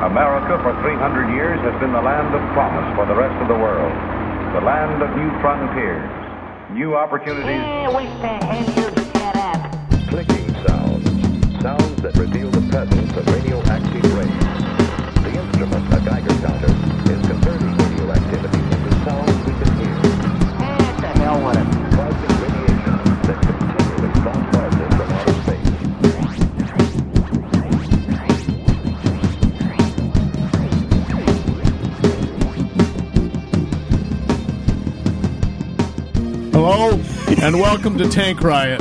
America for 300 years has been the land of promise for the rest of the world, the land of new frontiers, new opportunities. Yeah, we stand hand you to get up. Clicking sounds. Sounds that reveal the presence of radioactive rays. The instrument, a Geiger counter, is converting radioactivity into sounds we can hear, Yeah, the hell with it. causing radiation that continually bombards us from outer space. Hello, and welcome to Tank Riot.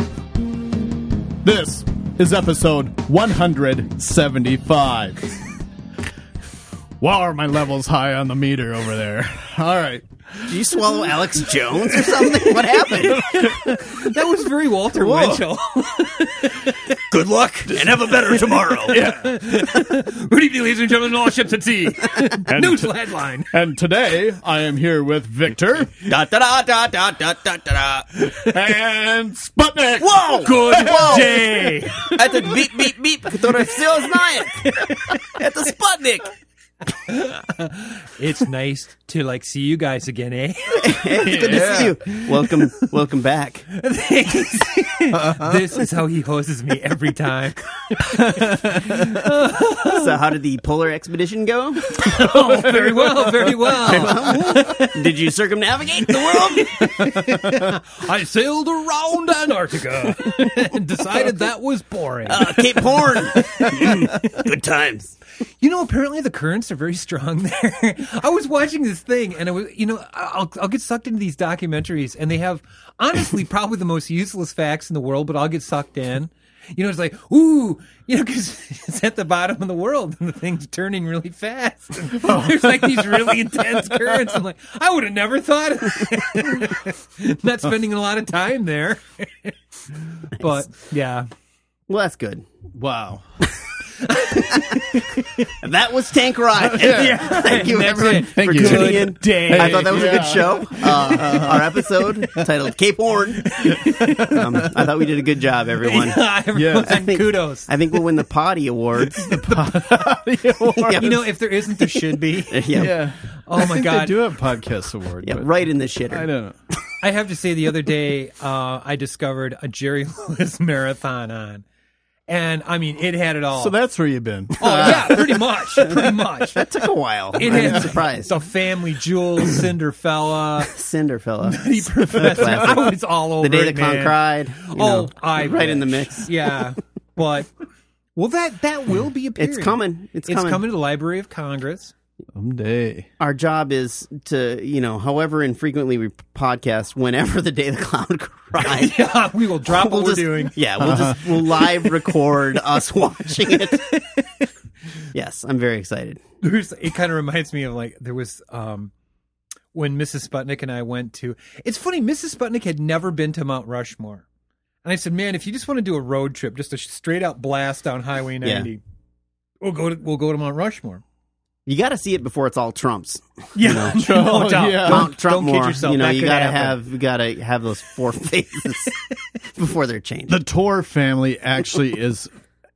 This is episode 175. Wow, are my levels high on the meter over there? All right. Did you swallow Alex Jones or something? What happened? That was very Walter Whoa. Winchell. Good luck and have a better tomorrow. Good evening, ladies and gentlemen, all ships at sea. News headline. And today I am here with Victor Da da da da da da da da. and Sputnik. Whoa! Good Whoa! day. Это beep beep beep, который все знает. Это Спутник. It's nice to like see you guys again, eh? Good to see you. Welcome, welcome back. This is how he hoses me every time. So, how did the polar expedition go? Oh, very well, very well. Did you circumnavigate the world? I sailed around Antarctica and decided that was boring. Uh, Cape Horn. Mm, Good times. You know, apparently the currents are very strong there. I was watching this thing, and I was, you know, I- I'll, I'll get sucked into these documentaries, and they have honestly probably the most useless facts in the world, but I'll get sucked in. You know, it's like, ooh, you know, because it's at the bottom of the world, and the thing's turning really fast. And Oh. There's like these really intense currents. I'm like, I would have never thought of that. Not spending a lot of time there. But yeah, Well, that's good. Wow. That was Tank Ride. Thank you, That's everyone, it. Thank for you. tuning in. day. I thought that was a Yeah. good show. Uh, our episode titled Cape Horn. Um, I thought we did a good job, everyone. yeah, everyone's on kudos. I think we'll win the potty awards. Yeah. You know, if there isn't, there should be. yeah. Yeah. Oh my They god! do have podcast award. Yeah, but right in the shitter. I don't know. I have to say, the other day uh, I discovered a Jerry Lewis marathon on, and I mean it had it all. So that's where you've been. oh yeah, pretty much, pretty much. That took a while. It I'm had surprised. the family jewel, Cinderfella, Cinder fella. the professor. I was all over The day it, the con man. cried. you Oh, know, I right in the wish. mix. Yeah, but well, that that will be a period. It's coming. It's, It's coming. to the Library of Congress. Someday. our job is to, you know, however infrequently we podcast, whenever the day the cloud cries. Yeah, we will drop what we're just, doing. Uh-huh. Yeah, we'll just we'll live record us watching it. yes, I'm very excited. there's it kind of reminds me of like there was um when Mrs. Sputnik and I went to it's funny Mrs. Sputnik had never been to Mount Rushmore and I said man if you just want to do a road trip just a straight out blast down highway 90 we'll go to we'll go to Mount Rushmore You got to see it before it's all Trumps. yeah Oh, no doubt. yeah. Mount Uh-huh. don't Trump kid more. yourself. You know, That you could gotta happen. have you gotta have those four faces before they're changed. The Tor family actually is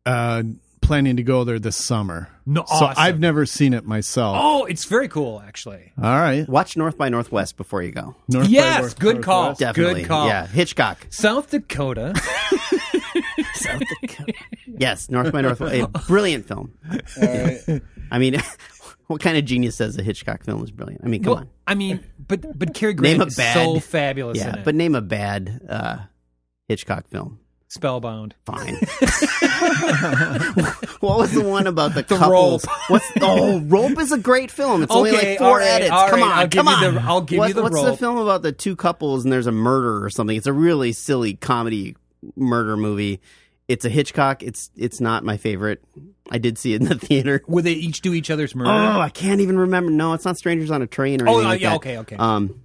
uh, planning to go there this summer. No, so awesome. I've never seen it myself. oh it's very cool actually All right. Watch North by Northwest before you go. North by Yes, North- Oh, good call. Northwest. Definitely. Good call. Yeah, Hitchcock. South Dakota Yes, North by Northwest. A brilliant film. I mean, what kind of genius says a Hitchcock film is brilliant? I mean, come well, on. I mean but but Cary Name Grant a is bad- so fabulous in Yeah, it. but name a bad uh, Hitchcock film. spellbound Fine. what was the one about the, The couples? Rope. What's oh, Rope is a great film. It's only Okay, like four all right, edits. all Come right, on, I'll give come you on. the- I'll give What- you the what's the Rope. film about the two couples and there's a murder or something? It's a really silly comedy murder movie. It's a Hitchcock. It's it's not my favorite. I did see it in the theater. where they each do each other's murder Oh, I can't even remember. No, it's not Strangers on a Train or Oh, anything uh, like yeah, that. okay, okay. Um,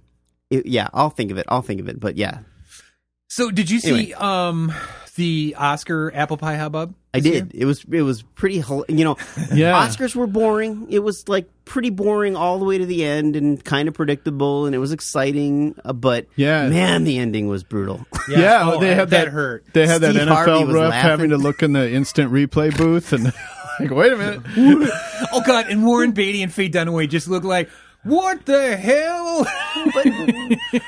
it- yeah, I'll think of it. I'll think of it. But yeah, So did you see Anyway. um the Oscar apple pie hubbub? I this did. It was it was pretty. hel- You know, Yeah. Oscars were boring. It was like pretty boring all the way to the end and kind of predictable, and it was exciting. uh, But Yeah. man, the ending was brutal. year? Yeah, Oh, they had that hurt. They had Steve that NFL Harvey was ref laughing. having to look in the instant replay booth, and Like, wait a minute. Oh god, and Warren Beatty and Faye Dunaway just look like what the hell?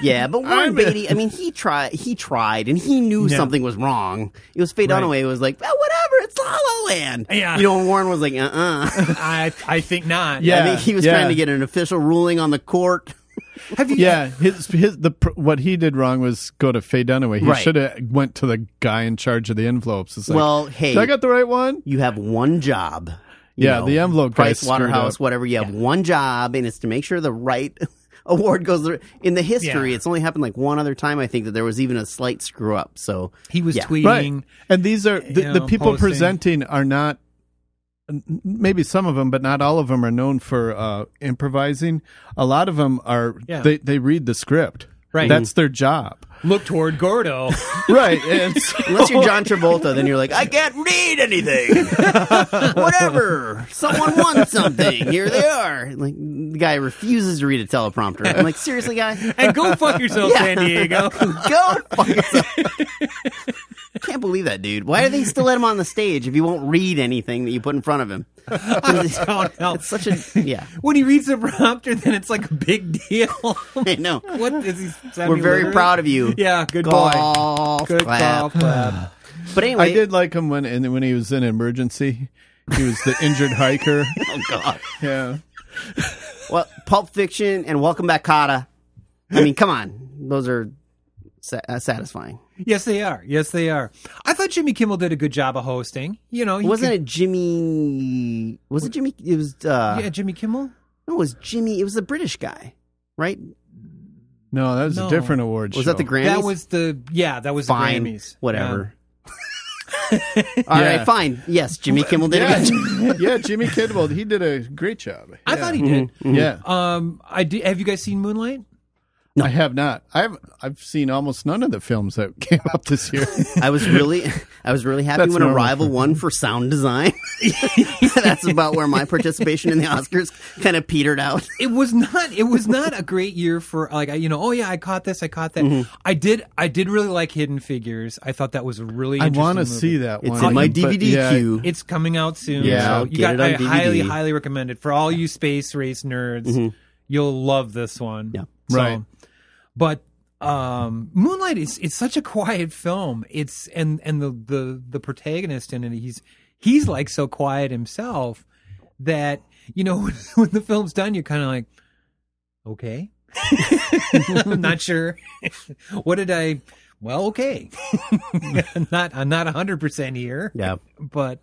Yeah, but Warren I'm- Beatty, I mean, he tried, he tried, and he knew Yeah. something was wrong. It was Faye Right. Dunaway who was like, "Well, whatever, it's La La Land." Yeah. you know, and Warren was like, "Uh, uh I I think not. Yeah. I think he was yeah. trying to get an official ruling on the court. Have you Yeah, his his the pr- what he did wrong was go to Faye Dunaway. He Right. should have went to the guy in charge of the envelopes. It's like, well, hey, did I got the right one? you have one job. you Yeah, the envelope guy Price screwed Waterhouse, up. whatever. You have one job, and it's to make sure the right award goes. There. In the history, Yeah. it's only happened like one other time, I think, that there was even a slight screw up. So He was Yeah. tweeting. And these are the, you know, the people posting. presenting are not n- maybe some of them, but not all of them are known for uh, improvising. A lot of them are Yeah. they they read the script. Right. that's their job. Look toward Gordo. right, and so- Unless you're John Travolta, then you're like, I can't read anything. Whatever. Someone wants something. Here they are. And, Like the guy refuses to read a teleprompter. I'm like, seriously, guy, and go fuck yourself, San Diego. go and fuck yourself. Can't believe that dude. Why do they still let him on the stage if he won't read anything that you put in front of him? Don't know. It's such a yeah. when he reads the prompter, then it's like a big deal. I know. what is he? We're very proud of you. Yeah, good boy. Golf Good clap. golf clap. But anyway, I did like him when and when he was in emergency. He was the injured hiker. Oh God. Yeah, Well, Pulp Fiction and Welcome Back, Kata. I mean, come on, those are sa- uh, satisfying. Yes, they are. Yes, they are. I thought Jimmy Kimmel did a good job of hosting. You know, he Wasn't could- it Jimmy? Was it Jimmy? It was. Uh, Yeah, Jimmy Kimmel. No, it was Jimmy. It was the British guy, right? no, that was No. a different award. Was show. that the Grammys? That was the yeah. That was fine. the Grammys. Whatever. All right, Yeah. fine. Yes, Jimmy Kimmel did Yeah, it. Jim- yeah, Jimmy Kidwell. He did a great job. Yeah. I thought he did. Mm-hmm. Yeah, Um, I did. Have you guys seen Moonlight? I have not. I've I've seen almost none of the films that came up this year. I was really, I was really happy That's when normal Arrival for- won for sound design. That's about where my participation in the Oscars kind of petered out. it was not it was not a great year for like I- you know oh yeah i caught this i caught that Mm-hmm. i did i did really like hidden figures i thought that was a really I want to see that It's one. in my but DVD yeah, queue. it's coming out soon Yeah, so you get got it on i highly DVD. highly recommend it for all you space race nerds you'll love this one Mm-hmm. Yeah. So, Right. but um moonlight is it's such a quiet film it's and and the the the protagonist in it he's he's like so quiet himself that you know when, when the film's done you're kind of like okay i'm not sure what did i well okay I'm not i'm not 100% here Yeah. Oh. but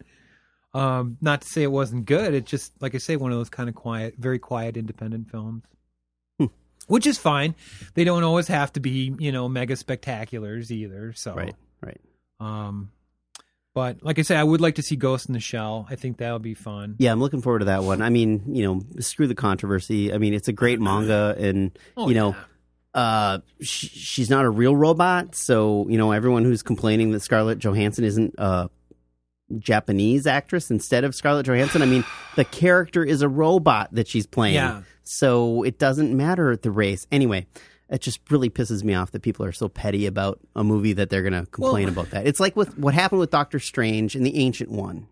um not to say it wasn't good it just like i say one of those kind of quiet very quiet independent films which is fine they don't always have to be you know mega spectaculars either so Right. Right. um but like i say i would like to see ghost in the shell i think that would be fun Yeah, I'm looking forward to that one. I mean, you know, screw the controversy. I mean, it's a great manga, and Oh, you know, uh, sh- she's not a real robot, so you know, everyone who's complaining that Scarlett Johansson isn't a Japanese actress instead of Scarlett Johansson, I mean, the character is a robot that she's playing, Yeah. so it doesn't matter the race anyway. It just really pisses me off that people are so petty about a movie that they're going to complain about that. It's like with what happened with Doctor Strange and the Ancient One.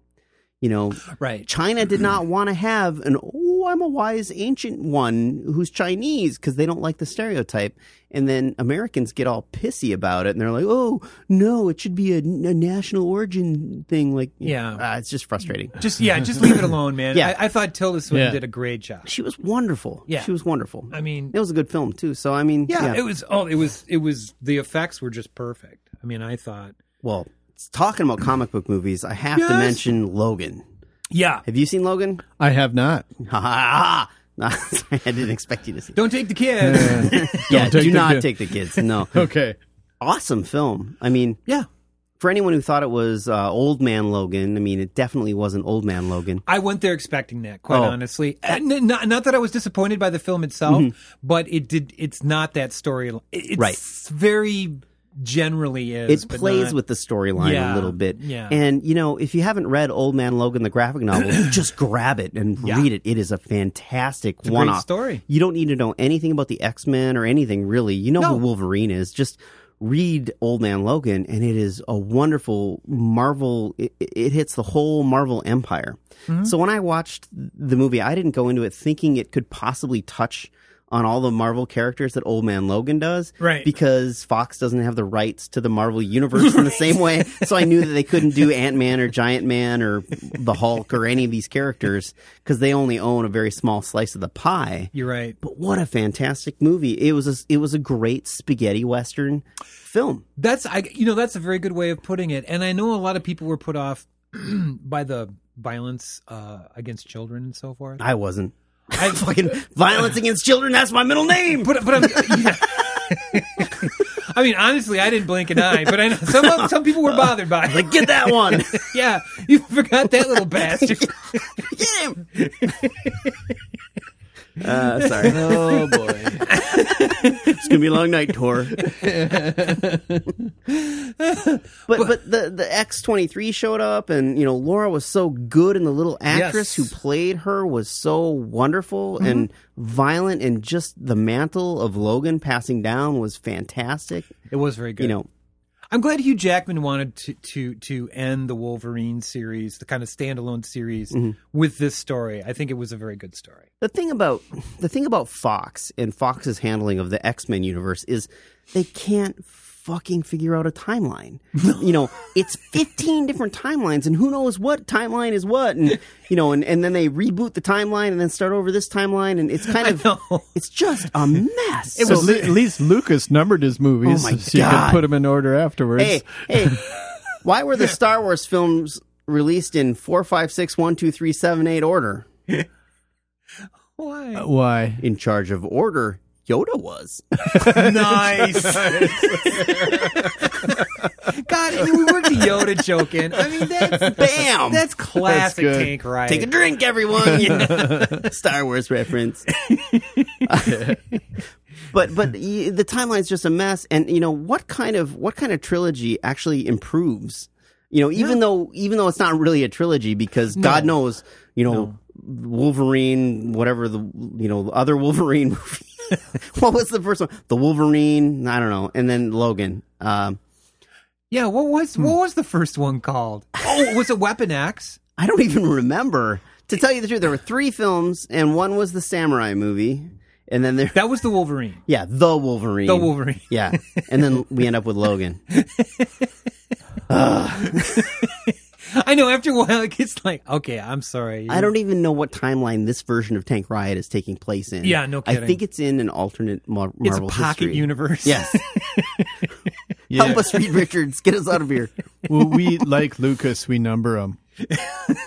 You know, right China did not want to have an oh, I'm a wise ancient one who's Chinese because they don't like the stereotype. And then Americans get all pissy about it, and they're like, oh no, it should be a, a national origin thing. Like, Yeah. ah, it's just frustrating. just yeah just leave it alone man Yeah. I, I thought tilda swinton Yeah. did a great job She was wonderful. Yeah. she was wonderful. i mean it was a good film too. So I mean, yeah, it was oh it was it was the effects were just perfect i mean i thought well, talking about comic book movies, I have to Yes. mention Logan. yeah Have you seen Logan? I have not. Ha ha ha! ha. Sorry, I didn't expect you to see. don't take the kids yeah, take do the not kid. take the kids. No, Okay, awesome film. I mean, yeah for anyone who thought it was uh, Old Man Logan, I mean, it definitely wasn't Old Man Logan. I went there expecting that, quite Oh. honestly. And n- not, not that I was disappointed by the film itself, but it did. It's not that story. it- It's Mm-hmm. Right. very generally is. It but plays not- with the storyline a Yeah, little bit. yeah. And, you know, if you haven't read Old Man Logan, the graphic novel, just grab it and Yeah. read it. It is a fantastic a great one off story. You don't need to know anything about the X Men or anything, really. You know No. who Wolverine is. Just read Old Man Logan, and it is a wonderful Marvel. It, it hits the whole Marvel empire. Mm-hmm. So when I watched the movie, I didn't go into it thinking it could possibly touch on all the Marvel characters that Old Man Logan does, Right. Because Fox doesn't have the rights to the Marvel universe in the same way. So I knew that they couldn't do Ant Man or Giant Man or the Hulk or any of these characters because they only own a very small slice of the pie. You're right. But what a fantastic movie! It was a, it was a great spaghetti western film. That's I you know that's a very good way of putting it. And I know a lot of people were put off by the violence uh, against children and so forth. I wasn't. I Fucking violence against children. That's my middle name. but but I'm. Yeah. I mean, honestly, I didn't blink an eye, but I know some of- some people were bothered by it. Like get that one. Yeah, you forgot that little bastard. get him. uh, sorry. Oh boy. It's gonna be a long night, Tor. but but the the X twenty three showed up, and you know Laura was so good, and the little actress Yes. Mm-hmm. who played her was so wonderful and violent, and just the mantle of Logan passing down was fantastic. It was very good. You know, I'm glad Hugh Jackman wanted to to to end the Wolverine series, the kind of standalone series, Mm-hmm. with this story. I think it was a very good story. the thing about the thing about Fox and Fox's handling of the X Men universe is they can't fucking figure out a timeline. you know, it's fifteen different timelines, and who knows what timeline is what, and you know, and, and then they reboot the timeline and then start over this timeline, and it's kind of know. it's just a mess. It was at least Lucas numbered his movies Oh my so you could God. put them in order afterwards. hey hey, why were the Star Wars films released in four, five, six, one, two, three, seven, eight order? Why? Why? In charge of order, Yoda was. nice. God, we worked the Yoda joke in. I mean, that's Bam. that's classic good. tank right. Take a drink, everyone. Star Wars reference. but but y- the timeline's just a mess, and you know what kind of what kind of trilogy actually improves. You know, even though even though it's not really a trilogy because God knows, you know, Wolverine, whatever the you know the other Wolverine movie. what was the first one? The Wolverine, I don't know, and then Logan. Um, yeah, what Hmm. was what was the first one called? Oh, was it Weapon X? I don't even remember. To tell you the truth, there were three films, and one was the samurai movie, and then there, That was the Wolverine. yeah, the Wolverine, The Wolverine. yeah, and then we end up with Logan. I know. After a while, it gets like, okay, I'm sorry. I don't even know what timeline this version of Tank Riot is taking place in. Yeah, no I kidding. think it's in an alternate Mar- It's a Marvel pocket history. universe. Yes, help us, Reed Richards, get us out of here. well, we like Lucas. We number them.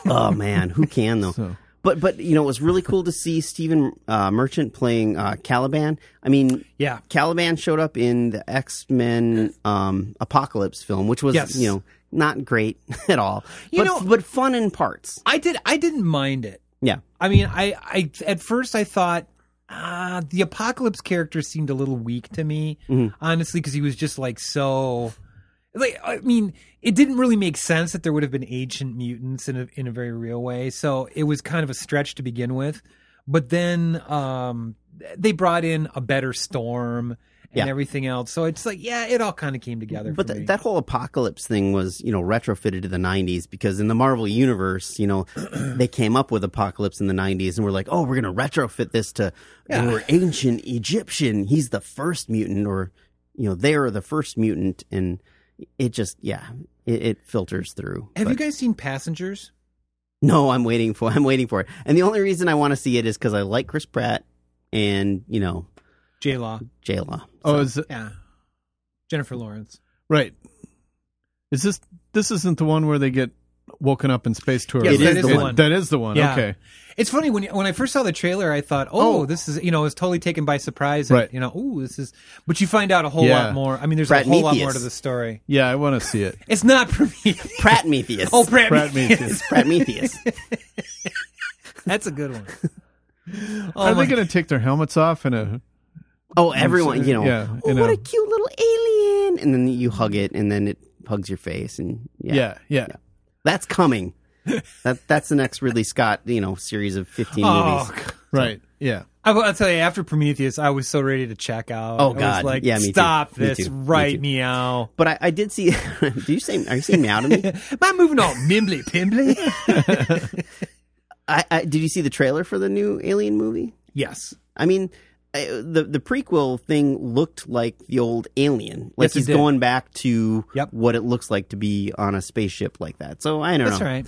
oh man, who can though? So- But but you know it was really cool to see Stephen uh, Merchant playing uh, Caliban. I mean, Yeah. Caliban showed up in the X Men um, Apocalypse film, which was Yes. you know not great at all, You but know- but fun in parts. I did. I didn't mind it. Yeah, I mean, I, I at first I thought ah, the apocalypse character seemed a little weak to me, Mm-hmm. honestly, because he was just like so. Like, I mean, it didn't really make sense that there would have been ancient mutants in a, in a very real way. So it was kind of a stretch to begin with. But then um, they brought in a better storm Yeah. and everything else. So it's like, yeah, it all kind of came together. but for th- me. that whole apocalypse thing was you know retrofitted to the 90s because in the marvel universe you know they came up with apocalypse in the 90s and we're like oh we're going to retrofit this to they were ancient egyptian he's the first mutant or you know they are the first mutant and it just yeah it, it filters through have you But guys seen Passengers? no i'm waiting for i'm waiting for it and the only reason i want to see it is because i like chris pratt and you know J Law. j law Oh, is Yeah. Jennifer Lawrence. right. Is this this isn't the one where they get woken up in space tour? Yes, It that is is the the one. one. That is the one. Yeah. Okay. It's funny when when I first saw the trailer, I thought, "Oh, this is you know, I was totally taken by surprise." and, Right. You know, ooh, this is. But you find out a whole Yeah. lot more. I mean, there's a whole lot more Prometheus. to the story. Yeah, I want to see it. It's not Prometheus. pratt metheus oh, Pratt. Pratt me too. Prometheus. That's a good one. Oh, Are my- they going to take their helmets off and a Oh, everyone, you know, yeah, oh, you what know. a cute little alien. And then you hug it and then it hugs your face and yeah. yeah yeah? That's coming. that that's the next Ridley Scott, you know, series of 15 Oh, movies. God. Right. Yeah. I, will I'll tell you, after Prometheus, I was so ready to check out. Oh, I was God. like, Yeah, me too. stop Me this too. Me right too. meow. But I, I did see. do you say? Are you saying meow to me? Am I moving all mimbly pimbly? I, I, did you see the trailer for the new Alien movie? yes. I mean, I, the the prequel thing looked like the old Alien. Like Yes, it he's did. going back to Yep. what it looks like to be on a spaceship like that. So I don't That's know. right.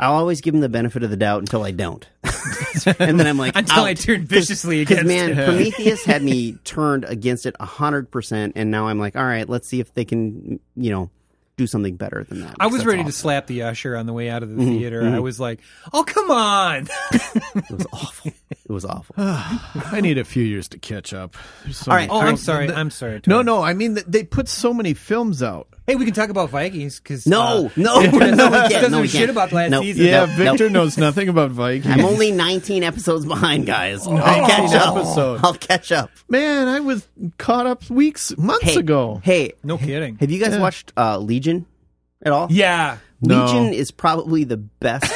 I'll always give him the benefit of the doubt until I don't, and then I'm like Until I out. turn viciously Because against man, it. Prometheus had me turned against it hundred percent, and now I'm like, all right, let's see if they can, you know, do something better than that. I was That's ready to awful. Mm-hmm. slap the usher on the way out of the theater. I was like, oh, come on. It was awful. It was awful. I need a few years to catch up. There's so All many- right. Oh, I- I'm sorry. I'm sorry. No, Tony. no. I mean, th- they put so many films out. Hey, we can talk about Vikings uh, because No, no, no, doesn't- no, we it can't. doesn't No, we shit can't. about last no, season. Yeah, no, no. Victor knows Oh, nothing about Vikings. I'm only 19 episodes behind, guys. I'll catch up. episodes. I'll catch up. Man, I was caught up weeks, months Hey, ago. hey, no kidding. have you guys watched uh, Legion at all? yeah. No. Legion is probably the best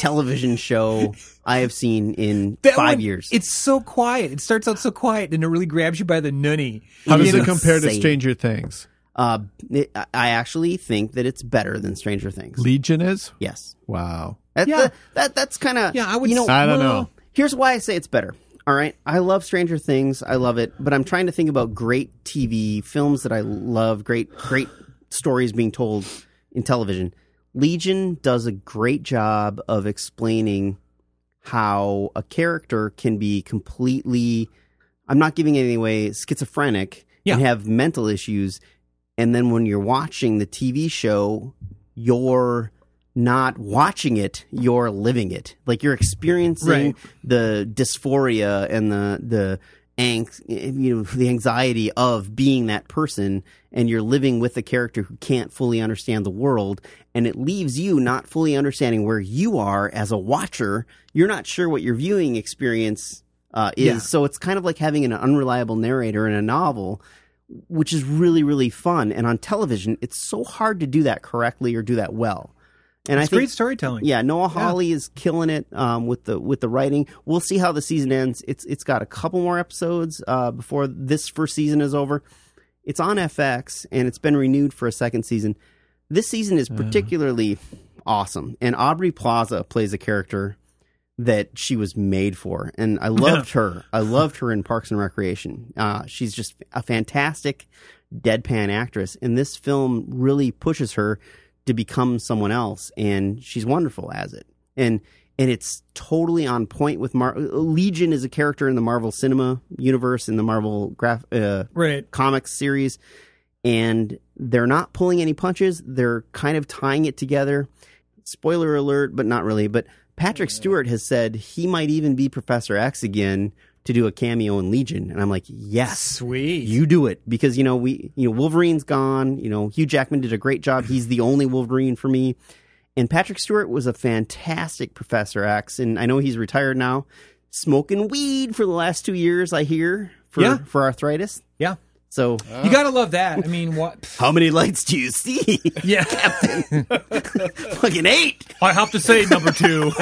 television show I have seen in That five one, years. It's so quiet. It starts out so quiet, and it really grabs you by the nunny. How You does know? it compare to insane. Stranger Things? uh, it, I- I actually think that it's better than Stranger Things. Legion is? yes, Wow. That's Yeah. the- that that's kind of Yeah, I would You know, s- I don't Well, know. here's why I say it's better. All right, I love Stranger Things. I love it, but I'm trying to think about great TV films that I love, great great stories being told in television. Legion does a great job of explaining how a character can be completely I'm not giving it away schizophrenic Yeah. and have mental issues and then when you're watching the TV show you're not watching it you're living it like you're experiencing Right. the dysphoria and the the angst you know the anxiety of being that person and you're living with a character who can't fully understand the world and it leaves you not fully understanding where you are as a watcher you're not sure what your viewing experience uh, is Yeah. so it's kind of like having an unreliable narrator in a novel which is really really fun and on television it's so hard to do that correctly or do that well and It's i think great storytelling. yeah, Noah Hawley is killing it um, with the with the writing. We'll see how the season ends. It's it's got a couple more episodes uh, before this first season is over. It's on FX and it's been renewed for a second season. This season is particularly awesome, and Aubrey Plaza plays a character that she was made for, and I loved her. I loved her in Parks and Recreation. Uh, she's just a fantastic deadpan actress, and this film really pushes her to become someone else, and she's wonderful as it. And and it's totally on point with Mar- Legion is a character in the Marvel Cinema universe in the Marvel graph uh, Right. comics series, and they're not pulling any punches. They're kind of tying it together. Spoiler alert, but not really. But Patrick Stewart has said he might even be Professor X again to do a cameo in Legion, and I'm like, yes, Sweet. you do it because you know we you know Wolverine's gone. You know Hugh Jackman did a great job. He's the only Wolverine for me. And Patrick Stewart was a fantastic Professor X, and I know he's retired now, smoking weed for the last two years. I hear for Yeah. for arthritis. yeah. So You gotta love that. I mean, what? how many lights do you see? Yeah. Fucking eight. I have to say number two.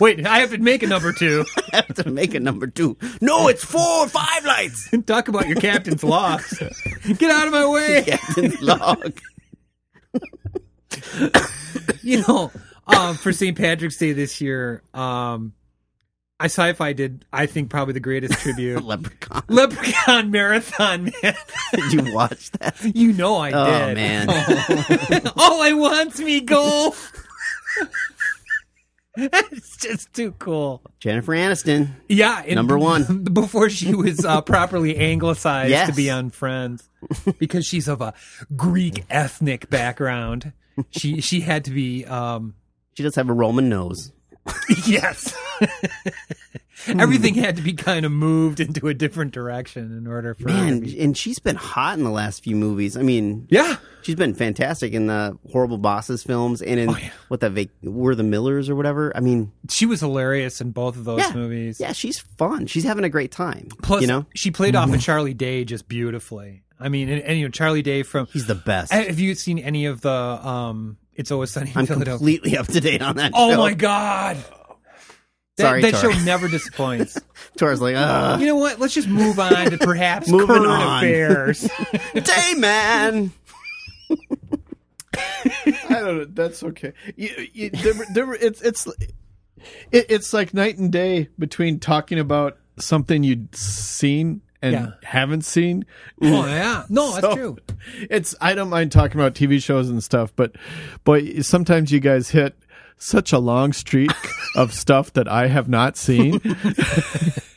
Wait, I have to make a number two. I have to make a number two. No, it's four or five lights. Talk about your captain's loss. Get out of my way. Captain's log. you know, um, for St. Patrick's Day this year, um, I sci-fi did, I think, probably the greatest tribute. Leprechaun. Leprechaun Marathon, man. Did you watch that? You know I Oh did. man. All I want's me goal. it's just too cool. Jennifer Aniston. Yeah, and Number one. Before she was uh, properly anglicized Yes. to be on Friends, because she's of a Greek ethnic background, she she had to be. Um, She does have a Roman nose. yes, everything had to be kind of moved into a different direction in order for. her to Man, be- and she's been hot in the last few movies. I mean, yeah, she's been fantastic in the horrible bosses films and in Oh, yeah. what the vac- were the Millers or whatever. I mean, she was hilarious in both of those yeah, movies. yeah, she's fun. She's having a great time. Plus, you know, she played off of Charlie Day just beautifully. I mean, and, and you know, Charlie Day from. Eh, he's the best. I, Have you seen any of the? um It's always sunny in am Philadelphia. completely up to date on that. Oh show. my god. That, Sorry, that Tor. show never disappoints. Tor's like, uh, you know what? Let's just move on to perhaps Moving current on. affairs. day man. I don't know. That's okay. You, you, there, were- there, were- it's it's it, it's like night and day between talking about something you'd seen and Yeah. haven't seen. oh yeah, no, that's So, true. It's I don't mind talking about TV shows and stuff, but boy, sometimes you guys hit such a long streak of stuff that I have not seen. Uh-huh.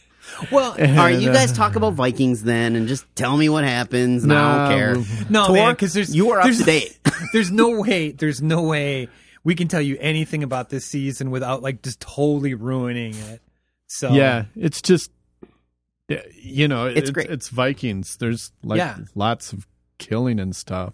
Well, All right, you guys talk about Vikings then, and just tell me what happens. And I Nah, don't we'll- care. no, Tor, man, because there's you are up there's, to date. there's no way. There's no way we can tell you anything about this season without like just totally ruining it. So yeah, it's just yeah, you know, it's, great. It's Vikings. There's like Yeah. Oh. lots of killing and stuff,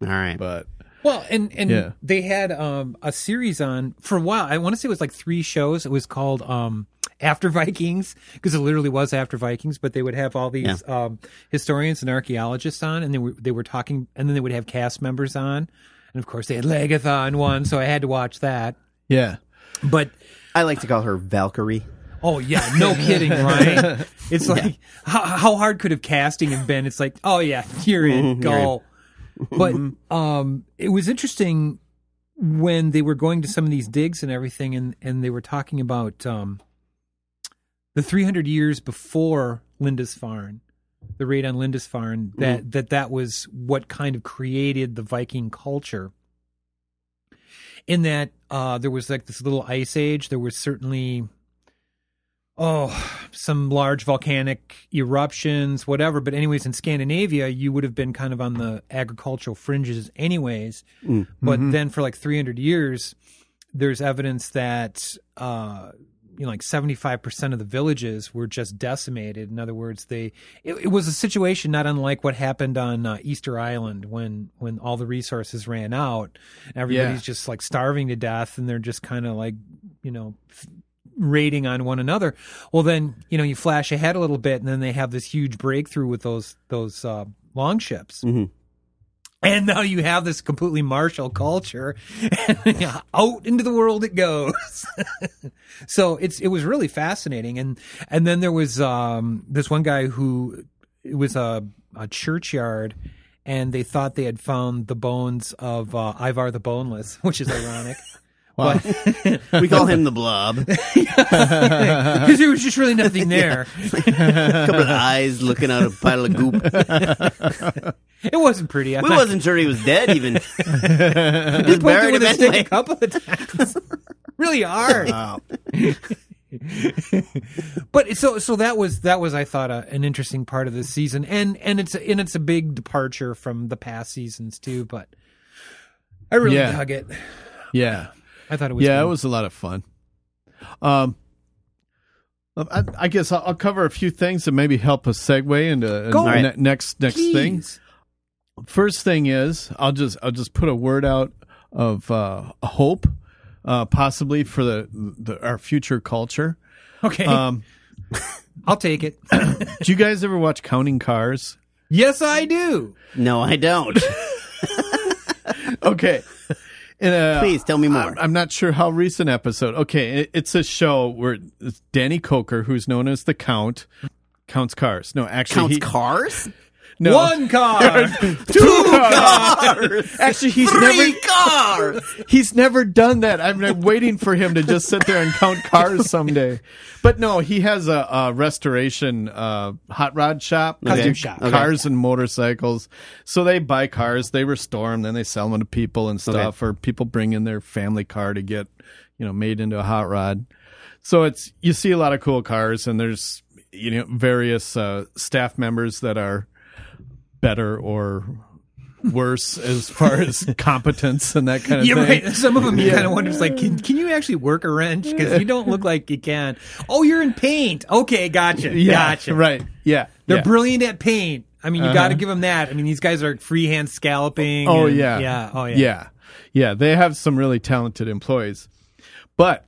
All right, but Well, and and Yeah. they had um, a series on for a while. I want to say it was like three shows. It was called um, After Vikings because it literally was After Vikings. But they would have all these um, historians and archaeologists on, and they were they were talking, and then they would have cast members on, and of course they had Lagatha on one, so I had to watch that. yeah. But I like to call her Valkyrie. oh yeah, no kidding, right? It's like how, how hard could have casting have been? It's like oh yeah, you're in, go. but um, it was interesting when they were going to some of these digs and everything, and, and they were talking about um, the 300 years before Lindisfarne, the raid on Lindisfarne, that, that that was what kind of created the Viking culture. In that uh, there was like this little ice age, there was certainly oh some large volcanic eruptions whatever but anyways in scandinavia you would have been kind of on the agricultural fringes anyways but then for like 300 years there's evidence that uh you know like 75% of the villages were just decimated in other words they it, it was a situation not unlike what happened on uh, easter island when when all the resources ran out everybody's just like starving to death and they're just kind of like you know rating on one another. Well, then you know you flash ahead a little bit, and then they have this huge breakthrough with those those uh, long ships. And now you have this completely martial culture, and out into the world it goes. so it's it was really fascinating, and and then there was um, this one guy who it was a, a churchyard, and they thought they had found the bones of uh, Ivar the Boneless, which is ironic. We call him the Blob. because there was just really nothing there. couple of eyes looking out of a pile of goop. It wasn't pretty. I We thought- wasn't sure he was dead even. We Just poked it buried with him a stick a anyway. couple of times. really hard. but it's- so so that was that was I thought uh, an interesting part of this season, and and it's and it's a big departure from the past seasons too. But I really Yeah. dug it. Yeah. I thought it was Yeah, good. it was a lot of fun. Um, I, I guess I'll, I'll cover a few things that maybe help us segue into Go. ne- All right. next next thing. Please. First thing is I'll just I'll just put a word out of uh, hope, uh, possibly for the, the our future culture. Okay, Um, I'll take it. do you guys ever watch Counting Cars? yes, I do. No, I don't. Okay. In a- Please tell me more. I'm, I'm not sure how recent episode. Okay, it, it's a show where it's Danny Coker, who's known as the Count, counts cars. No, actually, Counts he, cars? no, One car. two cars. Actually, he's Three never cars! he's never done that. I'm, I'm waiting for him to just sit there and count cars someday. But no, he has a, a restoration uh, hot rod shop. They Custom do shop. Cars and motorcycles. So they buy cars, they restore them, then they sell them to people and stuff, or people bring in their family car to get, you know, made into a hot rod. So it's you see a lot of cool cars, and there's you know various uh, staff members that are better or worse as far as competence and that kind of Yeah, thing. right. Some of them you kind of wonder, it's like, can, can you actually work a wrench? Because you don't look like you can. Oh, you're in paint. Okay, gotcha. gotcha. Right. Yeah. They're yeah. brilliant at paint. I mean, you got to give them that. I mean, these guys are freehand scalloping. Oh and- yeah. Yeah. Oh yeah. Yeah. Yeah. They have some really talented employees, but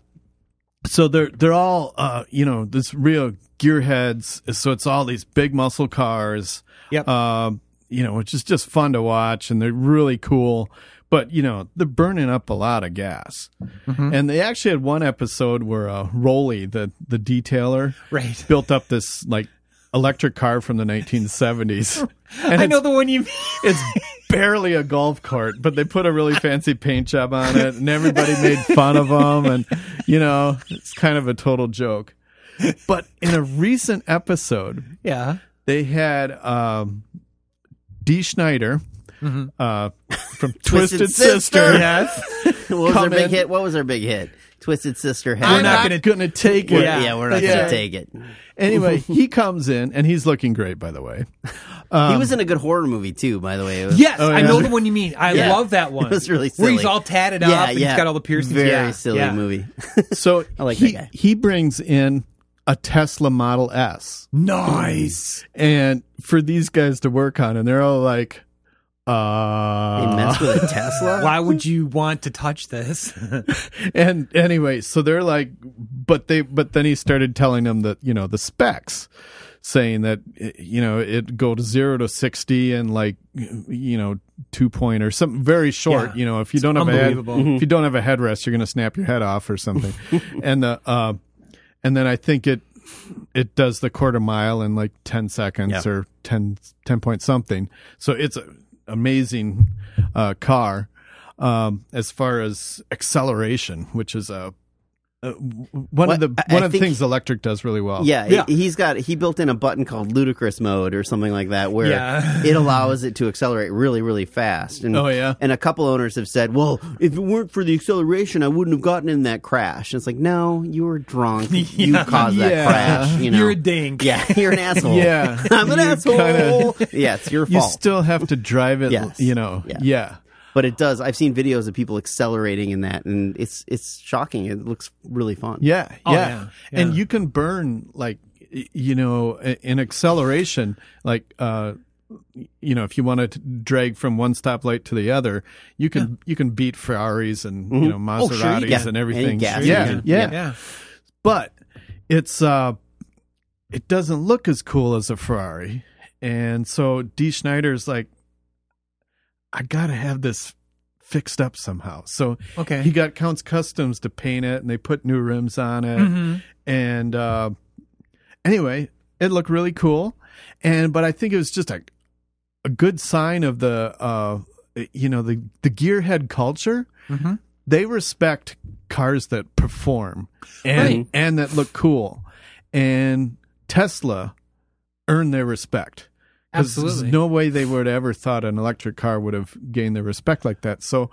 so they're they're all uh, you know this real gearheads. So it's all these big muscle cars. Yep. Uh, you know, which is just fun to watch and they're really cool. But, you know, they're burning up a lot of gas. Mm-hmm. And they actually had one episode where uh, Rolly, the, the detailer, Right. built up this like electric car from the 1970s. And I it's know the one you mean. it's barely a golf cart, but they put a really fancy paint job on it, and everybody made fun of them, and you know, it's kind of a total joke. But in a recent episode, Yeah. they had um, D. Schneider uh, from Twisted, Mm-hmm. Sister. Twisted Sister. Yes. What was Come our big in. hit? What was our big hit? Twisted Sister. We're had- not, going to take it. Yeah, we're not Yeah. gonna take it. Anyway, he comes in, and he's looking great, by the way. Um, he was in a good horror movie too, by the way. It was- Yes, Oh, I yeah. know the one you mean. I Yeah. love that one. It was really Where he's silly. all tatted up yeah, and yeah. he's got all the piercings. Very Yeah, silly yeah. movie. So I like he, that guy. he brings in a Tesla Model S. Nice. and for these guys to work on and they're all like They uh messed with a Tesla. Why would you want to touch this? and anyway so they're like but they but then he started telling them that you know the specs saying that eh, you know it go to 0 to 60 and like you know 2 point or something very short Yeah. you know if you don't have a head, unbelievable. if you don't have a headrest you're going to snap your head off or something and the uh and then i think it it does the quarter mile in like 10 seconds Yeah. or 10, 10 point something. So it's an amazing uh, car um, as far as acceleration, which is a. Uh, one of Well, the I- I one of the think- things electric does really well. Yeah, Yeah. he- he's got he built in a button called ludicrous mode or something like that where Yeah. it allows it to accelerate really really fast. And Oh, yeah. and a couple owners have said, "Well, if it weren't for the acceleration, I wouldn't have gotten in that crash." And it's like, "No, you were drunk. You caused that Yeah. crash, you know." You're a dink. yeah, you're an asshole. Yeah. I'm an You asshole. kinda- yeah, it's your you fault. still have to drive it. Yes. You know. Yeah. yeah. but it does. I've seen videos of people accelerating in that, and it's it's shocking. It looks really fun. Yeah, yeah. Oh, yeah, And yeah. you can burn like y- you know i- in acceleration like uh you know if you want to drag from one stoplight to the other you can you can beat Ferraris and you know Oh, sure, you Maseratis can. and Any everything. gas yeah, engine. yeah. Yeah. But it's uh it doesn't look as cool as a Ferrari. And so D Schneider's like I got to have this fixed up somehow. So Okay. he got Counts Customs to paint it, and they put new rims on it. And uh, anyway, it looked really cool. And but I think it was just a a good sign of the uh, you know the the gearhead culture. Mm-hmm. They respect cars that perform and Right. and that look cool. And Tesla earned their respect. 'Cause there's Absolutely. no way they would ever thought an electric car would have gained their respect like that. So,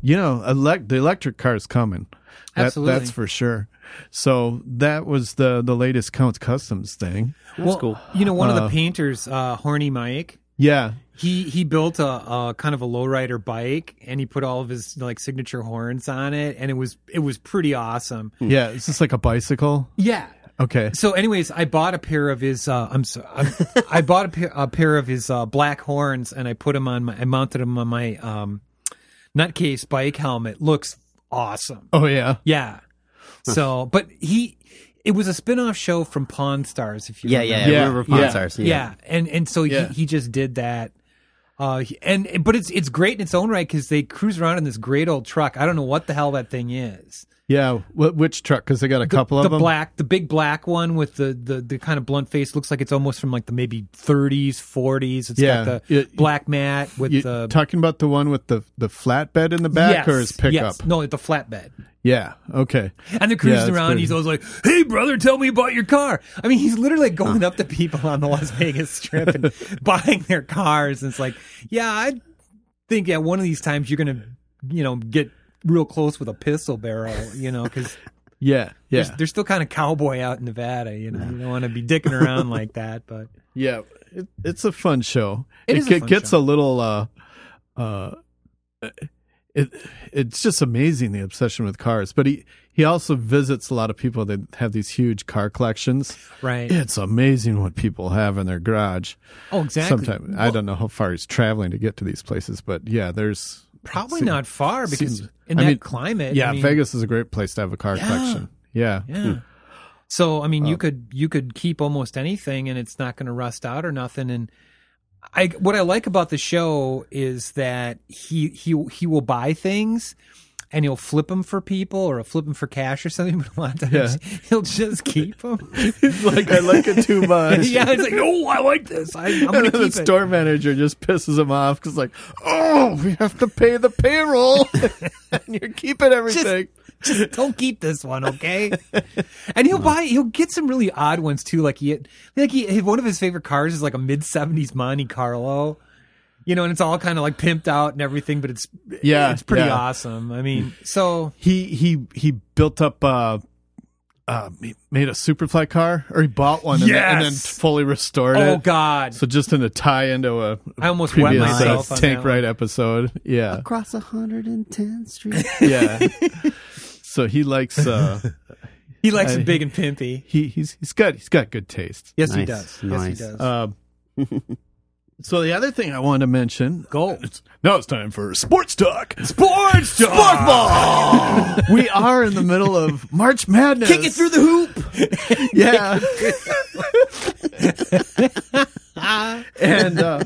you know, elect the electric car's coming. That, Absolutely. that's for sure. So that was the the latest Counts Customs thing. Well, cool. You know, one of the painters, uh, Horny Mike, Yeah, he he built a, a kind of a lowrider bike, and he put all of his like signature horns on it, and it was it was pretty awesome. yeah. It's just like a bicycle. Yeah. Okay. So, anyways, I bought a pair of his. Uh, I'm sorry. I'm, I bought a pair, a pair of his uh, black horns, and I put them on my. I mounted them on my um, nutcase bike helmet. Looks awesome. Oh yeah. Yeah. So, but he, it was a spin-off show from Pawn Stars, if you Yeah, remember. yeah, Yeah, yeah. River Pond yeah, Stars, yeah. And and so Yeah. he, he just did that. Uh, he- and but it's it's great in its own right because they cruise around in this great old truck. I don't know what the hell that thing is. Yeah. Wh- which truck? Because they got a couple the of them. black, the big black one with the, the the kind of blunt face looks like it's almost from like the maybe 30s, 40s. It's Yeah. got the You- black mat with You the talking about the one with the the flatbed in the back or his yes, pickup? yes. No, the flatbed. Yeah. Okay. And they're Yeah, cruising that's around. pretty- He's always like, "Hey, brother, tell me about your car." I mean, he's literally going up to people on the Las Vegas Strip and buying their cars. And it's like, yeah, I think at one of these times you're gonna, you know, get real close with a pistol barrel, you know, because Yeah. Yeah. they're still kind of cowboy out in Nevada. You know, you don't want to be dicking around like that. But Yeah, it, it's a fun show. It it is a ge- fun gets a show. little uh uh it it's just amazing the obsession with cars, but he he also visits a lot of people that have these huge car collections. right, It's amazing what people have in their garage. oh, exactly. Sometimes I don't know how far he's traveling to get to these places, but yeah, there's probably see- not far because seems- in I that mean, climate, Yeah, I mean, Vegas is a great place to have a car collection. Yeah. Yeah. So I mean, you could you could keep almost anything, and it's not going to rust out or nothing. And I what I like about the show is that he he he will buy things and he'll flip them for people or he'll flip them for cash or something. But a lot of times he'll just keep them. It's like I like it too much. yeah, it's like oh, I like this. I, I'm And gonna then the keep it. store manager just pisses him off because, like, oh, we have to pay the payroll, and you're keeping everything. Just don't keep this one, okay? and he'll buy, he'll get some really odd ones too. Like he, like he, one of his favorite cars is like a mid '70s Monte Carlo, you know, and it's all kind of like pimped out and everything, but it's Yeah, it's pretty yeah. awesome. I mean, so he he he built up uh uh ma- made a superfly car or he bought one and, then, and then Yes! fully restored oh it god, so just in a tie into a I almost wet previous myself uh, on tank that one. right episode yeah Across 110th Street. yeah so he likes uh He likes I- it big and pimpy. he he's he's got he's got good taste Yes, he Nice, does. nice. Yes, he does. um so the other thing i wanted to mention Go. now it's time for sports talk Sports Sports ball. we are in the middle of march madness Kick it through the hoop. yeah. and uh,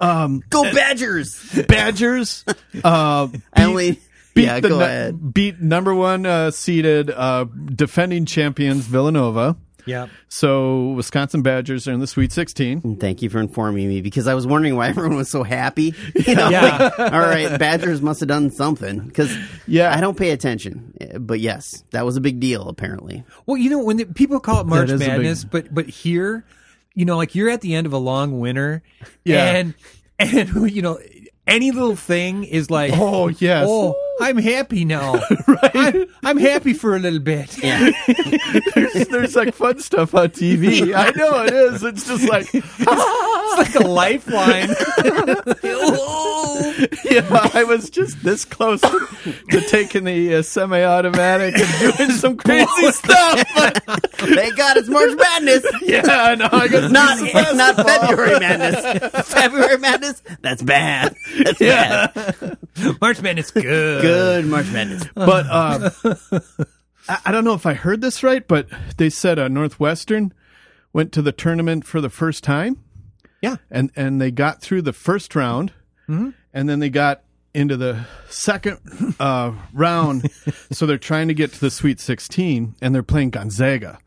um, Go Badgers. Badgers uh, beat, I only. beat yeah, the go nu- ahead. beat number one uh, seeded uh, defending champions Villanova. yeah. So Wisconsin Badgers are in the Sweet 16. Thank you for informing me because I was wondering why everyone was so happy. You know, Yeah. like, all right, Badgers must have done something because Yeah. I don't pay attention. Uh, But yes, that was a big deal apparently. Well, you know when the, people call it March is a big- Madness, but but here, you know, like you're at the end of a long winter, Yeah. and and you know any little thing is like, Oh yes, oh, I'm happy now, I'm, I'm happy for a little bit. there's, there's like fun stuff on TV. I know it is. It's just like It's like a lifeline. oh, yeah, I was just this close to, to taking the uh, semi-automatic and doing some crazy stuff. Thank God it's March Madness. Yeah, no, I guess Not it's not February Madness. February Madness. That's bad. That's bad. March Madness, good. Good March Madness. But um, I, I don't know if I heard this right, but they said uh, Northwestern went to the tournament for the first time. Yeah. and and they got through the first round, and then they got into the second uh, round. so they're trying to get to the Sweet 16, and they're playing Gonzaga,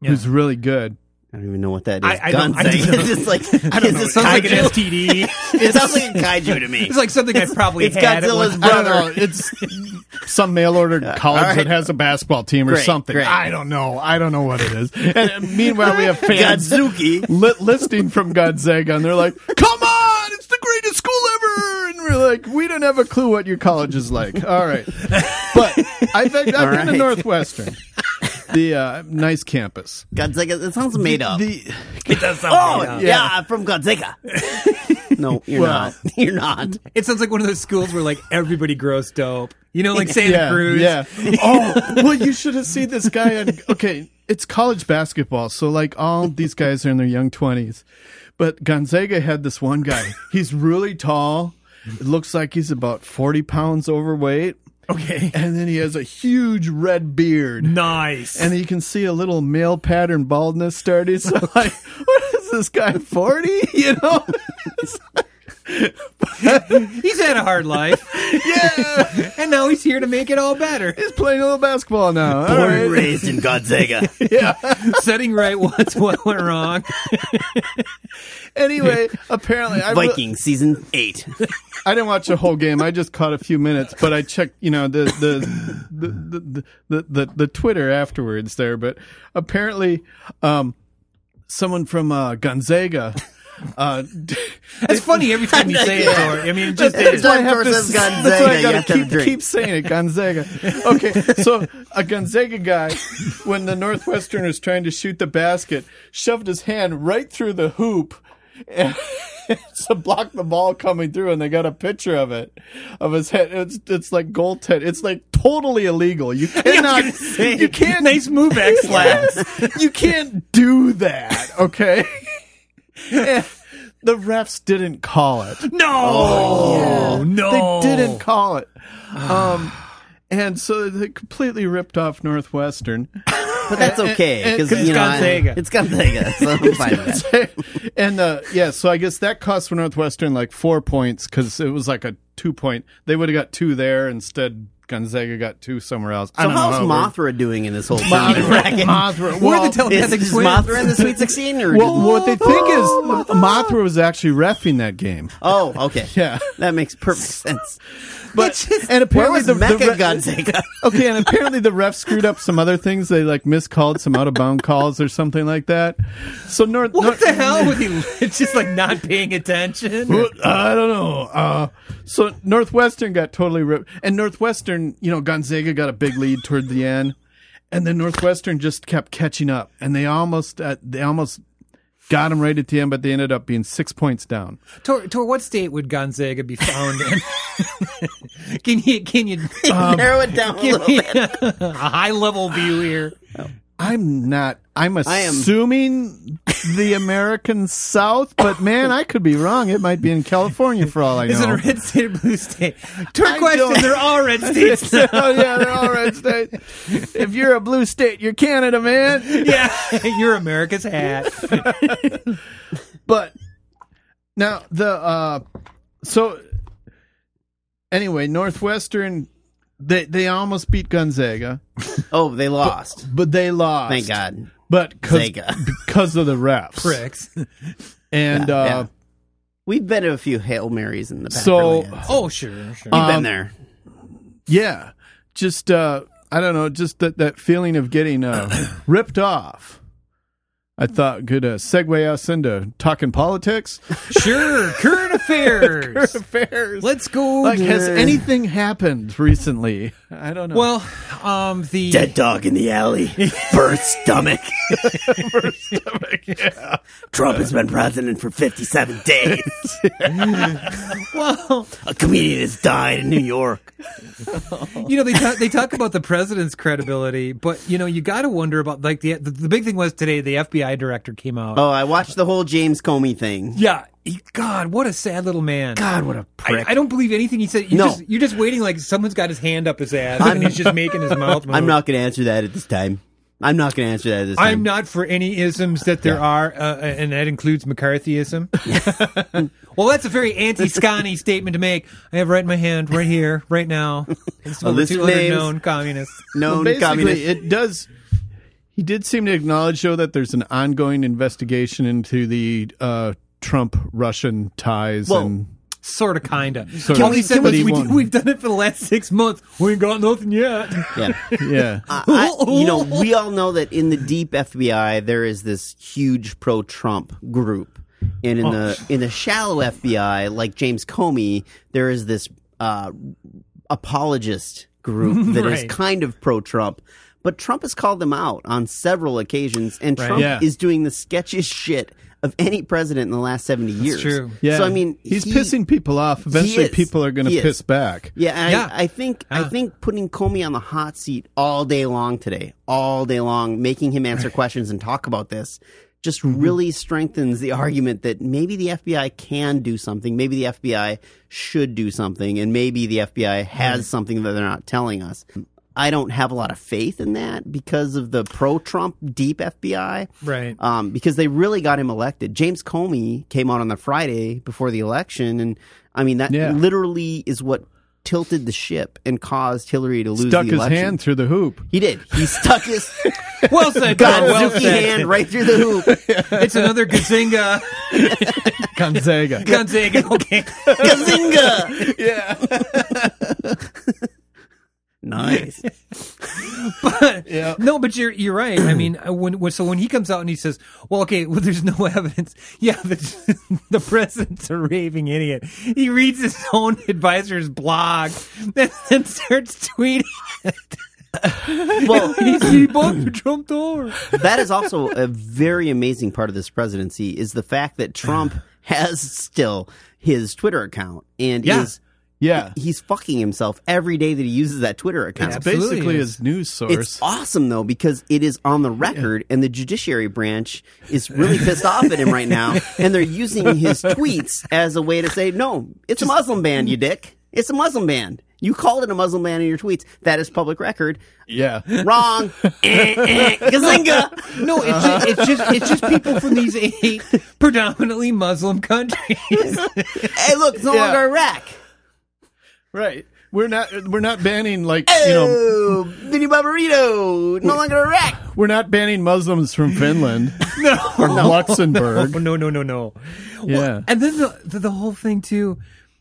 who's really good. I don't even know what that is. I- I don't- I Gonzaga. don't know. It's just like I don't It sounds like an STD. It sounds like a kaiju to me. It's like something I probably It's had. at Godzilla's one- I don't brother. know. It's some mail order college all right. that has a basketball team or Great, something. great. I don't know. I don't know what it is. And meanwhile, we have fans Godzuki. li- listing from Gonzaga, and they're like, "Come on, it's the greatest school ever!" And we're like, "We don't have a clue what your college is like." All right, but I've, I've been to right. Northwestern, the uh, nice campus. Gonzaga. It sounds made up. The oh yeah. yeah. I'm from Gonzaga. no, you're Well- not. You're not. It sounds like one of those schools where like everybody grows dope. You know, like Santa yeah, Cruz. yeah. Oh, well, you should have seen this guy. On, okay, it's college basketball, so like all these guys are in their young twenties, but Gonzaga had this one guy. He's really tall. It looks like he's about forty pounds overweight, Okay. and then he has a huge red beard. Nice. And you can see a little male pattern baldness starting. So, like, what is this guy, 40? You know? he's had a hard life, yeah. and now he's here to make it all better. He's playing a little basketball now. All Born and right. raised in Gonzaga. Setting right what's what went wrong. Anyway, apparently, I, re- Viking season eight. I didn't watch the whole game. I just caught a few minutes, but I checked, you know, the the the the the, the, the Twitter afterwards there. But apparently, um, someone from uh, Gonzaga. Uh, It's funny every time you say it. Or, I mean, it just That's is. why I have to, have says to- Gonzaga. That's why I you gotta have to have keep, a drink. keep saying it, Gonzaga. Okay, so a Gonzaga guy, when the Northwestern was trying to shoot the basket, shoved his hand right through the hoop and to block the ball coming through, and they got a picture of it, of his head. It's, it's like goaltend. It's like totally illegal. You cannot. you can't. Nice move, X Labs. you can't do that. Okay. And the refs didn't call it. No, no, Oh, They didn't call it. Um, and so they completely ripped off Northwestern. but that's okay because It's you know Gonzaga. I, it's Gonzaga, so I'm fine with that. and uh, yeah, so I guess that cost for Northwestern like four points because it was like a two point. They would have got two there instead. Gonzaga got two somewhere else. I So don't know how's how it worked. Mothra doing in this whole tournament bracket? Mothra. We're Well, the telepathic Is, is twins. Mothra in the Sweet Sixteen or? well, what they think is Oh, Mothra was actually refing that game. Oh, okay. Yeah. That makes perfect sense. But and Where apparently was the, the, the Mecha re- Gonzaga? Okay, and apparently the ref screwed up some other things. They like miscalled some out of bound calls or something like that. So North What North- the hell was he just like not paying attention? Well, I don't know. Uh, so Northwestern got totally ripped, and Northwestern, you know, Gonzaga got a big lead toward the end, and then Northwestern just kept catching up, and they almost uh, they almost got them right at the end, but they ended up being six points down. Toward, toward what state would Gonzaga be found in? can you can you Narrow it down a little give me a, high level view here? I'm not. I'm am- assuming the American South, but man, I could be wrong. It might be in California for all I know. Is it a red state or blue state? Turn I question. don't- They're all red states. So, Oh, yeah, they're all red states. If you're a blue state, you're Canada, man. yeah, you're America's hat. But now the uh so anyway, Northwestern they they almost beat Gonzaga, Oh, they lost. but they lost. Thank God. But 'cause- Zaga. because of the refs. Pricks. And Yeah, uh yeah. We've been to a few Hail Marys in the past. So- really. We've Oh sure, sure. been um, there. yeah, just uh I don't know, just that that feeling of getting uh ripped off. I thought could uh, segue us into talking politics. sure. Current affairs. affairs. Let's go. Like, has to- anything happened recently? I don't know. well, um, the Dead dog in the alley. Birth stomach. Trump has been president for 57 days. well, A comedian has died in New York. you know they talk, they talk about the president's credibility, but you know you got to wonder about like the, the the big thing was today the FBI director came out. Oh, I watched the whole James Comey thing. Yeah, he, God, what a sad little man. God, what a I, prick. I don't believe anything he said. You're, No. just, you're just waiting like someone's got his hand up his ass and he's just making his mouth move. I'm not going to answer that at this time. I'm not going to answer that at this time. I'm not for any isms that there are, uh, and that includes McCarthyism. well, that's a very anti-Scani statement to make. I have right in my hand, right here, right now. It's over list of 200 names. known communists. known basically, communist. it does. He did seem to acknowledge, though, that there's an ongoing investigation into the uh, Trump Russian ties. Well, and Sort of, kinda. Sort of. All he Can said we- was, can we, we- did- we've done it for the last six months. We ain't got nothing yet. yeah. yeah, I, you know, we all know that in the deep FBI there is this huge pro-Trump group, and in Oh. the in the shallow FBI, like James Comey, there is this uh, apologist group that is Right. kind of pro-Trump. But Trump has called them out on several occasions, and Trump Yeah. is doing the sketchiest shit of any president in the last seventy years. true. yeah. So I mean, he's he- pissing people off. Eventually, is. people are going He to is. piss back. yeah, and Yeah. I, I think I Yeah. think putting Comey on the hot seat all day long today, all day long, making him answer questions and talk about this, just Mm-hmm. really strengthens the argument that maybe the FBI can do something, maybe the FBI should do something, and maybe the FBI Mm-hmm. has something that they're not telling us. I don't have a lot of faith in that because of the pro-Trump deep FBI Right. um, because they really got him elected. James Comey came out on the Friday before the election, and I mean that Yeah. literally is what tilted the ship and caused Hillary to lose Stuck the his election. hand through the hoop. He did. He stuck his Well said, Don, well Godzuki said. hand right through the hoop. It's another Gazinga. Gonzaga. Gonzaga, okay. Kazinga! Yeah. nice. Yeah. No, but you're you're right. I mean, uh, when, when so when he comes out and he says, "Well, okay, well, there's no evidence." Yeah, the, the president's a raving idiot. He reads his own advisor's blog and then starts tweeting. Well, He's he bought the Trump Tower. that is also a very amazing part of this presidency is the fact that Trump has still his Twitter account and Yeah. is Yeah. he's fucking himself every day that he uses that Twitter account. It's Absolutely Basically, is. his news source. It's awesome though because it is on the record, and the judiciary branch is really pissed off at him right now, and they're using his tweets as a way to say, "No, it's a Muslim ban, you dick. It's a Muslim ban. You called it a Muslim ban in your tweets. That is public record. Yeah. Wrong. Eh, eh, Gazinga. No, it's just, it's just it's just people from these eight predominantly Muslim countries. Hey, look, it's no Yeah. longer Iraq. Right. We're not we're not banning like you know Oh, Vinny Barbarito. No longer Iraq. we're not banning Muslims from Finland or Luxembourg. Oh no no no no! Yeah. And then the, the the whole thing too,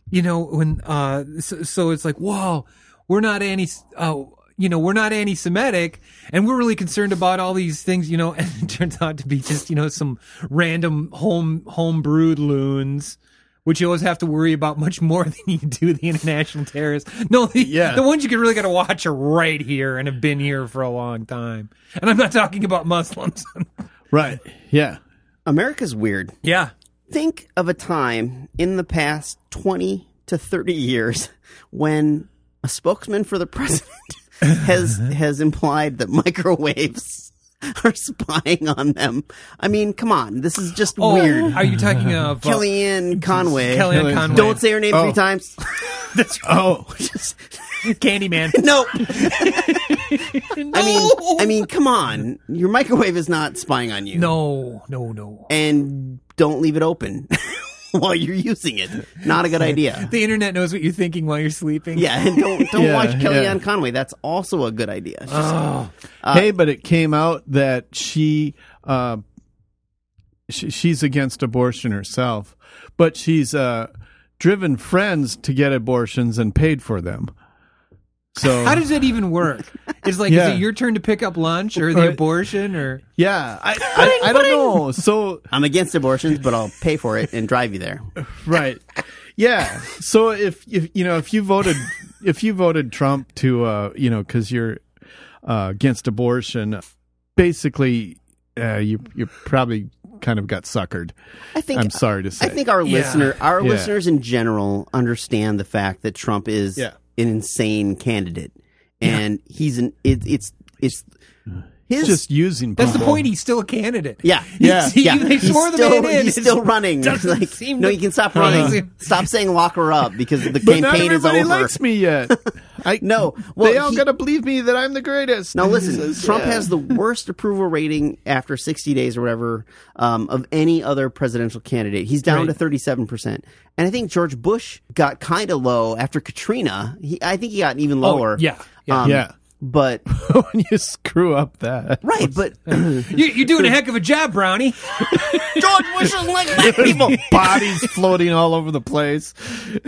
you know, when uh, so, so it's like, wow, we're not anti, uh, you know, we're not anti-Semitic, and we're really concerned about all these things, you know. And it turns out to be just you know some random home home brewed loons. Which you always have to worry about much more than you do the international terrorists. No, the, Yeah. the ones you can really got to watch are right here and have been here for a long time. And I'm not talking about Muslims. Right. Yeah. America's weird. yeah, think of a time in the past 20 to 30 years when a spokesman for the president has has implied that microwaves are spying on them. I mean, come on. This is just Oh, weird. Are you talking of uh, Kellyanne Conway. Kellyanne- Kellyanne Conway? Don't say her name Oh. three times. Oh. Candyman. No. I mean, I mean, come on. Your microwave is not spying on you. No, no, no. And don't leave it open while you're using it. Not a good idea. The internet knows what you're thinking while you're sleeping. Yeah, and don't don't Yeah, watch Kellyanne yeah. Conway. That's also a good idea. She's- hey, but it came out that she, uh, she she's against abortion herself, but she's uh, driven friends to get abortions and paid for them. So How does that even work? Is like, Yeah. is it your turn to pick up lunch or the Right. abortion or? yeah, I I, I don't know. So I'm against abortions, but I'll pay for it and drive you there. right, yeah. So if if you know if you voted if you voted Trump to uh you know because you're uh, against abortion, basically uh, you you probably kind of got suckered. I think I'm sorry to say. I think our listener, our Yeah. listeners in general, understand the fact that Trump is Yeah. an insane candidate, and he's an it, it's it's his It's just using. That's the people. point. He's still a candidate. yeah. Yeah, He- Yeah, they he's swore the still, man in. he's It's- still running. It's doesn't like, seem no, to- you can stop Uh-huh. running. Stop saying lock her up because the But campaign not is everybody over. likes me yet. I No, well, well, they all he- gotta believe me that I'm the greatest. Now listen, Jesus, Trump yeah. has the worst approval rating after 60 days or whatever um, of any other presidential candidate. He's down to 37 percent, and I think George Bush got kind of low after Katrina. He, I think he got even lower. Oh, yeah, yeah. Um, Yeah. But when you screw up that. right, but You, you're doing a heck of a job, Brownie. George Bush doesn't like black people. Bodies floating all over the place.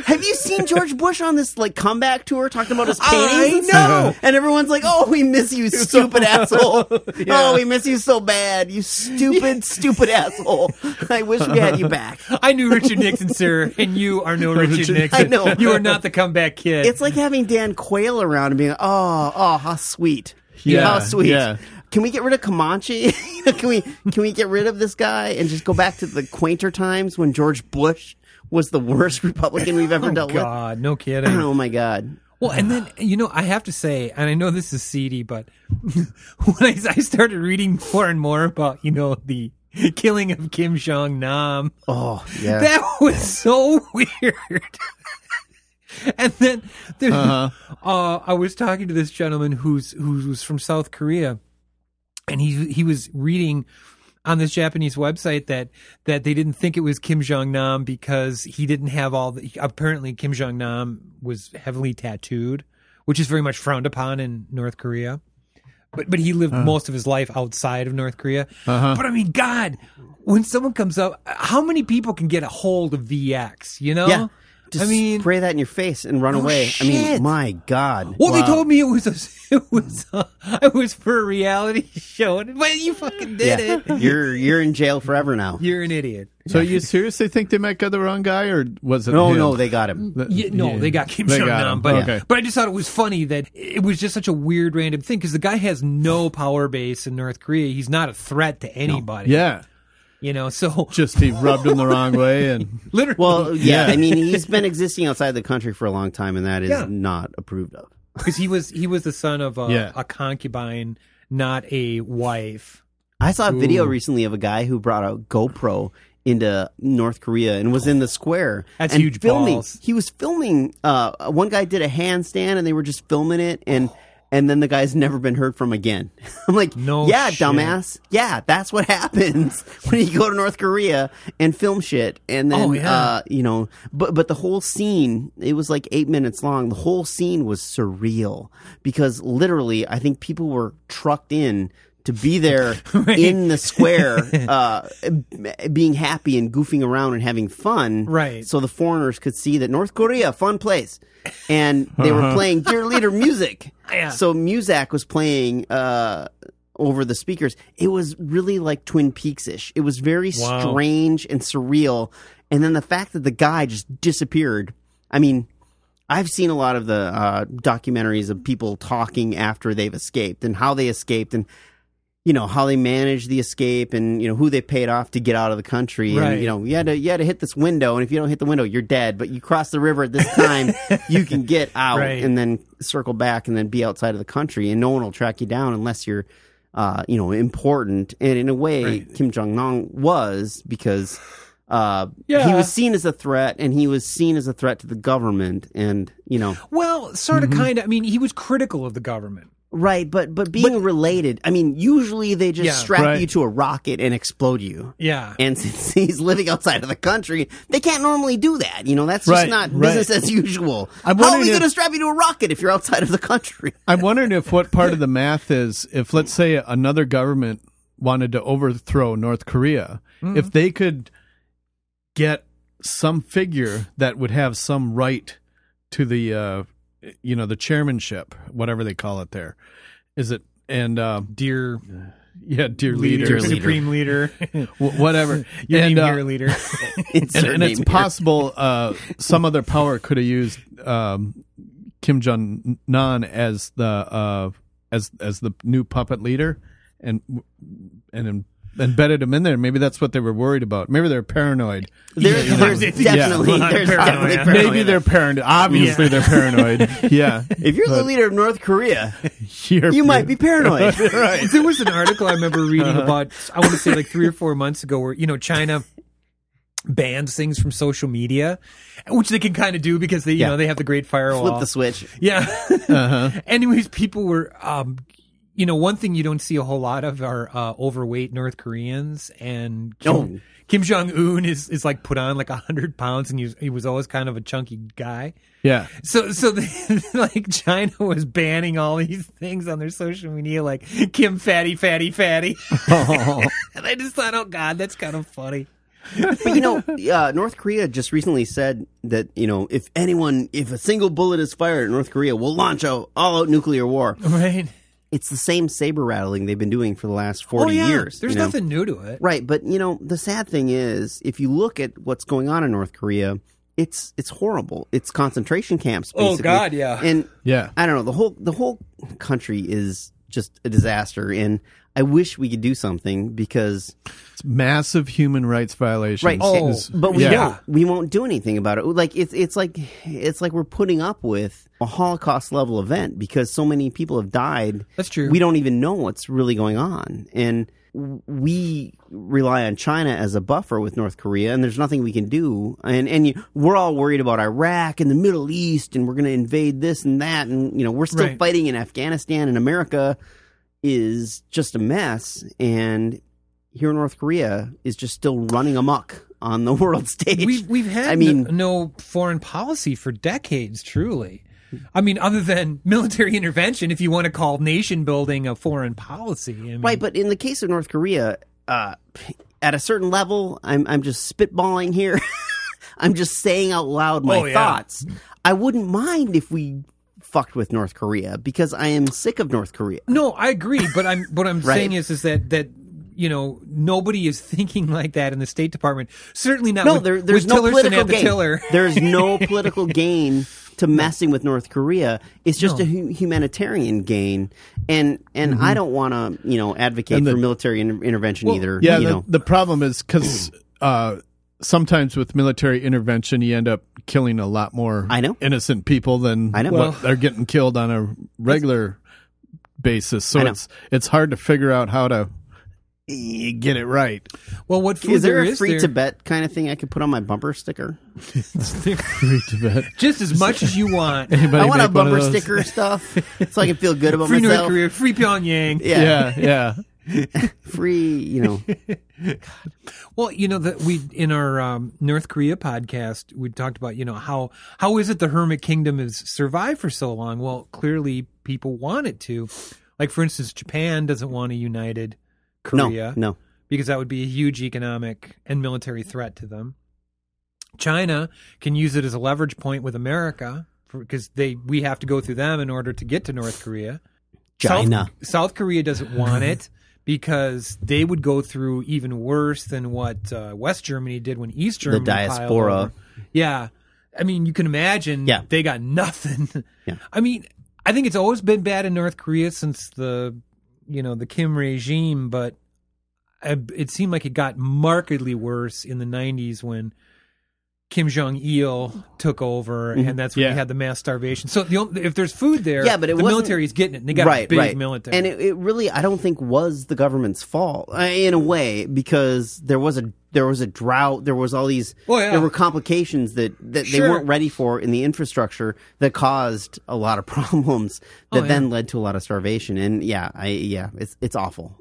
Have you seen George Bush on this like comeback tour talking about his I paintings? know. and everyone's like, "Oh, we miss you, stupid asshole! Oh, we miss you so bad, you stupid, stupid asshole! I wish we had you back." I knew Richard Nixon, sir, and you are no Richard, Richard- Nixon. I know. You are not the comeback kid. It's like having Dan Quayle around and being, like, oh, oh, how sweet. Yeah, how sweet. yeah. Can we get rid of Comanche? You know, can we can we get rid of this guy and just go back to the quainter times when George Bush was the worst Republican we've ever oh, dealt with? God, no kidding. Oh my God! Well, and then you know, I have to say, and I know this is seedy, but when I, I started reading more and more about you know the killing of Kim Jong Nam, Oh yeah. that was so weird. and then there, uh I was talking to this gentleman who's who was from South Korea, and he he was reading on this Japanese website that that they didn't think it was Kim Jong Nam because he didn't have all the apparently Kim Jong Nam was heavily tattooed, which is very much frowned upon in North Korea. But but he lived most of his life outside of North Korea. But I mean, God, when someone comes up, how many people can get a hold of VX? You know, yeah. Just I mean, oh, spray that in your face and run away. I shit. mean, my God. well, they told me it was a, it was a, it was for a reality show, but you fucking did yeah. it. you're you're in jail forever now. You're an idiot. So you seriously think they might get the wrong guy, or was it? no, him? no, they got him. That- Yeah, no, yeah. they got Kim They Jong got Nam, him. but Okay. but I just thought it was funny that it was just such a weird random thing because the guy has no power base in North Korea. He's not a threat to anybody. yeah, you know. So just he rubbed him the wrong way, and literally, Well, yeah, Yeah. I mean, he's been existing outside the country for a long time, and that is Yeah. not approved of. because he was he was the son of a, Yeah. a concubine, not a wife. I saw a video recently of a guy who brought a GoPro into North Korea and was in the square. That's and huge filming. balls. He was filming. Uh, one guy did a handstand and they were just filming it and. And then the guy's never been heard from again. I'm like, No yeah, shit. dumbass. Yeah, that's what happens when you go to North Korea and film shit. And then, Oh, yeah. uh, you know, but but the whole scene, it was like eight minutes long. The whole scene was surreal because literally, I think people were trucked in to be there in the square, uh, being happy and goofing around and having fun. Right. So the foreigners could see that North Korea, fun place, and they were playing Dear Leader music. Uh-huh. Yeah. So Muzak was playing. Uh, over the speakers. It was really like Twin Peaks ish. It was very Wow. strange and surreal. And then the fact that the guy just disappeared. I mean, I've seen a lot of the uh, documentaries of people talking after they've escaped and how they escaped and you know how they managed the escape and you know who they paid off to get out of the country Right. and you know you had to you had to hit this window and if you don't hit the window you're dead but you cross the river at this time you can get out Right. and then circle back and then be outside of the country and no one will track you down unless you're uh, you know important and in a way Kim Jong Nam was because uh, he Yeah. was seen as a threat and he was seen as a threat to the government and you know Well, sort Mm-hmm. of, kind of. I mean, he was critical of the government. Right, but but being related, I mean, usually they just Yeah. strap Right. you to a rocket and explode you. Yeah. And since he's living outside of the country, they can't normally do that. You know, that's just Right, not right. business as usual. I'm How are wondering we going to if- strap you to a rocket if you're outside of the country? I'm wondering if what part of the math is if let's say another government wanted to overthrow North Korea, Mm-hmm. if they could get some figure that would have some right to the uh, you know the chairmanship, whatever they call it there, is it and uh, Dear yeah, dear leader, leader, Dear leader. supreme leader, wh- whatever, your and, name, uh, dear leader. Insert and, and it's name here. possible uh, some other power could have used um, Kim Jong Nan as the uh, as as the new puppet leader, and and em- embedded him in there. Maybe that's what they were worried about. Maybe they're paranoid. There- Yeah. there's Yeah. definitely, Yeah. there's Paranoia. definitely Maybe paranoia Maybe there. they're paranoid. Obviously, they're paranoid. Yeah, If you're the leader of North Korea, You're- you might be paranoid. There was an article I remember reading about, I want to say like three or four months ago, where, you know, China bans things from social media, which they can kind of do because they, you Yeah. know, they have the great firewall. Flip the switch. Yeah. Anyways, people were, um, you know, one thing you don't see a whole lot of are uh, overweight North Koreans, and Kim, Oh. Kim Jong Un is, is like put on like hundred pounds, and he was, he was always kind of a chunky guy. Yeah, So, so they, like China was banning all these things on their social media, like Kim fatty, fatty, fatty. and I just thought, oh God, that's kind of funny. But you know, uh, North Korea just recently said that you know if anyone, if a single bullet is fired at North Korea, we'll launch a all-out nuclear war. Right? It's the same saber rattling they've been doing for the last forty Oh, years. Oh, There's you know? nothing new to it. right? But you know, the sad thing is, if you look at what's going on in North Korea, it's it's horrible. It's concentration camps. Oh, Basically. God, yeah. and yeah. I don't know. The whole the whole country is just a disaster, and I wish we could do something because It's massive human rights violations. Right. Oh, is- but we yeah. don't. We won't do anything about it. Like it's it's like it's like we're putting up with a Holocaust level event because so many people have died. That's true. We don't even know what's really going on, and w- we rely on China as a buffer with North Korea, and there's nothing we can do. And and you, we're all worried about Iraq and the Middle East, and we're going to invade this and that, and you know we're still Right. fighting in Afghanistan, and America is just a mess, and here in North Korea is just still running amok on the world stage. We've we've had I mean, no, no foreign policy for decades, truly. I mean, other than military intervention, if you want to call nation building a foreign policy, I mean, right? But in the case of North Korea, uh, at a certain level, I'm I'm just spitballing here. I'm just saying out loud my Oh, yeah. thoughts. I wouldn't mind if we fucked with North Korea because I am sick of North Korea. No, I agree, but I'm what I'm Right. saying is is that that you know nobody is thinking like that in the State Department. Certainly not. No, with, there, there's with no Tillerson political at the gain. tiller. There's no political gain to messing with North Korea. It's just a hu- humanitarian gain, and and Mm-hmm. I don't want to you know advocate And the- for military inter- intervention either. Yeah, you the, know. the problem is because uh, sometimes with military intervention, you end up killing a lot more I know. innocent people than I know. what Well- they're getting killed on a regular basis. So I know. it's it's hard to figure out how to you get it right. Well, what food Is there a is free there- to bet kind of thing I could put on my bumper sticker? Just as much as you want. I want a make one of bumper those? sticker stuff so I can feel good about free North myself. Korea, free Pyongyang. Yeah. Yeah, yeah. free. You know, Well, you know that we in our um, North Korea podcast we talked about you know how how is it the hermit kingdom has survived for so long? Well, clearly people want it to. Like for instance, Japan doesn't want a united Korea. no, no. because that would be a huge economic and military threat to them. China can use it as a leverage point with America because they we have to go through them in order to get to North Korea. South- China. South, Korea doesn't want it because they would go through even worse than what uh, West Germany did when East Germany piled diaspora. over. Yeah, I mean, you can imagine. Yeah. they got nothing. Yeah. I mean, I think it's always been bad in North Korea since the you know the Kim regime, but I, it seemed like it got markedly worse in the '90s when. Kim Jong Il took over, and that's when Yeah. we had the mass starvation. So, the, only- if there's food there, Yeah, but it the wasn't- military is getting it. And they got a big military. And it, it really, I don't think was the government's fault uh, in a way because there was a there was a drought. There was all these. Oh, yeah. There were complications that that they Sure. weren't ready for in the infrastructure that caused a lot of problems that Oh, yeah. then led to a lot of starvation. And yeah, I yeah, it's it's awful.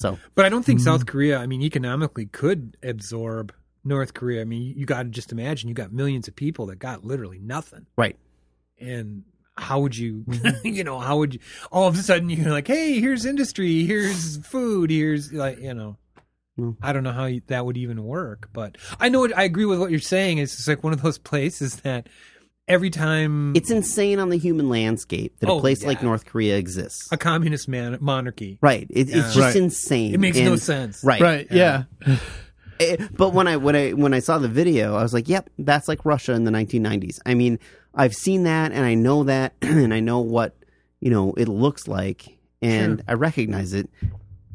So But I don't think South Korea, I mean, economically could absorb North Korea. I mean, you- you got to just imagine you got millions of people that got literally nothing. right, And how would you, Mm-hmm. you know, how would you, all of a sudden you're like, hey, here's industry, here's food, here's, like, you know, Mm. I don't know how you, that would even work. But I know, it- I agree with what you're saying. It's just like one of those places that every time it's insane on the human landscape that a Oh, place like yeah. North Korea exists. a communist man, monarchy, Right, it, it's just Right. insane. it makes no And- sense. Right, Uh, Right, yeah. Eh, but when I when I when I saw the video, I was like, "Yep, that's like Russia in the 1990s." I mean, I've seen that, and I know that, and I know what you know it looks like, and I recognize it,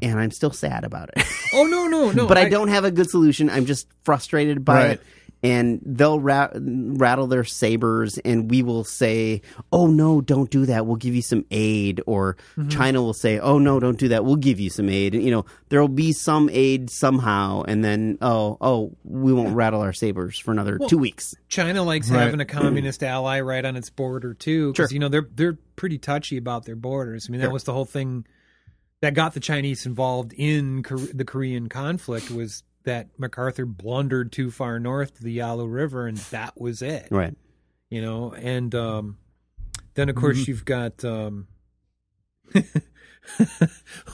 and I'm still sad about it. Oh, no, no, no. but I, don't have a good solution. I'm just frustrated by Right. it. And they'll ra- rattle their sabers, and we will say, "Oh no, don't do that. We'll give you some aid." Or China will say, "Oh no, don't do that. We'll give you some aid." And, you know, there will be some aid somehow, and then oh, oh, we won't rattle our sabers for another two weeks. China likes Right. having a communist ally right on its border too, because you know they're they're pretty touchy about their borders. I mean, that was the whole thing that got the Chinese involved in Kor- the Korean conflict was that MacArthur blundered too far north to the Yalu River, and that was it. Right. You know, and um, then of course Mm-hmm. you've got um,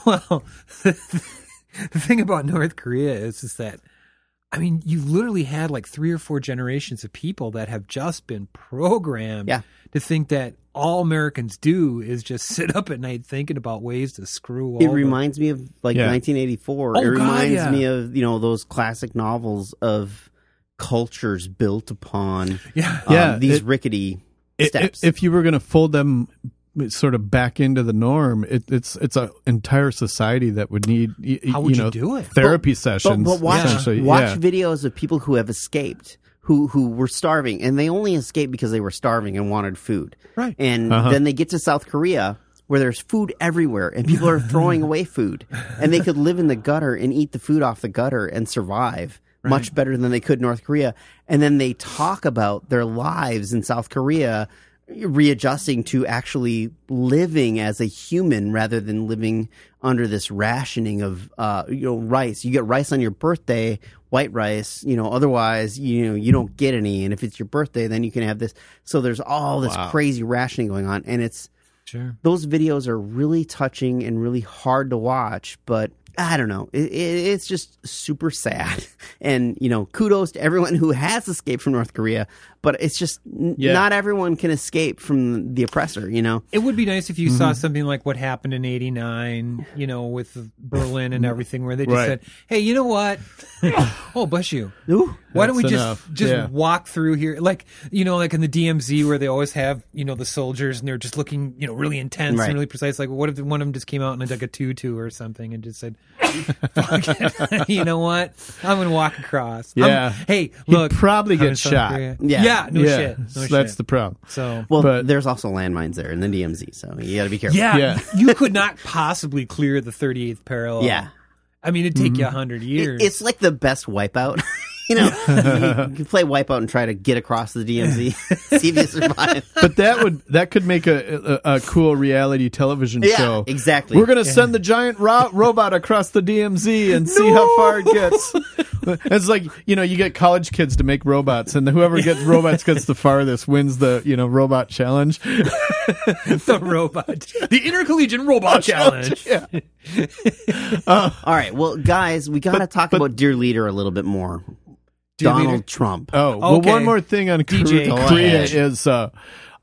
well, the thing about North Korea is is that I mean, you literally had like three or four generations of people that have just been programmed Yeah. to think that all Americans do is just sit up at night thinking about ways to screw It over. reminds me of like Yeah. 1984. Oh, it God, reminds yeah. me of you know those classic novels of cultures built upon yeah. um, Yeah, these it- rickety I- i- steps. If you were going to fold them sort of back into the norm, it, it's it's an entire society that would need y- y- How would you know, do it? Therapy but, sessions. but watch essentially. watch yeah. videos of people who have escaped, who who were starving, and they only escaped because they were starving and wanted food. Right. And Uh-huh. then they get to South Korea where there's food everywhere and people are throwing away food, and they could live in the gutter and eat the food off the gutter and survive. Much better than they could in North Korea. And then they talk about their lives in South Korea readjusting to actually living as a human rather than living under this rationing of uh, you know rice. You get rice on your birthday, white rice. You know, otherwise you know you don't get any. And if it's your birthday, then you can have this. So there's all this crazy rationing going on, and it's Sure. those videos are really touching and really hard to watch, but. I don't know. It, it, it's just super sad, and you know, kudos to everyone who has escaped from North Korea. But it's just n- Yeah. not everyone can escape from the oppressor. You know, It would be nice if you saw Mm-hmm. something like what happened in '89, you know, with Berlin and everything, where they just Mm-hmm. Right. said, "Hey, you know what? oh, bless you. Why don't we That's just enough. just Yeah. walk through here, like you know, like in the DMZ where they always have you know the soldiers and they're just looking you know really intense Right. and really precise. Like, what if one of them just came out in like a tutu or something and just said, Fuck it. "You know what? I'm gonna walk across. I'm- Yeah. hey, look, probably I'm in get South shot. Korea. Yeah. Yeah, no yeah. shit. No so shit. that's the problem. so. Well, But- there's also landmines there in the DMZ, so you got to be careful. Yeah, Yeah. you could not possibly clear the 38th parallel. Yeah. I mean, it'd take you a hundred years. It- it's like the best wipeout. you know, you, you play wipeout and try to get across the DMZ, see if you survive. But that would that could make a a, a cool reality television Yeah, show. exactly. We're gonna send the giant ro- robot across the DMZ and see how far it gets. it's like you know you get college kids to make robots, and whoever gets robots gets the farthest wins the you know robot challenge. the robot, the intercollegiate robot challenge. yeah. All right, well, guys, we got to talk about Dear Leader a little bit more. Donald Leader? Trump. Oh, well, Okay. one more thing on DJ, Korea, go Korea ahead. is, uh,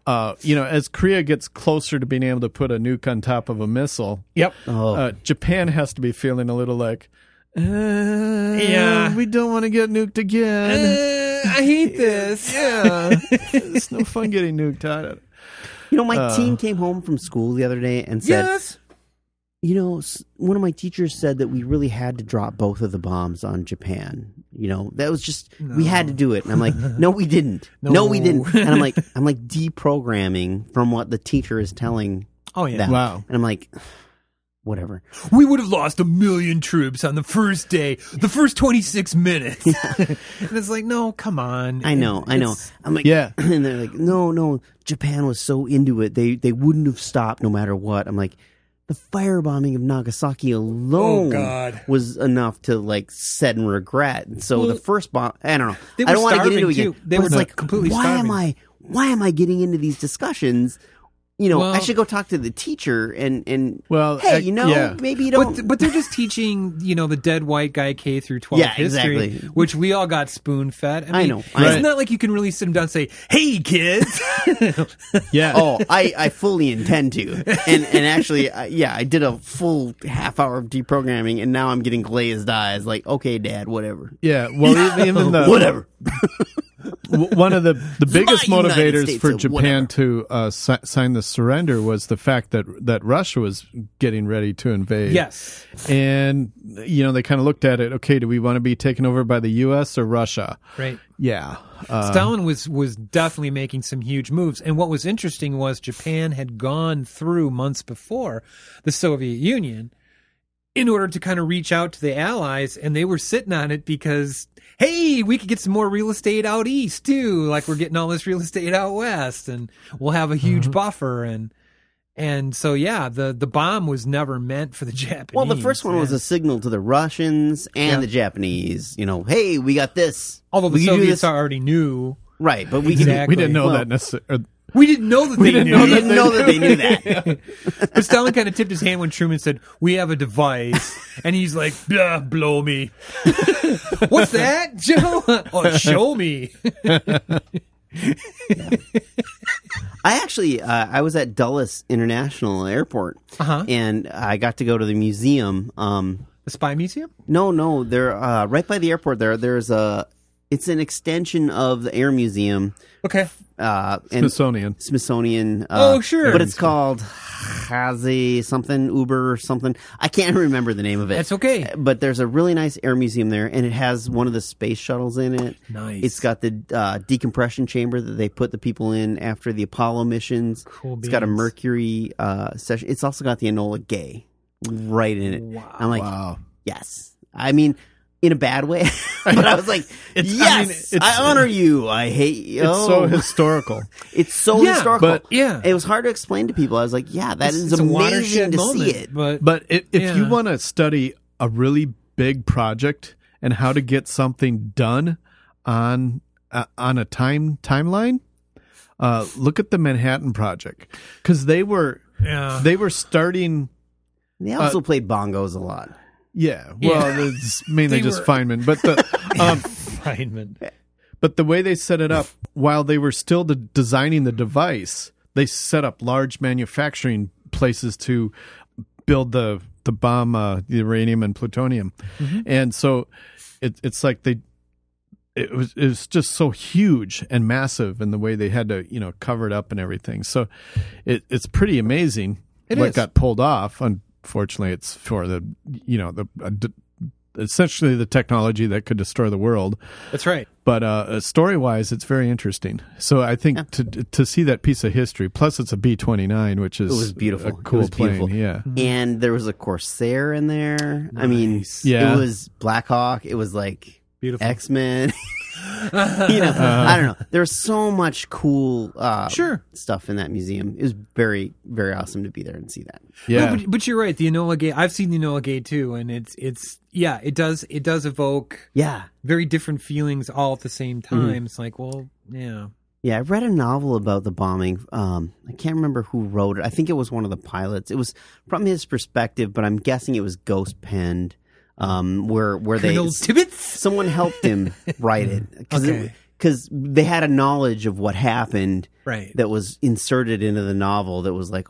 uh, you know, as Korea gets closer to being able to put a nuke on top of a missile, Yep. Oh. uh, Japan has to be feeling a little like, uh, yeah, we don't want to get nuked Uh, again. I hate this. yeah, it's no fun getting nuked. Out. you know, my team came home from school the other day and said, Yes. you know, s- one of my teachers said that we really had to drop both of the bombs on Japan. You know, that was just we had to do it. And I'm like, no, we didn't. No, we didn't. And I'm like, I'm like deprogramming from what the teacher is telling. Oh, yeah. them. Wow. And I'm like, whatever. We would have lost a million troops on the first day, the first 26 minutes. and it's like, no, come on. I know. I know. It's- I'm like, Yeah. And they're like, no, no. Japan was so into it. They they wouldn't have stopped no matter what. I'm like. The firebombing of Nagasaki alone Oh, God. was enough to like set in regret. And So the first bomb, I don't know. They I were don't want to get starving, into it. Again, too. They but were it's like completely why am starving. I? Why am I getting into these discussions? You know, I Well- should go talk to the teacher and and Well, hey, I- you know, yeah. maybe you don't. But, but they're just teaching, you know, the dead white guy K through 12 Yeah, history, exactly. which we all got spoon fed. I, mean, I know, I It's know. not like you can really sit them down and say, hey, kids. Yeah. oh, I, I fully intend to. And and actually, I, yeah, I did a full half hour of deprogramming, and now I'm getting glazed eyes. Like, okay, Dad, whatever. Yeah, well, even- even the Whatever. w- one of the the biggest my United motivators States for of Japan to uh, si- sign the surrender was the fact that that Russia was getting ready to invade. yes. and you know they kind of looked at it. Okay, do we want to be taken over by the U.S. or Russia? Right. Yeah, uh, Stalin was was definitely making some huge moves, and what was interesting was Japan had gone through months before the Soviet Union in order to kind of reach out to the Allies, and they were sitting on it because hey, we could get some more real estate out east too, like we're getting all this real estate out west, and we'll have a Mm-hmm. huge buffer and. And so, yeah, the, the bomb was never meant for the Japanese. Well, the first one was man. a signal to the Russians and the Japanese. You know, hey, we got this. although the We can do Soviets this- already knew. right, but we we Exactly. didn't know Well- that necessarily. We didn't know that they didn't knew. know Can, we didn't know that they knew that. But Stalin kind of tipped his hand when Truman said, "We have a device," and he's like, "Blah, blow me." What's that, Joe? oh, show me. I actually, uh, I was at Dulles International Airport, Uh-huh. and I got to go to the museum. Um, The spy museum. No, no, they're uh, right by the airport. There, there's a. It's an extension of the Air Museum Okay. uh, and Smithsonian. Smithsonian. Uh, Oh, sure. but it's called Hazy something Uber or something. I can't remember the name of it. That's okay. But there's a really nice air museum there, and it has one of the space shuttles in it. Nice. It's got the uh, decompression chamber that they put the people in after the Apollo missions. Cool It's got a beans. Mercury uh, session. It's also got the Enola Gay right in it. Wow. I'm like, Wow. yes. I mean, in a bad way, but I was like, It's- I mean, yes, I, it's- honor you. I hate you. Oh. It's Oh. so historical. It's so Yeah, historical. but- yeah. it was hard to explain to people. I was like, yeah, that It's- is it's a amazing watershed to moment, see it. But, But i if you Yeah. want to study a really big project and how to get something done on uh, on a time timeline, uh, look at the Manhattan Project because they were yeah. they were starting. They uh, also played bongos a lot. Yeah, Yeah. well, it's mainly They just were- Feynman, but the um, Feynman. But the way they set it up, while they were still de- designing the device, they set up large manufacturing places to build the the bomb, uh, the uranium and plutonium, Mm-hmm. and so it, it's like they. It was it was just so huge and massive, and the way they had to you know cover it up and everything. So, it, it's pretty amazing It what is. got pulled off. Unfortunately, it's for the you know the uh, d- essentially the technology that could destroy the world. That's right. But uh, story wise, it's very interesting. So I think to to see that piece of history, plus it's a B twenty nine, which is It was beautiful. a cool it was plane. beautiful. Yeah, Mm-hmm. And there was a Corsair in there. I mean, Yeah. it was Black Hawk. It was like Beautiful. Uh-huh. X Men. you know, I don't know. There's so much cool uh, Sure. stuff in that museum. It was very, very awesome to be there and see that. yeah. No, but, but you're right. The Enola Gay. I've seen the Enola Gay too, and it's it's yeah. It does it does evoke Yeah. very different feelings all at the same time. It's like, well, yeah, Yeah, I read a novel about the bombing. Um, I can't remember who wrote it. I think it was one of the pilots. It was from his perspective, but I'm guessing it was ghost penned. Um, where where Colonel they Tibbets. someone helped him write it because Mm. Okay. they had a knowledge of what happened Right. that was inserted into the novel that was like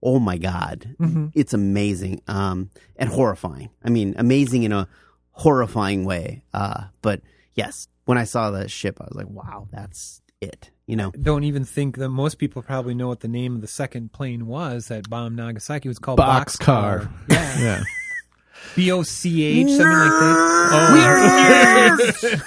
oh my god Mm-hmm. it's amazing um and horrifying i mean amazing in a horrifying way uh but yes when i saw the ship i was like wow that's it you know Don't even think that most people probably know what the name of the second plane was that bombed Nagasaki. It was called Boxcar. Boxcar. Yeah, yeah. B O C H something like that. Nerds!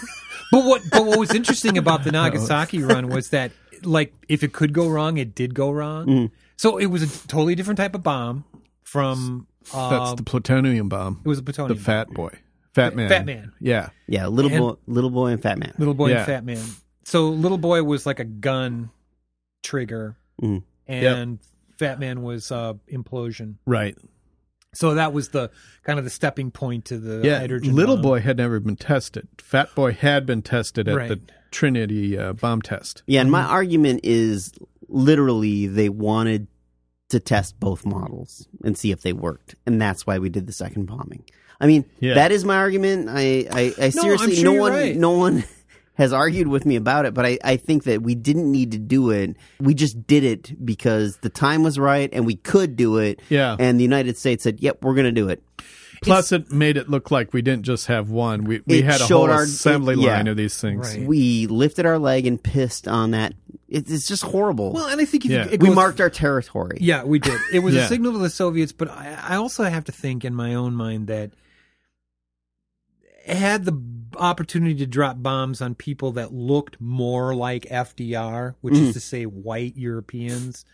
but what but what was interesting about the Nagasaki run was that like if it could go wrong, it did go wrong. Mm. So it was a totally different type of bomb from uh, That's the plutonium bomb. it was a plutonium. the fat boy, fat man, Fat Man. Yeah, yeah little And- boy little boy and fat man Little boy Yeah. and fat man. So little boy was like a gun trigger, Mm. Mhm. and fat man was uh, implosion. right. So that was the kind of the stepping point to the yeah, hydrogen. little bomb. boy had never been tested. Fat boy had been tested at Right. the Trinity uh, bomb test. yeah and my Mm-hmm. argument is literally they wanted to test both models and see if they worked, and that's why we did the second bombing. I mean, Yeah. that is my argument. I, I, I No, seriously, I'm sure no you're one, right. no one has argued with me about it, but I, I think that we didn't need to do it. We just did it because the time was right and we could do it. Yeah. and the United States said, "Yep, we're going to do it." Plus, it made it look like we didn't just have one. We we It had a showed whole our- assembly it- yeah. line of these things. Right. We lifted our leg and pissed on that. It, it's just horrible. Well, and I think if Yeah. you, it we goes- marked our territory. Yeah, we did. It was Yeah. a signal to the Soviets, but I, I also have to think in my own mind that had the opportunity to drop bombs on people that looked more like FDR, which Mm-hmm. is to say white Europeans,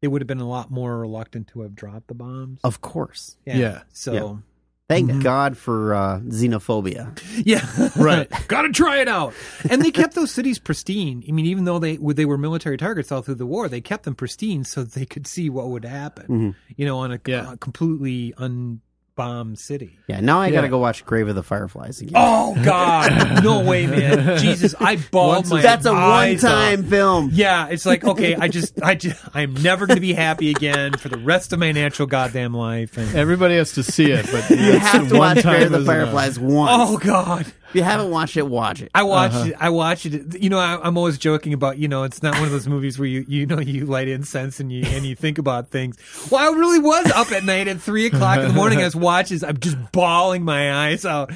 they would have been a lot more reluctant to have dropped the bombs. Of course. Oh, Yeah. So Thank Mm-hmm. God for uh, xenophobia. yeah, Right. Got to try it out. And they kept those cities pristine. I mean, even though they they were military targets all through the war, they kept them pristine so they could see what would happen. Mm-hmm. You know, on a, Yeah. a completely unbombed city. Yeah, now I gotta Yeah. go watch Grave of the Fireflies again. Oh God! No way, man! Jesus, I bawled Oh, my That's a one eyes out. time film. Yeah, it's like okay, I just, I just, I'm never going to be happy again for the rest of my natural goddamn life. And, Everybody has to see it, but You have to watch Grave of the Fireflies. Fireflies once. oh God! If you haven't watched it, watch it. I watched it. I watched it. You know, I, I'm always joking about. You know, it's not one of those movies where you you know you light incense and you and you think about things. Well, I really was up at night at three o'clock in the morning. I was watching. this. I'm just bawling my eyes out.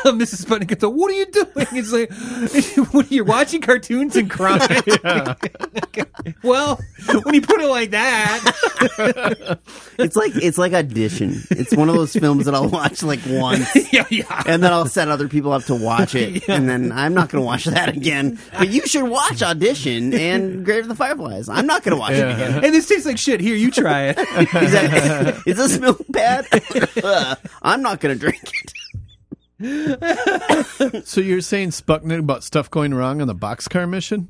Mrs. Sputnik gets up. What are you doing? It's like what, you're watching cartoons and crying. well, when you put it like that, It's like it's like audition. It's one of those films that I'll watch like once, yeah, yeah. and then I'll set other people up to watch it, and then I'm not gonna watch that again. But you should watch audition and Grave of the Fireflies. I'm not gonna watch it again. And this tastes like shit. Here, you try it. Is, that, is this milk bad? Ugh, I'm not gonna drink it. So you're saying Sputnik about stuff going wrong on the boxcar mission?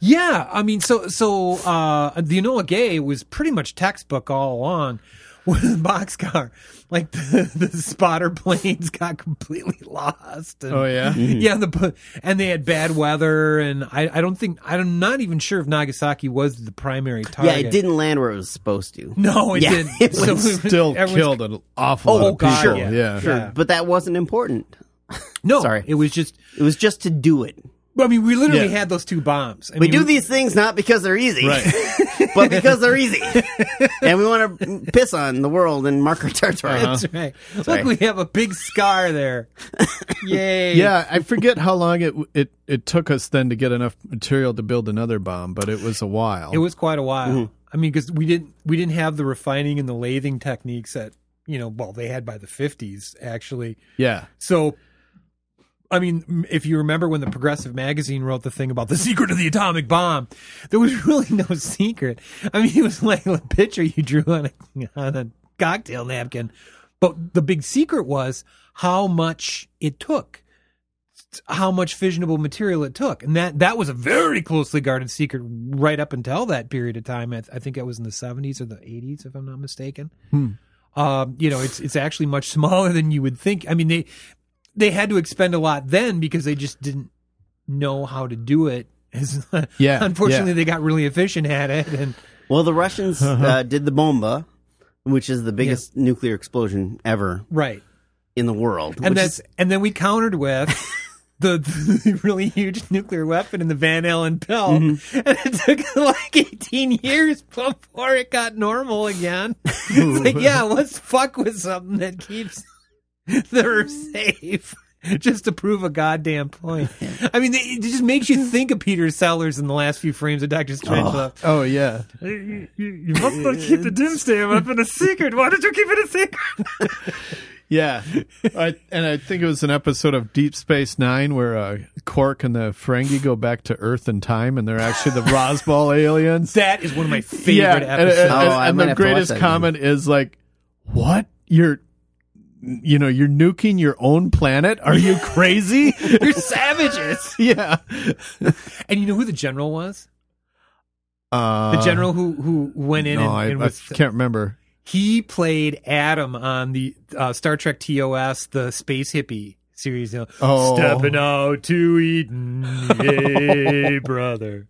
Yeah, I mean, so so uh, the Enola Gay was pretty much textbook all along with the boxcar. Like the, the spotter planes got completely lost. And, Oh, yeah? yeah. The and they had bad weather, and I, I don't think I'm not even sure if Nagasaki was the primary Yeah, target. it didn't land where it was supposed to. No, it Yeah, didn't. it was Still everyone's- killed an awful lot Oh, of people. God, yeah. yeah. Yeah. but that wasn't important. No, Sorry. it was just. It was just to do it. I mean, we literally Yeah. had those two bombs. I We mean, do these things not because they're easy, Right. but because they're easy, and we want to piss on the world and mark our territory. Uh-huh. That's right. Look, we have a big scar there. Yay! Yeah, I forget how long it it it took us then to get enough material to build another bomb, but it was a while. It was quite a while. I mean, because we didn't we didn't have the refining and the lathing techniques that you know, well, they had by the 50s, actually. Yeah. So, I mean, m- if you remember when the Progressive Magazine wrote the thing about the secret of the atomic bomb, there was really no secret. I mean, it was like a picture you drew on a, on a cocktail napkin. But the big secret was how much it took, how much fissionable material it took. And that, that was a very closely guarded secret right up until that period of time. I, I think it was in the 70s or the 80s, if I'm not mistaken. Um, you know, it's it's actually much smaller than you would think. I mean, they they had to expend a lot then because they just didn't know how to do it. Yeah, Unfortunately, yeah. they got really efficient at it, and Well, the Russians Uh-huh. uh, did the bomba, which is the biggest nuclear explosion ever right. in the world. And which that's is- and then we countered with. The, the really huge nuclear weapon in the Van Allen pill, Mm-hmm. and it took like eighteen years before it got normal again. it's like, yeah, let's fuck with something that keeps the Earth safe, just to prove a goddamn point. I mean, it it just makes you think of Peter Sellers in the last few frames of Doctor Strangelove. Oh yeah. You must not keep the Doomsday weapon a secret. Why did you keep it a secret? Yeah. I, and I think it was an episode of Deep Space Nine where uh, Quark and the Ferengi go back to Earth and time and they're actually the Roswell aliens. That is one of my favorite yeah. and- And, episodes. and- Oh, I and might the have to watch greatest that comment is like, what? You're. You know, you're nuking your own planet. Are you crazy? You're savages. yeah. And you know who the general was? Uh, The general who who went in No, and, I, and I was can't remember. he played Adam on the uh, Star Trek TOS, the Space Hippie series. you know, Oh. Stepping out to Eden, yay, brother.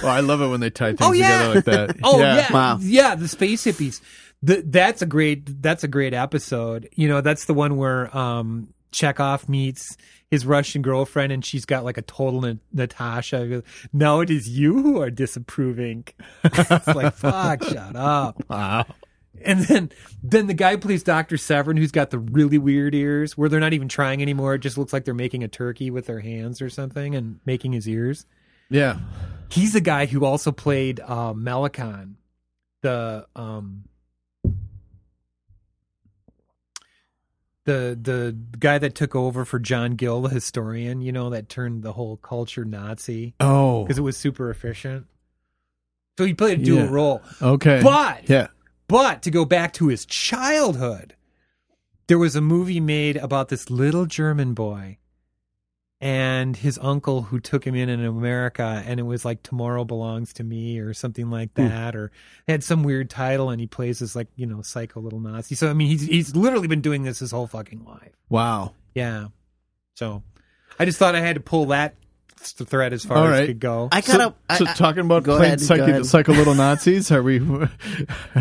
Oh, I love it when they tie things Oh, yeah. together like that. Oh yeah, yeah, Wow. the space hippies. Th that's a great. That's a great episode. You know, that's the one where um, Chekhov meets his Russian girlfriend, and she's got like a total Na- Natasha. He goes, Now it is you who are disapproving. it's like fuck, shut up. Wow. And then, then the guy plays Doctor Severn, who's got the really weird ears, where they're not even trying anymore. It just looks like they're making a turkey with their hands or something, and making his ears Yeah. he's the guy who also played uh, Malikon, the um, the the guy that took over for John Gill, the historian. You know that turned the whole culture Nazi Oh. because it was super efficient. So he played a dual Yeah. role. Okay. But- yeah. But to go back to his childhood, there was a movie made about this little German boy and his uncle who took him in in America, and it was like "Tomorrow Belongs to Me" or something like Hmm. that, or it had some weird title, and he plays this like you know psycho little Nazi. So I mean, he's he's literally been doing this his whole fucking life. Wow. Yeah. So I just thought I had to pull that th- thread as far All as right. it could go. I got up. so talking about go playing ahead, go psycho, ahead. psycho little Nazis, are we? are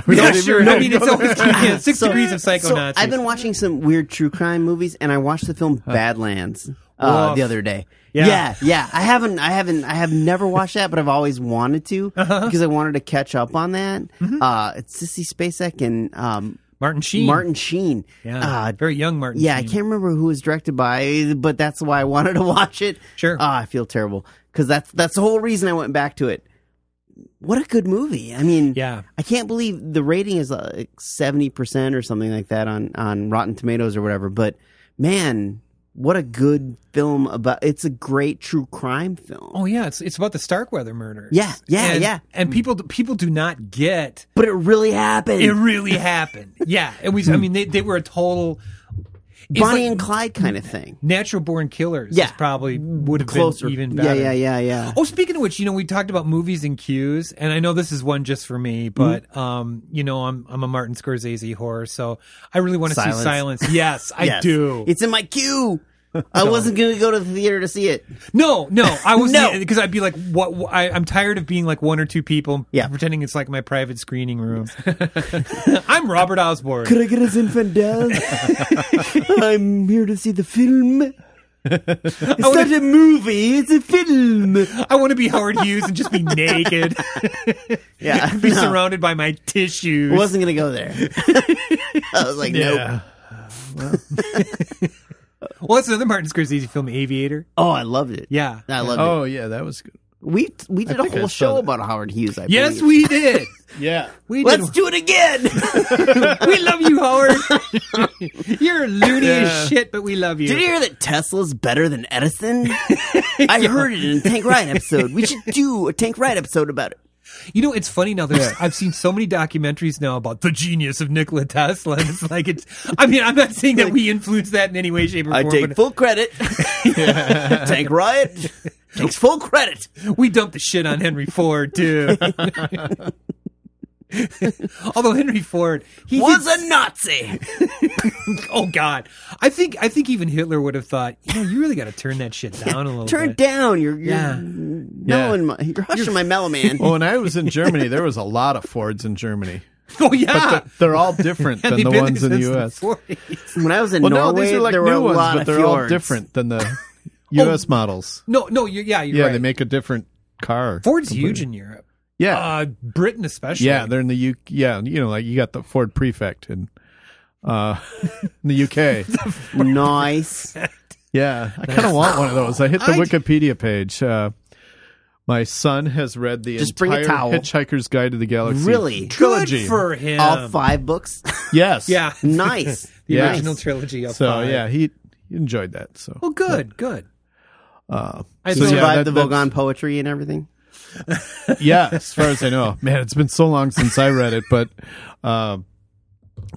we yeah, not even- sure. I mean, it's always yeah, six So- degrees of psycho so Nazis. I've been watching some weird true crime movies, and I watched the film Badlands uh, Woof. the other day. Yeah. Yeah. yeah, I haven't, I haven't, I have never watched that, but I've always wanted to Uh-huh. because I wanted to catch up on that. Uh, it's Sissy Spacek and um, Martin Mm-hmm. Sheen. Martin Sheen. Yeah, Uh, very young Martin. yeah, I Sheen. can't remember who it was directed by, but that's why I wanted to watch it. Sure. Ah, I feel terrible because that's that's the whole reason I went back to it. What a good movie! I mean, Yeah. I can't believe the rating is like seventy percent or something like that on on Rotten Tomatoes or whatever. But man, what a good film about! It's a great true crime film. Oh yeah, it's it's about the Starkweather murders. Yeah, yeah, and, yeah. And people people do not get But it really happened. it really happened. Yeah, it was. I mean, they they were a total it's Bonnie like and Clyde kind of thing. natural born killers. Yeah. is probably would have Closer, been even yeah, better. yeah, yeah, yeah. Oh, speaking of which, you know, we talked about movies and cues, and I know this is one just for me, but Mm-hmm. um, you know, I'm I'm a Martin Scorsese horror, so I really want to see Silence. Silence. Yes, I Yes. do. It's in my queue. I wasn't going to go to the theater to see it. No, no, I was No. because I'd be like, what? wh- I, am tired of being like one or two people, Yeah. pretending it's like my private screening room. I'm Robert Osborne. Could I get a Zinfandel? I'm here to see the film. It's not a movie, it's a film. I want to be Howard Hughes and just be naked, Yeah, be no, surrounded by my tissues. I wasn't going to go there. I was like, nope. well, that's another Martin Scorsese film, Aviator. Oh, I loved it. Yeah, I loved it. Oh yeah, that was good. We we did a think Oh. I whole saw show that. about Howard Hughes. I Yes, believe. we did. Yeah. We did. Let's do it again. we love you, Howard. You're loony Yeah. as shit, but we love you. Did you hear that Tesla's better than Edison? I heard it in a Tank Ride episode. We should do a Tank Ride episode about it. You know, it's funny now. There's, I've seen so many documentaries now about the genius of Nikola Tesla. And it's like it's. I mean, I'm not saying that we influence that in any way, shape, or I form. take but full credit. Tank Riot takes full credit. we dumped the shit on Henry Ford too. Although Henry Ford, he Was did- a Nazi. oh god, I think I think even Hitler would have thought, you know, you really got to turn that shit down a little. Turn bit. down. You're, you're Yeah. mellowing my, you're hushing my mellow man. Well, when I was in Germany, there was a lot of Fords in Germany. Oh yeah, But they're all different And than they've the been ones in there the since U.S. the 40s. When I was in Well, no, Norway, these are like there were new a ones, lot but of they're all fjords. different than the U.S. models. No, no, you're, yeah, you're Yeah, right. they make a different car. Ford's completely. huge in Europe. Yeah, Uh, Britain especially. yeah, they're in the U. Yeah, you know, like you got the Ford Prefect in uh, in the U.K. Nice. Yeah, I kind of want one of those. I hit the I- Wikipedia page. Uh, my son has read the Just bring a entire towel. Hitchhiker's Guide to the Galaxy. Really? trilogy. Good for him. All five books. yes. Yeah. nice. The Yeah. original Nice. trilogy of So five. yeah, he he enjoyed that. So Well, good, good. uh, I so, feel- yeah, Survived that- the that's- Vogon poetry and everything. yeah, as far as I know. Man, it's been so long since I read it, but uh,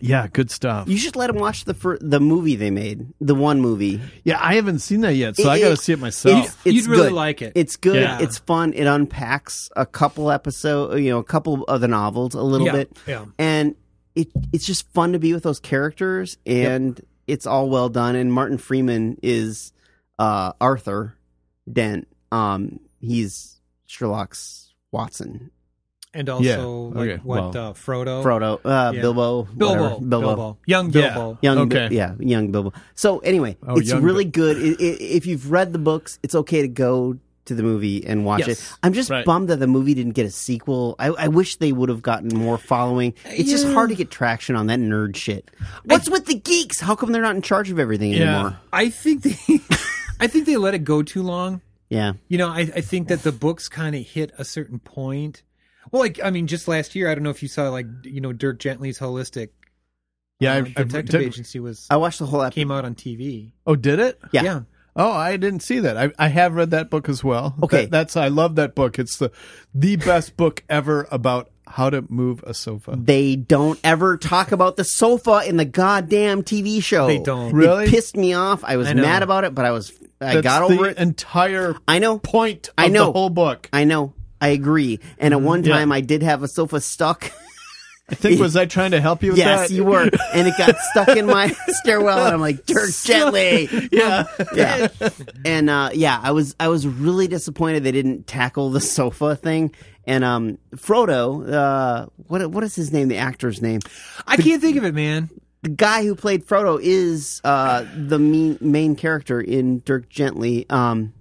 yeah, good stuff. You should let him watch the fir- the movie they made. The one movie. Yeah, I haven't seen that yet, so I It- got to it- see it myself. You'd- you'd really good. like it. It's good. Yeah. It's fun. It unpacks a couple episode, you know, a couple of the novels a little Yeah, bit. yeah. And it it's just fun to be with those characters, and it's all well done. And Martin Freeman is uh, Arthur Dent. Um, he's Sherlock's Watson, And also, Yeah, like okay, what well. uh, Frodo, Frodo, uh, Yeah. Bilbo, Bilbo, whatever. Bilbo, young Yeah. Bilbo. Young, Okay. Bi- yeah, young Bilbo. So anyway, Oh, it's young really good. I- i- if you've read the books, it's okay to go to the movie and watch Yes. it. I'm just Right. bummed that the movie didn't get a sequel. I, I wish they would have gotten more following. It's just Yeah. hard to get traction on that nerd shit. What's with the geeks? How come they're not in charge of everything Yeah. anymore? I think they, I think they let it go too long. Yeah, You know, I, I think that the books kind of hit a certain point. Well, like I mean, just last year, I don't know if you saw like you know Dirk Gently's holistic yeah, uh, I've, I've, detective did- agency was I watched the whole episode. came out on TV. oh, did it? Yeah. yeah. Oh, I didn't see that. I, I have read that book as well. Okay. That- that's I love that book. It's the the best book ever about how to move a sofa. They don't ever talk about the sofa in the goddamn TV show. They don't. It Really? pissed me off. I was I know. mad about it, but I was I That's got over the it. entire I know. point. Of I the know. whole book. I know. I agree. And at one Mm-hmm. Yeah. time, I did have a sofa stuck. I think was I trying to help you? with yes, that? you were. And it got stuck in my stairwell, and I'm like, Dirk, gently. Yeah. Yeah. And uh, yeah, I was I was really disappointed they didn't tackle the sofa thing. And um, Frodo, uh, what what is his name? The actor's name. I can't think of it, man. The guy who played Frodo is uh, the mean, main character in Dirk Gently. Um,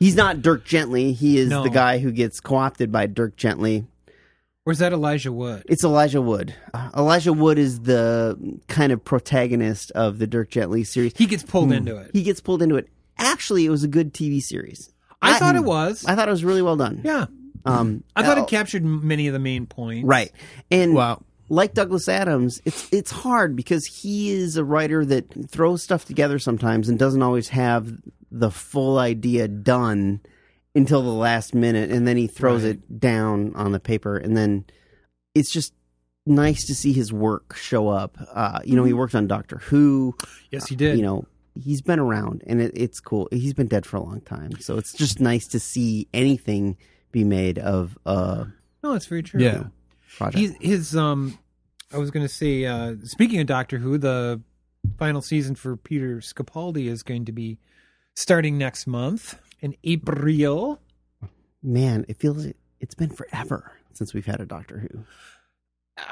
he's not Dirk Gently. He is No. the guy who gets co opted by Dirk Gently. Or is that Elijah Wood? It's Elijah Wood. Uh, Elijah Wood is the kind of protagonist of the Dirk Gently series. He gets Hmm. pulled into it. He gets pulled into it. Actually, it was a good TV series. I thought it was. I thought it was really well done. yeah, Um, I thought uh, it captured m- many of the main points. Right. And Wow. like Douglas Adams, it's it's hard because he is a writer that throws stuff together sometimes and doesn't always have the full idea done until the last minute and then he throws it down on the paper and then it's just nice to see his work show up. Uh, you know, he worked on Doctor Who, Yes, Mm-hmm. he did. you know, he's been around and it, it's cool. He's been dead for a long time. So it's just nice to see anything be made of a no, it's very true. Yeah. project. He's, his um, I was going to say. Uh, speaking of Doctor Who, the final season for Peter Capaldi is going to be starting next month in April. Man, it feels it, it's been forever since we've had a Doctor Who.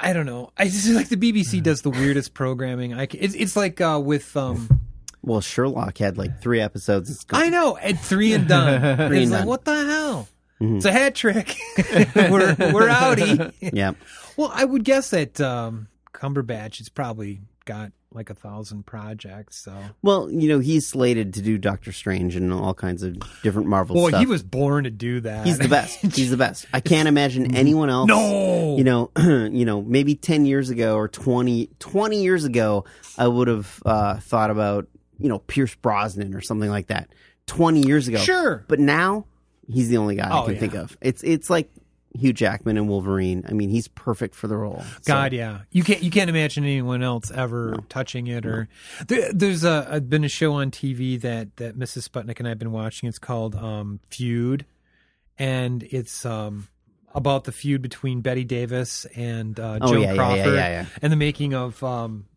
I don't know. I just like the BBC does the weirdest programming. I c- it's, it's like uh, with um, Well, Sherlock had like three episodes. It's gone. I know at three and done. Three it's and done. Mm-hmm. like what the hell? It's a hat trick. we're we're outie. Yeah, Well, I would guess that um, Cumberbatch has probably got like a thousand projects. So Well, you know, he's slated to do Doctor Strange and all kinds of different Marvel boy, stuff. he was born to do that. He's the best. He's the best. I can't imagine anyone else. No! You know, you know, maybe 10 years ago or 20, 20 years ago, I would have uh, thought about, you know, Pierce Brosnan or something like that. 20 years ago. Sure. But now he's the only guy I Oh, can yeah. think of. It's it's like Hugh Jackman and Wolverine. I mean, he's perfect for the role. God, yeah. You can't you can't imagine anyone else ever touching it or there, there's a I've been a show on TV that that Mrs. Sputnik and I've been watching. It's called um Feud and it's um about the feud between Betty Davis and uh, Oh, yeah, Joan yeah, yeah, Crawford yeah, yeah. and the making of um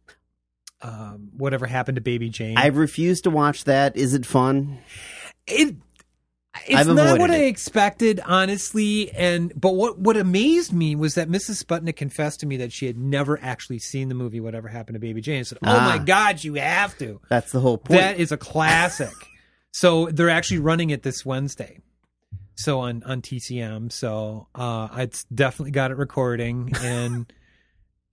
um whatever happened to Baby Jane. I refuse to watch that. Is it fun? it it's I've not avoided what I it. expected, honestly. And but what what amazed me was that Mrs. Sputnik confessed to me that she had never actually seen the movie Whatever Happened to Baby Jane. I said, "Oh Ah. my God, you have to! That's the whole point. That is a classic." so they're actually running it this Wednesday. So on on TCM. So uh, I definitely got it recording and.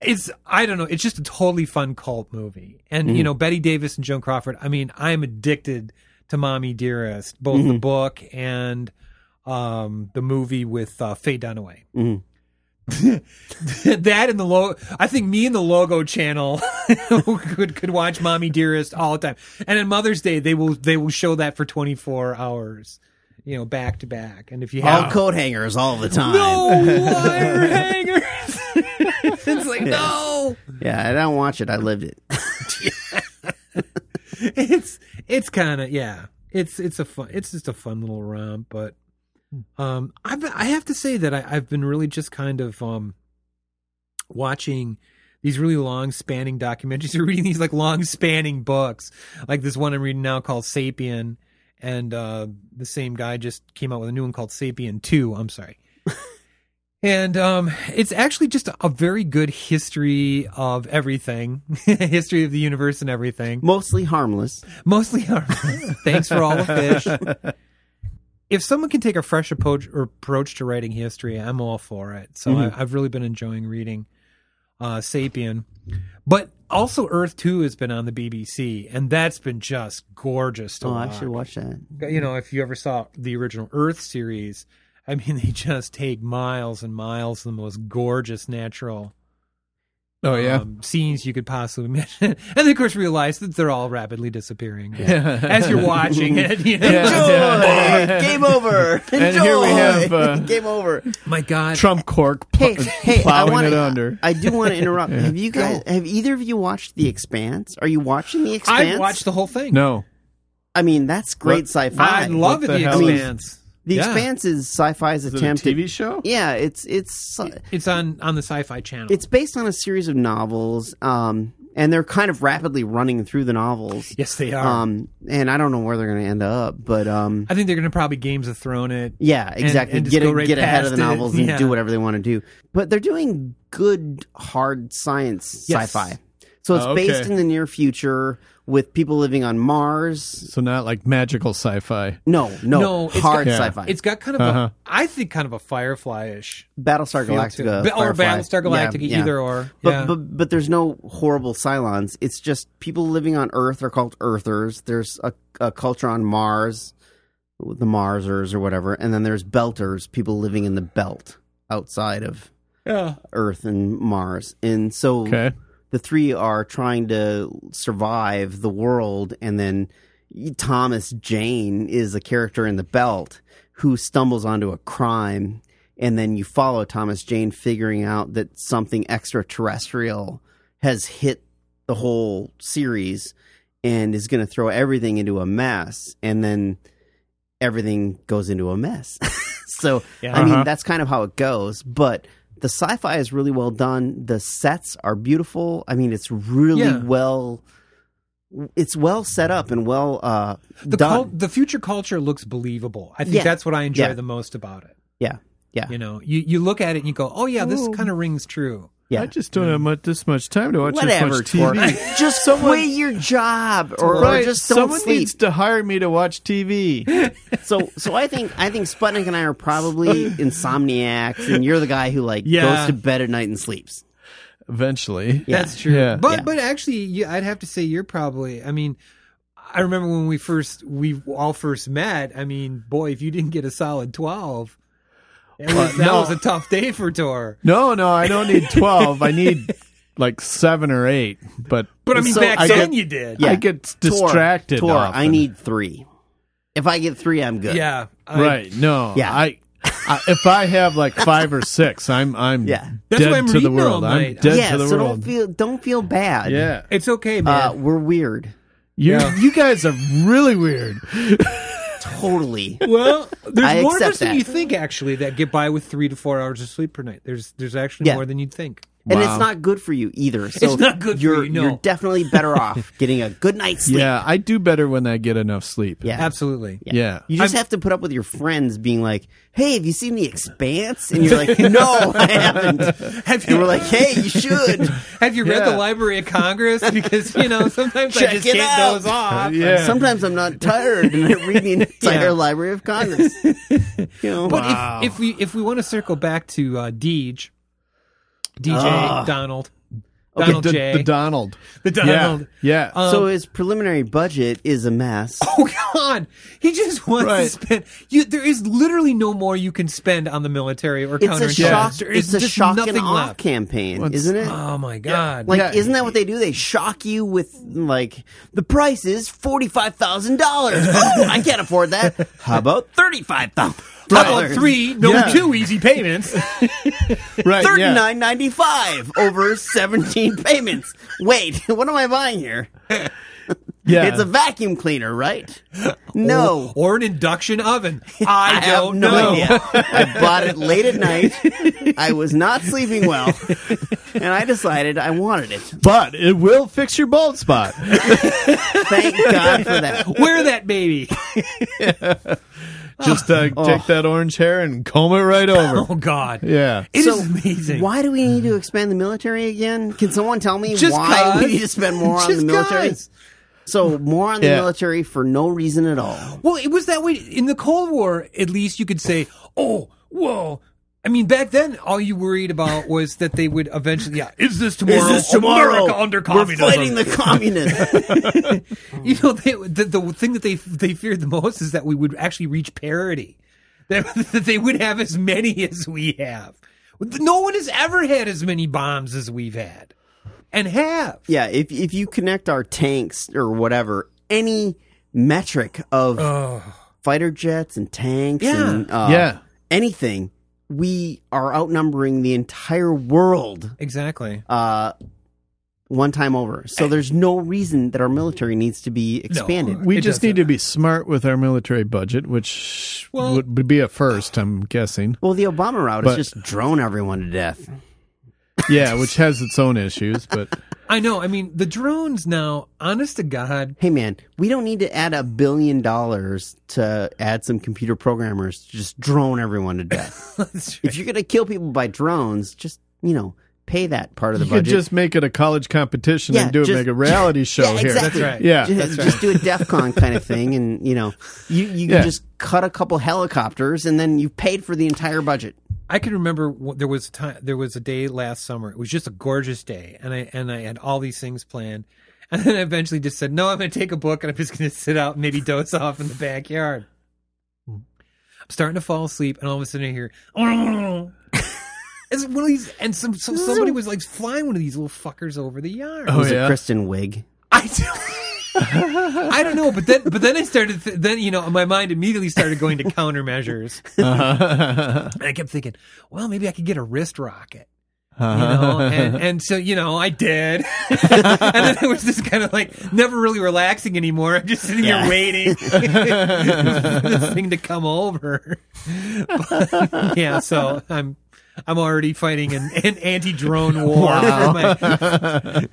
It's I don't know. It's just a totally fun cult movie, and you know Betty Davis and Joan Crawford. I mean, I'm addicted to Mommy Dearest, both the book and um, the movie with uh, Faye Dunaway. that and the logo. I think me and the logo channel could could watch Mommy Dearest all the time. And on Mother's Day, they will they will show that for 24 hours, you know, back to back. And if you have all coat hangers all the time. no wire hangers, it's like no. Yeah, I don't watch it. I lived it. it's it's kind of yeah. It's it's a fun. It's just a fun little romp, but um, I've been- I have to say that I, I've been really just kind of um watching these really long spanning documentaries or reading these like long spanning books, like this one I'm reading now called Sapien, and uh, the same guy just came out with a new one called Sapien Two. I'm sorry. And um, it's actually just a, a very good history of everything, history of the universe and everything Mostly harmless. mostly armless. Thanks for all the fish. If someone can take a fresh approach, or approach to writing history, I'm all for it. So I, I've really been enjoying reading uh, *Sapien*, but also *Earth 2* has been on the BBC, and that's been just gorgeous to Oh, watch. I should watch that. You know, if you ever saw the original Earth series, I mean, they just take miles and miles of the most gorgeous natural Oh yeah. um, scenes you could possibly imagine, and of course realize that they're all rapidly disappearing as you're watching it. You know? Yeah. Enjoy! Game over. Enjoy. And here we have, uh, game over. My God, Trump cork pl- Hey, hey, I plowing want it under. I do want to interrupt. Have you guys? Have either of you watched The Expanse? Are you watching The Expanse? I watched the whole thing. no. I mean, that's great sci-fi. I love it. the The, hell? Expanse. The Yeah. Expanse is sci-fi's Is it a attempt at- TV show? Yeah, it's it's sci- It's on on the Sci-Fi Channel. it's based on a series of novels, um, and they're kind of rapidly running through the novels. yes, they are. Um, and I don't know where they're going to end up, but um, I think they're going to probably Games of Throne it. Yeah, exactly. and just get go right get ahead past of the it. novels and Yeah. do whatever they want to do. But they're doing good hard science Yes. sci-fi. So it's Oh, okay. based in the near future with people living on Mars. So not like magical sci-fi. No, no, No, it's hard got- Yeah. sci-fi. It's got kind of Uh-huh. a, I think, kind of a Firefly-ish Battlestar feel to Galactica it. Ba- or Firefly. Battlestar Galactica, either or. But, Yeah. but but there's no horrible Cylons. It's just people living on Earth are called Earthers. There's a, a culture on Mars, the Marsers or whatever, and then there's Belters, people living in the Belt outside of Yeah. Earth and Mars. And so Okay. the three are trying to survive the world. And then Thomas Jane is a character in the belt who stumbles onto a crime. And then you follow Thomas Jane figuring out that something extraterrestrial has hit the whole series and is going to throw everything into a mess. And then everything goes into a mess. so, I mean, that's kind of how it goes. But the sci fi is really well done. The sets are beautiful. I mean, it's really Yeah. well. It's well set up and well uh, The done. cult, the future culture looks believable. I think Yeah. that's what I enjoy Yeah. the most about it. yeah, yeah, You know, you you look at it and you go, "Oh yeah, this kind of rings true." yeah. I just don't have much, this much time to watch Whatever, this much TV. Tork. just quit your job or, or Right, just don't someone sleep. needs to hire me to watch TV. So, so I think I think Sputnik and I are probably insomniacs, and you're the guy who like Yeah. goes to bed at night and sleeps. eventually. That's true. Yeah. But Yeah. but actually, you, I'd have to say you're probably. I mean, I remember when we first we all first met. I mean, boy, if you didn't get a solid twelve, it was- that no. was a tough day for Tor. No, no, I don't need 12. I need like seven or eight. But But I mean, So back I then get- you did. I get distracted Tor, I often. need three. If I get three, I'm good. Yeah. I- right, no. Yeah. I, I if I have like five or six, I'm I'm Yeah. That's dead why I'm to the reading all world. I'm night. dead yeah. to the so world. don't feel don't feel bad. yeah. It's okay, man. Uh, we're weird. You Yeah. you guys are really weird. Totally. well, there's I more of accept us than that. you think actually that get by with three to four hours of sleep per night. There's there's actually Yeah. more than you'd think. And Wow. it's not good for you either. So It's not good for you're, you, no. are definitely better off getting a good night's sleep. Yeah, I do better when I get enough sleep. Yeah. Absolutely. Yeah. Yeah. You just have to put up with your friends being like, hey, have you seen The Expanse? And you're like, no, I haven't. Have And we're like, hey, you should. Have you read Yeah. the Library of Congress? Because you know sometimes I Check just it can't out. doze off. Uh, Yeah. Sometimes I'm not tired and I read the entire Yeah. Library of Congress. You know? But if, if we if we want to circle back to uh, Deej, DJ Ah. Donald, Donald the, J, the Donald. The Donald. Yeah. yeah. so his preliminary budget is a mess. uh, Oh God! He just wants Right. to spend. You, there is literally no more you can spend on the military or It's a counterinsurgency. shock. There is It's a just shock nothing and awe left. campaign, isn't it? Oh my God! Like, uh, Yeah. isn't that what they do? They shock you with like the price is forty five thousand dollars. Oh, I can't afford that. How about thirty five thousand? How about three, no Yeah. two easy payments. right. Thirty yeah. nine ninety five over seventeen payments. Wait, what am I buying here? Yeah. It's a vacuum cleaner, right? No, or an induction oven. Oh, I, I have don't no know. idea. I bought it late at night. I was not sleeping well, and I decided I wanted it. but it will fix your bald spot. Thank God for that. Wear that baby. Just uh, take that orange hair and comb it right over. Oh God! Yeah. It is So, amazing. Why do we need to expand the military again? Can someone tell me Just why cause. we need to spend more on Just the military? cause. So more on the Yeah. military for no reason at all. Well, it was that way in the Cold War. At least you could say, "Oh, whoa." I mean, back then, all you worried about was that they would eventually. Yeah, is this tomorrow? America under communism. We're fighting the communists. You know, they, the, the thing that they they feared the most is that we would actually reach parity. That, that they would have as many as we have. No one has ever had as many bombs as we've had, and have. yeah, if if you connect our tanks or whatever, any metric of fighter jets and tanks Yeah. and uh, Yeah. anything, we are outnumbering the entire world Exactly. uh, one time over. So there's no reason that our military needs to be expanded. We It just doesn't need to be smart with our military budget, which Well- would be a first, I'm guessing. Well, the Obama route But- is just drone everyone to death. Yeah, which has its own issues, but I know. I mean, the drones now. Honest to God, Hey, man, we don't need to add a billion dollars to add some computer programmers to just drone everyone to death. if you're going to kill people by drones, just, you know, pay that part of the you could budget. just make it a college competition Yeah, and do it, just- make a reality show yeah, here. Exactly. That's right. Yeah. Ju- That's just, do a DEF CON kind of thing, and you know, you you Yeah. can just cut a couple helicopters, and then you've paid for the entire budget. I can remember wh- there was a time, there was a day last summer. It was just a gorgeous day, and I and I had all these things planned, and then I eventually just said, "No, I'm going to take a book, and I'm just going to sit out and maybe doze off in the backyard." I'm starting to fall asleep, and all of a sudden I hear. It's one of these, and some, some somebody was like flying one of these little fuckers over the yard. Oh, Was yeah. it Kristen Wig? I don't, I don't know, but then but then I started th- then you know my mind immediately started going to countermeasures. and I kept thinking, well, maybe I could get a wrist rocket. You know, and, and so you know, I did, and then I was just kind of like never really relaxing anymore. I'm just sitting here Yeah. waiting for this thing to come over. But, yeah, so I'm I'm already fighting an, an anti drone war. for my-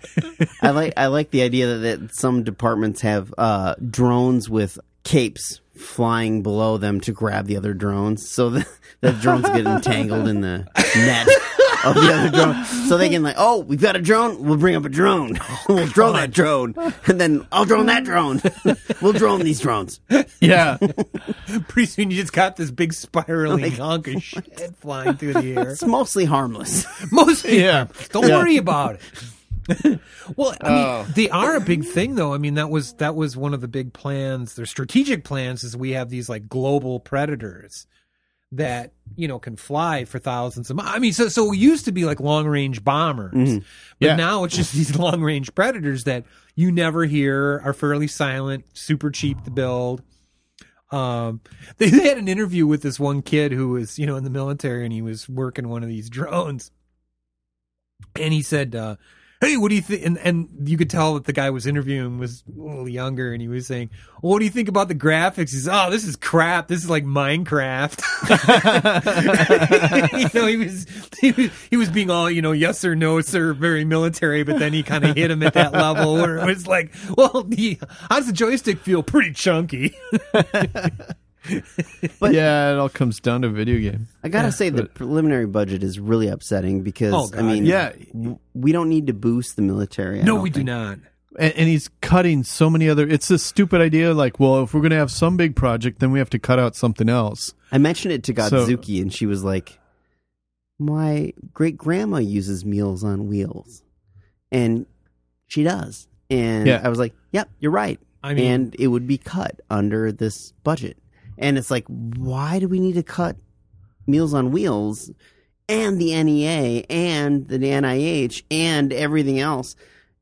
I like I like the idea that, that some departments have uh, drones with capes flying below them to grab the other drones, so the, the drones get entangled in the net. of the other drone. So they can like, oh, we've got a drone. We'll bring up a drone. Oh, we'll drone that drone, and then I'll drone that drone. we'll drone these drones. Yeah. Pretty soon you just got this big spiraling hunk of shit flying through the air. It's mostly harmless. Mostly, Yeah. Don't worry about it. well, I mean, they are a big thing, though. I mean, that was that was one of the big plans. Their strategic plans is we have these like global predators that you know can fly for thousands of miles. I mean, so so it used to be like long range bombers, but Yeah. now it's just these long range predators that you never hear are fairly silent, super cheap to build. Um, they, they had an interview with this one kid who was, you know, in the military and he was working one of these drones. And he said, uh, Hey, what do you think? And, and you could tell that the guy was interviewing was a little younger and he was saying, well, What do you think about the graphics? He's, Oh, this is crap. This is like Minecraft. you know, he was, he was, he was being all, you know, yes or no, sir, very military, but then he kind of hit him at that level where it was like, Well, the, how's the joystick feel? Pretty chunky. yeah, it all comes down to video game. I gotta say, the preliminary budget is really upsetting because Oh, I God. mean, Yeah. w- we don't need to boost the military. I No, don't we do think. not. And, and he's cutting so many other. It's this stupid idea like, well, if we're going to have some big project, then we have to cut out something else. I mentioned it to So- Godzuki, and she was like, "My great grandma uses Meals on Wheels, and she does." And Yeah. I was like, "Yep, you're right." I mean- and it would be cut under this budget. And it's like, why do we need to cut Meals on Wheels and the NEA and the NIH and everything else?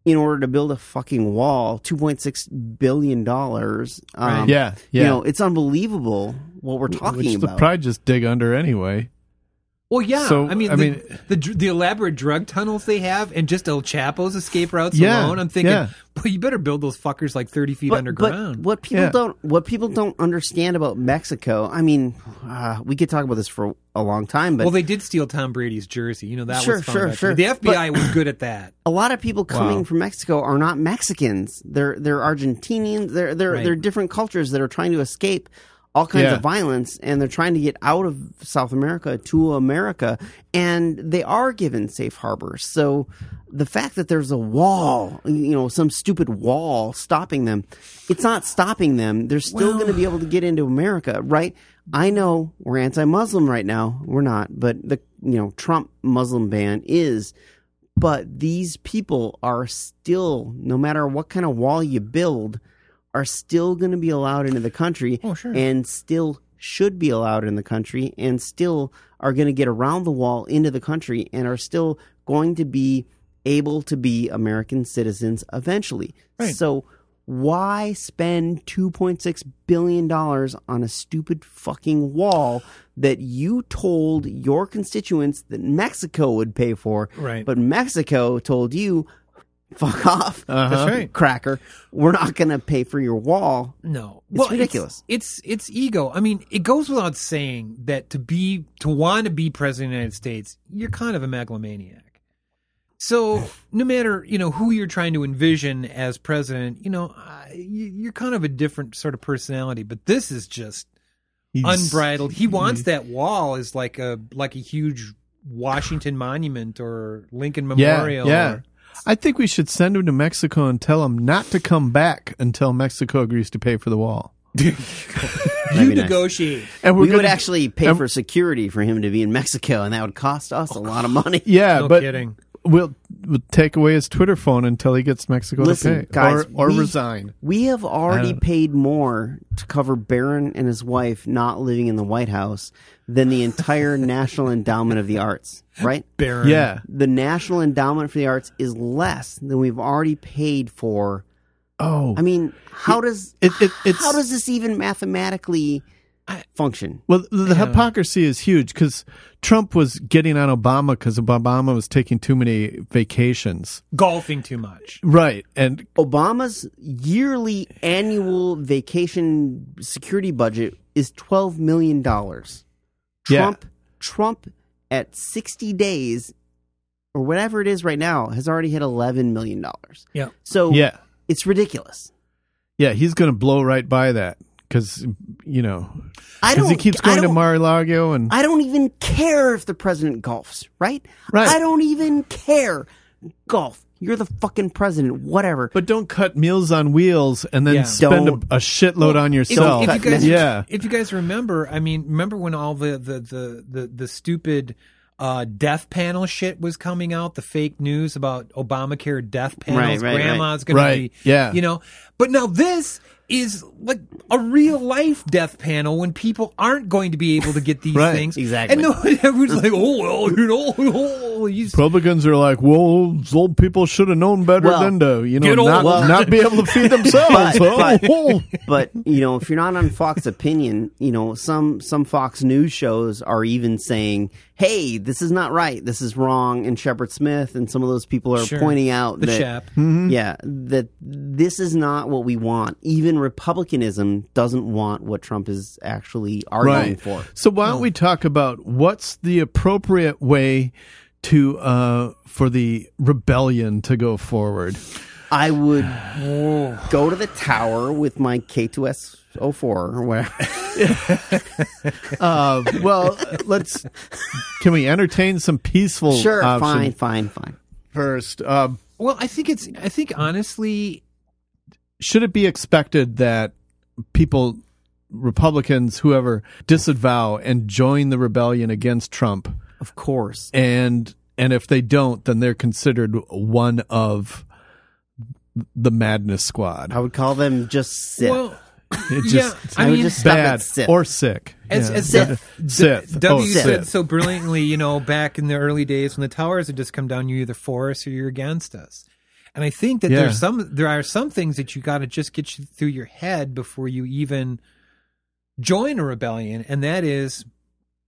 In order to build a fucking wall, two point six billion dollars. Um, Yeah, yeah. You know, it's unbelievable what we're talking Which about. the pride just dig under anyway. Well, yeah. So, I mean, I the, mean- the dr- the elaborate drug tunnels they have, and just El Chapo's escape routes Yeah, alone. I'm thinking, yeah. well, you better build those fuckers like 30 feet underground. what people Yeah. don't what people don't understand about Mexico, I mean, uh, we could talk about this for a long time, but well, they did steal Tom Brady's jersey. You know that Sure, was found sure, out. sure. The FBI was good at that. a lot of people coming from Mexico are not Mexicans. They're they're Argentinians. They're they're Right. they're different cultures that are trying to escape all kinds Yeah. of violence and they're trying to get out of South America to America and they are given safe harbors. So the fact that there's a wall, you know, some stupid wall stopping them, it's not stopping them. They're still going to be able to get into America, right? I know we're anti-Muslim right now. We're not, but the you know, Trump Muslim ban is but these people are still, no matter what kind of wall you build, are still going to be allowed into the country Oh, sure. and still should be allowed in the country and still are going to get around the wall into the country and are still going to be able to be American citizens eventually. Right. So, why spend $2.6 billion on a stupid fucking wall that you told your constituents that Mexico would pay for? Right. But Mexico told you, fuck off, Uh-huh. That's right. cracker. We're not going to pay for your wall. No, It's ridiculous. It's, it's it's ego. I mean, it goes without saying that to be to want to be president of the United States, you're kind of a megalomaniac. So no matter you know who you're trying to envision as president, you know uh, you, you're kind of a different sort of personality. But this is just He's- unbridled. He wants that wall as like a like a huge Washington monument or Lincoln Yeah, Memorial. yeah. or- I think we should send him to Mexico and tell him not to come back until Mexico agrees to pay for the wall. That'd you be nice. negotiate. And we're We would gonna- actually pay and- for security for him to be in Mexico, and that would cost us a Oh, lot of money. Yeah, No Uh, but kidding. We'll, we'll take away his Twitter phone until he gets Mexico to Listen, pay guys, or, or we- resign. Uh, We have I already don't- paid more to cover Barron and his wife not living in the White House than the entire National Endowment of the Arts, right? Baron. Yeah, The National Endowment for the Arts is less than we've already paid for. Oh, I mean, how does it- it- it's- how does this even mathematically function? well, the, the hypocrisy is huge because Trump was getting on Obama because Obama was taking too many vacations, golfing too much. right? And Obama's yearly annual vacation security budget is twelve million dollars. Yeah. Trump Trump at sixty days or whatever it is right now has already hit eleven million dollars. Yeah. So yeah, it's ridiculous. yeah, he's going to blow right by that because you know I 'cause he don't- keeps I going to don't- Mar-a-Lago and I don't even care if the president golfs, right? Right. I don't even care. Golf. You're the fucking president. Whatever. but don't cut meals on wheels and then Yeah. spend a, Don't. a shitload on yourself. If you cut guys, menu. yeah, if you guys remember, I mean, remember when all the the the the, the stupid uh, death panel shit was coming out, the fake news about Obamacare death Right, panels, right, right. grandma's gonna Right, be, yeah. you know. But now this is like a real life death panel when people aren't going to be able to get these Right, things, exactly. And no, everyone's like, oh well, you know, oh, you s- Republicans are like, well, those old people should have known better Well, than to, you know, get old. not, Well- not be able to feed themselves. But- Oh. but you know, if you're not on Fox Opinion, you know some some Fox News shows are even saying, "Hey, this is not right. This is wrong." And Shepard Smith and some of those people are Sure. pointing out The that Shep. yeah, that this is not what we want. Even Republicanism doesn't want what Trump is actually arguing for. So why don't we talk about what's the appropriate way to uh, for the rebellion to go forward? I would go to the tower with my K2S 04 or whatever. Uh, well, let's can we entertain some peaceful sure, option fine, fine, fine. first? Um, well, I think it's, I think honestly, should it be expected that people republicans whoever disavow and join the rebellion against trump Of course. and and if they don't then they're considered one of the madness squad I would call them just Sith. well, it just yeah, I, I would mean, just stop bad at Sith. or sick As- Yeah. as Sith. Sith. W Oh, said Sith. so brilliantly, you know, back in the early days when the towers had just come down, you're either for us or you're against us. And I think that Yeah. there's some there are some things that you got to just get you through your head before you even join a rebellion, and that is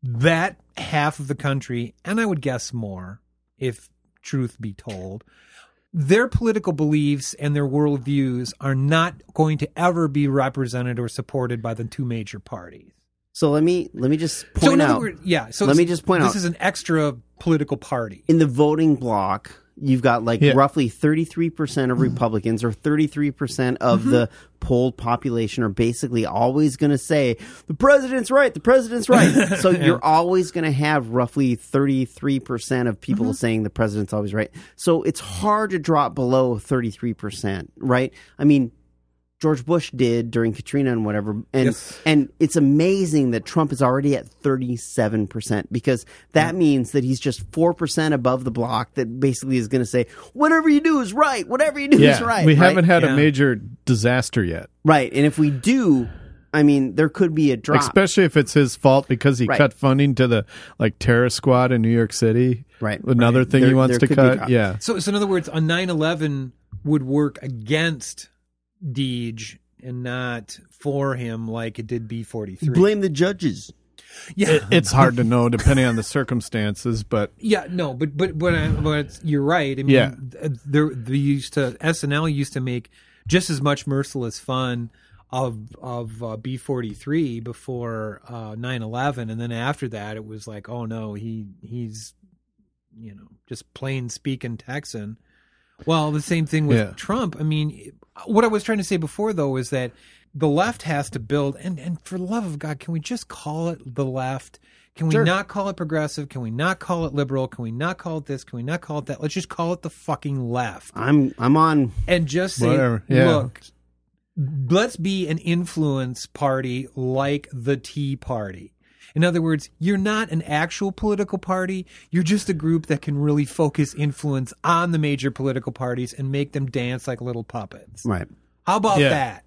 that half of the country, and I would guess more if truth be told, their political beliefs and their worldviews are not going to ever be represented or supported by the two major parties So let me let me just point in other out words- yeah. So Let this- me just point this out- is an extra political party. in the voting block, you've got like Yeah. roughly thirty three percent of Republicans or thirty three percent of the polled population are basically always going to say the president's right, the president's right. so you're always going to have roughly thirty three percent of people saying the president's always right. So it's hard to drop below thirty three percent, right? I mean. George Bush did during Katrina and whatever, and Yes. and it's amazing that Trump is already at thirty seven percent because that means that he's just four percent above the block. That basically is going to say whatever you do is right, whatever you do is yeah right. we right? haven't had Yeah. a major disaster yet right, and if we do, I mean, there could be a drop. especially if it's his fault because he Right. cut funding to the like terror squad in new york city Right. another thing he There- wants there to could be cut drought. yeah So, so in other words, a 9/11 would work against Deej and not for him like it did B43. Blame the judges. yeah, it's hard to know depending on the circumstances but yeah, no, but but but, I, but you're right. I mean, Yeah. th- uh, there they used to SNL used to make just as much merciless fun of of uh, B43 before uh, 9/11, and then after that, it was like, oh no, he he's you know just plain speaking Texan. Well, the same thing with Yeah. Trump. I mean, what I was trying to say before though is that the left has to build and and for love of God, can we just call it the left? Can we not call it progressive? Can we not call it liberal? Can we not call it this? Can we not call it that? Let's just call it the fucking left I'm I'm on. and just say, Whatever, yeah. look, let's be an influence party like the Tea Party. In other words, you're not an actual political party. You're just a group that can really focus influence on the major political parties and make them dance like little puppets. Right. How about Yeah. that?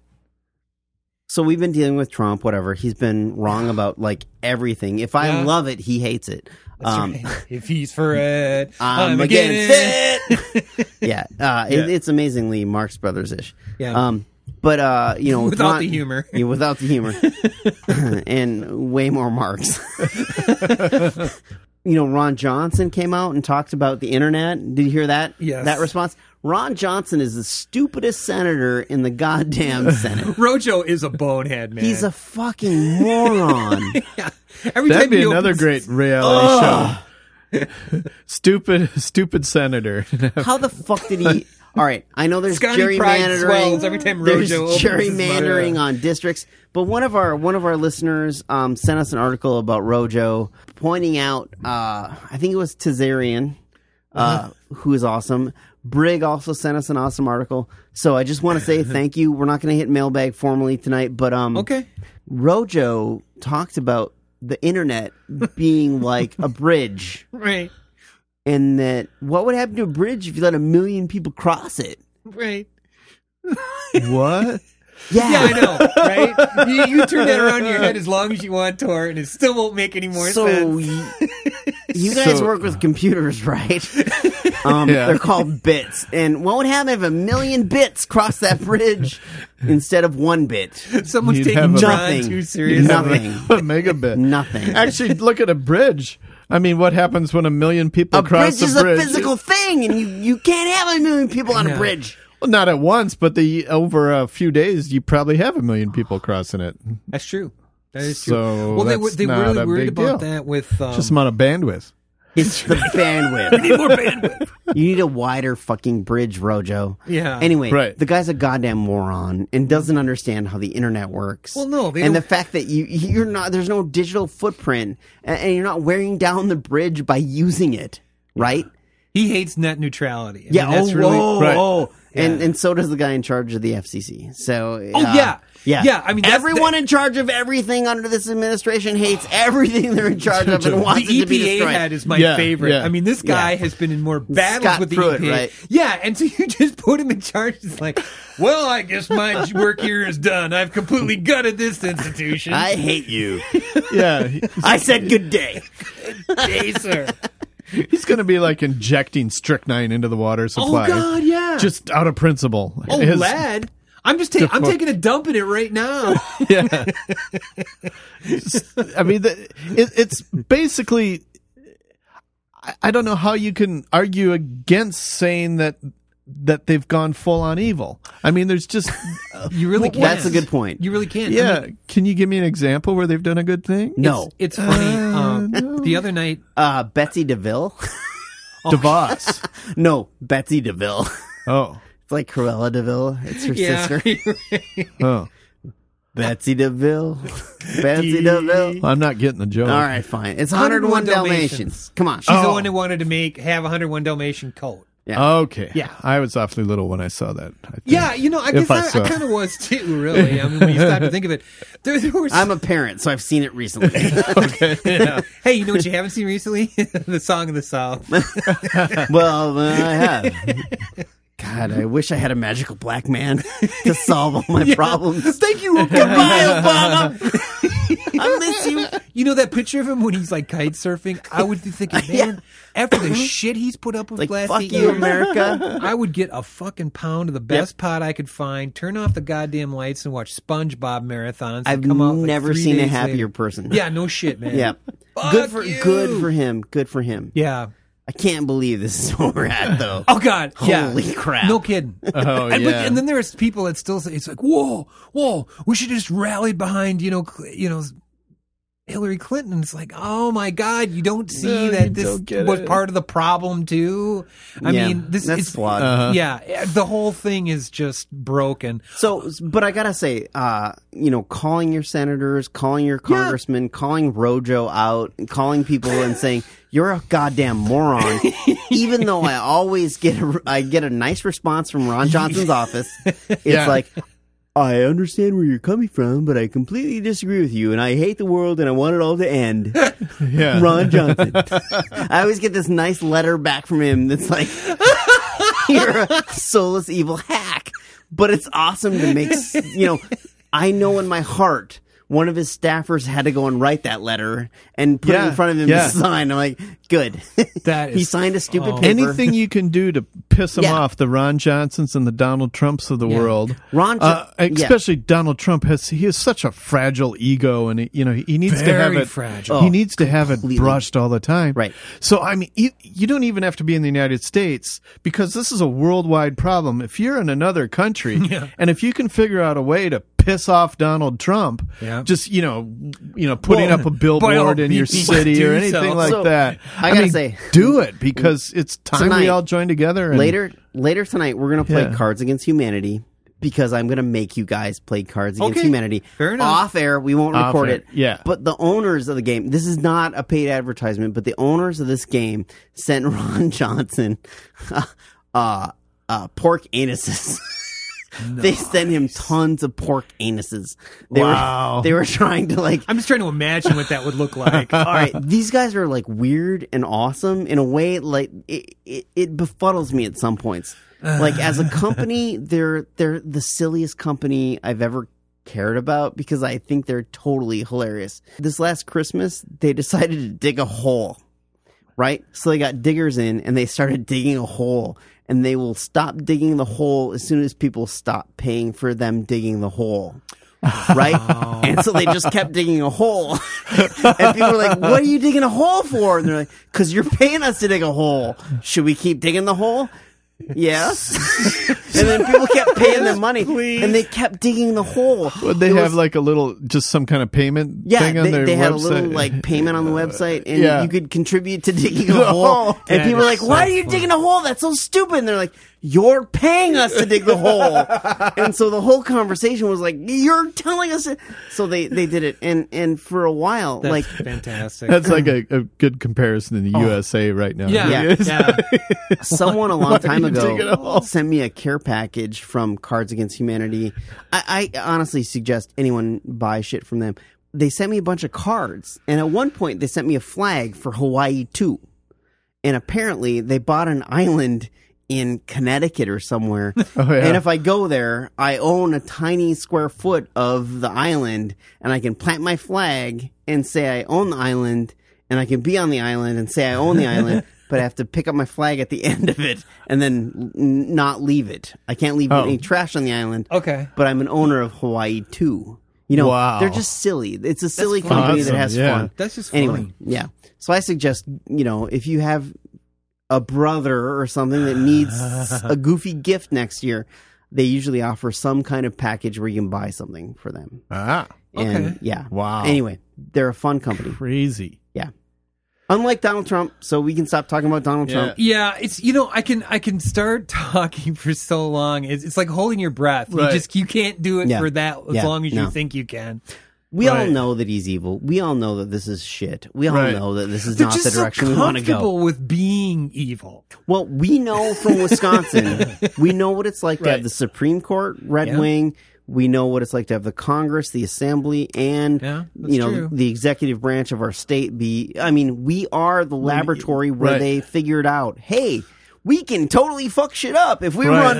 So we've been dealing with Trump, whatever. He's been wrong about like everything. If I Yeah. love it, he hates it. um, if he's for it, I'm, against it. yeah, uh, It, it's amazingly Marx Brothers ish. Yeah. Um, but uh, you know, Without Ron- the humor. yeah, without the humor, and way more Marx. you know, Ron Johnson came out and talked about the internet. Did you hear that? Yes. That response. Ron Johnson is the stupidest senator in the goddamn Senate. Rojo is a bonehead man. He's a fucking moron. yeah. Every That'd time be he another opens- great reality show. stupid, stupid senator. How the fuck did he? All right, I know there's Scotty pride swells gerrymandering. every time there's Rojo opens his mouth. gerrymandering Yeah. on districts, but one of our one of our listeners um, sent us an article about Rojo pointing out. Uh, I think it was Tazarian, Uh-huh. uh, who is awesome. Brig also sent us an awesome article. So I just want to say thank you. We're not going to hit mailbag formally tonight, but um, Okay. Rojo talked about the internet being like a bridge Right. and that what would happen to a bridge if you let a million people cross it? Right. What? Yeah, Yeah, I know, right? you, you turn that around in your head as long as you want, Tor, and it still won't make any more So sense. y- you guys So- work with computers, right? Um, Yeah. They're called bits. And what would happen if a million bits crossed that bridge instead of one bit? Someone's You'd taking have a- Tron Nothing. too seriously. Nothing. a megabit. Nothing. Actually, look at a bridge. I mean, what happens when a million people A cross bridge the is a bridge? physical thing, and you, you can't have a million people on a Yeah. bridge. Well, not at once, but the over a few days, you probably have a million people crossing it. That's true. That is true. So well, they, that's were- they not were really a worried big about deal. that with um, Just amount of bandwidth. It's the bandwidth. more bandwidth. You need a wider fucking bridge, Rojo. Yeah. Anyway, Right. the guy's a goddamn moron and doesn't understand how the internet works. Well, no, they and don't- the fact that you you're not there's no digital footprint and, and you're not wearing down the bridge by using it, right? He hates net neutrality. I Yeah. mean, that's oh, really, whoa, Right. whoa. And and so does the guy in charge of the FCC. So Oh, uh, yeah. yeah, Yeah, I mean, that's- everyone in charge of everything under this administration hates everything they're in charge of and wants the E it to E be EPA destroyed. head is my Yeah, favorite. yeah. I mean, this guy Yeah. has been in more battles Scott with the Pruitt, EPA. right? Yeah, and so you just put him in charge. It's like, well, I guess my j- work here is done. I've completely gutted this institution. I hate you. Yeah, he- I said good day. Hey, sir. he's going to be like injecting strychnine into the water supply. Oh, God, yeah. Just out of principle. Oh, His- lad. I'm just taking. I'm taking a dump in it right now. Yeah. I mean, the, it, it's basically. I, I don't know how you can argue against saying that that they've gone full on evil. I mean, there's just You really can't. That's a good point. You really can't. I mean, yeah. Can you give me an example where they've done a good thing? No, it's funny. Um, The other night, uh, Betsy DeVille. DeVos. No, Betsy DeVille. oh, It's like Cruella DeVille. It's her yeah, sister. oh, Betsy DeVille. Betsy DeVille. I'm not getting the joke. All right, fine. It's 101, 101 Dalmatians. Dalmatians. Come on. She's the Oh. one who wanted to make have a 101 Dalmatian coat. Okay. Yeah. I was awfully little when I saw that. I think. Yeah, you know, I If guess I I, I, saw. kind of was too. Really, I mean, when you stop to think of it, there, there were. I'm a parent, so I've seen it recently. hey, you know what you haven't seen recently? the Song of the South. well, uh, I have. God, I wish I had a magical black man to solve all my problems. Thank you. Oh, Goodbye, Obama. I miss you. You know that picture of him when he's like kite surfing? I would be thinking, man, after the shit he's put up with Mm-hmm. Like, last fuck eight you, years, America. I would get a fucking pound of the best pot I could find, turn off the goddamn lights, and watch SpongeBob marathons. and I've come out, like, never three seen a days happier later. person. Yeah, no shit, man. Yeah. Fuck good for you. good for him. Good for him. Yeah. I can't believe this is where we're at, though. Oh God! Yeah. Holy crap. No kidding. Oh, and, yeah. and then there's people that still say it's like, whoa, whoa, we should just rally behind you know, cl- you know, Hillary Clinton. It's like, oh my God, you don't see No, you that this don't get was it. part of the problem too. I Yeah, mean, this that's is Uh-huh. flawed. Uh-huh. yeah, the whole thing is just broken. So, but I gotta say, uh, you know, calling your senators, calling your congressmen, calling Rojo out, and calling people and saying you're a goddamn moron. even though I always get a, I get a nice response from Ron Johnson's office. It's Yeah. like. I understand where you're coming from, but I completely disagree with you, and I hate the world, and I want it all to end. Yeah. Ron Johnson. I always get this nice letter back from him that's like, "You're a soulless evil hack," but it's awesome to make. s- You know, I know in my heart. One of his staffers had to go and write that letter and put it in Yeah, front of him yeah. to sign. I'm like, good. That he is- signed a stupid oh. paper. Anything you can do to piss them Yeah. off, the Ron Johnsons and the Donald Trumps of the world. Ron Jo- uh, yeah. especially Donald Trump has he has such a fragile ego, and he, you know he, he needs to have Very it. fragile. He Oh, needs to have completely. it brushed all the time. Right. So I mean, you, you don't even have to be in the United States because this is a worldwide problem. If you're in another country, and if you can figure out a way to piss off Donald Trump. Yeah. Just you know, you know, putting Well, up a by all billboard in your means, city do or anything so. like So, that. I gotta mean, say- do it because it's time we Tonight, all join together. And, later later tonight we're gonna play Yeah. Cards Against Humanity because I'm gonna make you guys play Cards Against Okay. Humanity. Fair enough. Off air, we won't Off record air, it. yeah. But the owners of the game, this is not a paid advertisement, but the owners of this game sent Ron Johnson uh uh pork anuses. They sent him tons of pork anuses. They Wow. Were, they were trying to like I'm just trying to imagine what that would look like. all right, these guys are like weird and awesome in a way. Like it, it, it befuddles me at some points. Like as a company, they're they're the silliest company I've ever cared about because I think they're totally hilarious. This last Christmas, they decided to dig a hole right? So they got diggers in and they started digging a hole. And they will stop digging the hole as soon as people stop paying for them digging the hole. Right? And so they just kept digging a hole. and people were like, What are you digging a hole for? And they're like, Because you're paying us to dig a hole. Should we keep digging the hole? Yes. and then people kept paying them money. And they kept digging the hole. Would they It have was- like a little, just some kind of payment yeah, thing on they, their they website? had a little like payment on the website, and yeah. you could contribute to digging a No. hole. And That people were is like, so "Why are you digging a hole? That's so stupid." And they're like, "You're paying us to dig the hole." and so the whole conversation was like, "You're telling us." it." So they they did it, and and for a while, That's like fantastic. That's like a, a good comparison in the USA right now. yeah, Oh. Yeah. yeah. someone a long time you digging a ago hole? sent me a care package from Cards Against Humanity. I, I honestly suggest anyone buy shit from them. They sent me a bunch of cards, and at one point they sent me a flag for Hawaii too. And apparently they bought an island in Connecticut or somewhere. Oh, yeah. And if I go there, I own a tiny square foot of the island, and I can plant my flag and say I own the island, and I can be on the island and say I own the island, but I have to pick up my flag at the end of it and then n- not leave it. I can't leave Oh. any trash on the island. Okay. But I'm an owner of Hawaii too. You know, Wow. they're just silly. It's a silly company Awesome, that has yeah. fun. That's just Anyway, fun. yeah. So I suggest, you know, if you have a brother or something that needs a goofy gift next year, they usually offer some kind of package where you can buy something for them. Ah, And Okay. yeah. Wow. Anyway, they're a fun company. crazy. Yeah. Unlike Donald Trump, so we can stop talking about Donald Yeah. Trump. Yeah, it's you know I can I can start talking for so long. It's, it's like holding your breath. Right. You just you can't do it Yeah. for that as Yeah. long as No. you think you can. We all Right. know that he's evil. We all know that this is shit. We all Right. know that this is They're not just the so direction we want to go. comfortable with being evil. Well, we know from Wisconsin, we know what it's like to have Right. the Supreme Court, Red Yeah. Wing. We know what it's like to have the Congress, the Assembly, and Yeah, that's you know true. the executive branch of our state. Be I mean, we are the laboratory where right. they figured out, hey, we can totally fuck shit up if we Right. run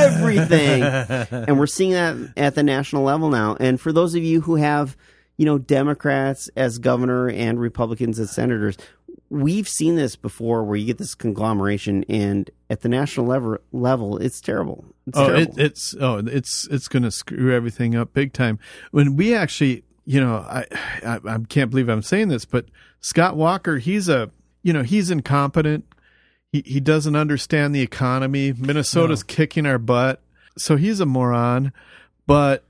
everything, and we're seeing that at the national level now. And for those of you who have, you know, Democrats as governor and Republicans as senators, we've seen this before where you get this conglomeration and at the national level level it's terrible it's Oh, it, terrible it's oh, it's it's going to screw everything up big time. When we actually, you know, I, I I can't believe I'm saying this, but Scott Walker, he's a you know he's incompetent. He he doesn't understand the economy. Minnesota's kicking our butt, so he's a moron. But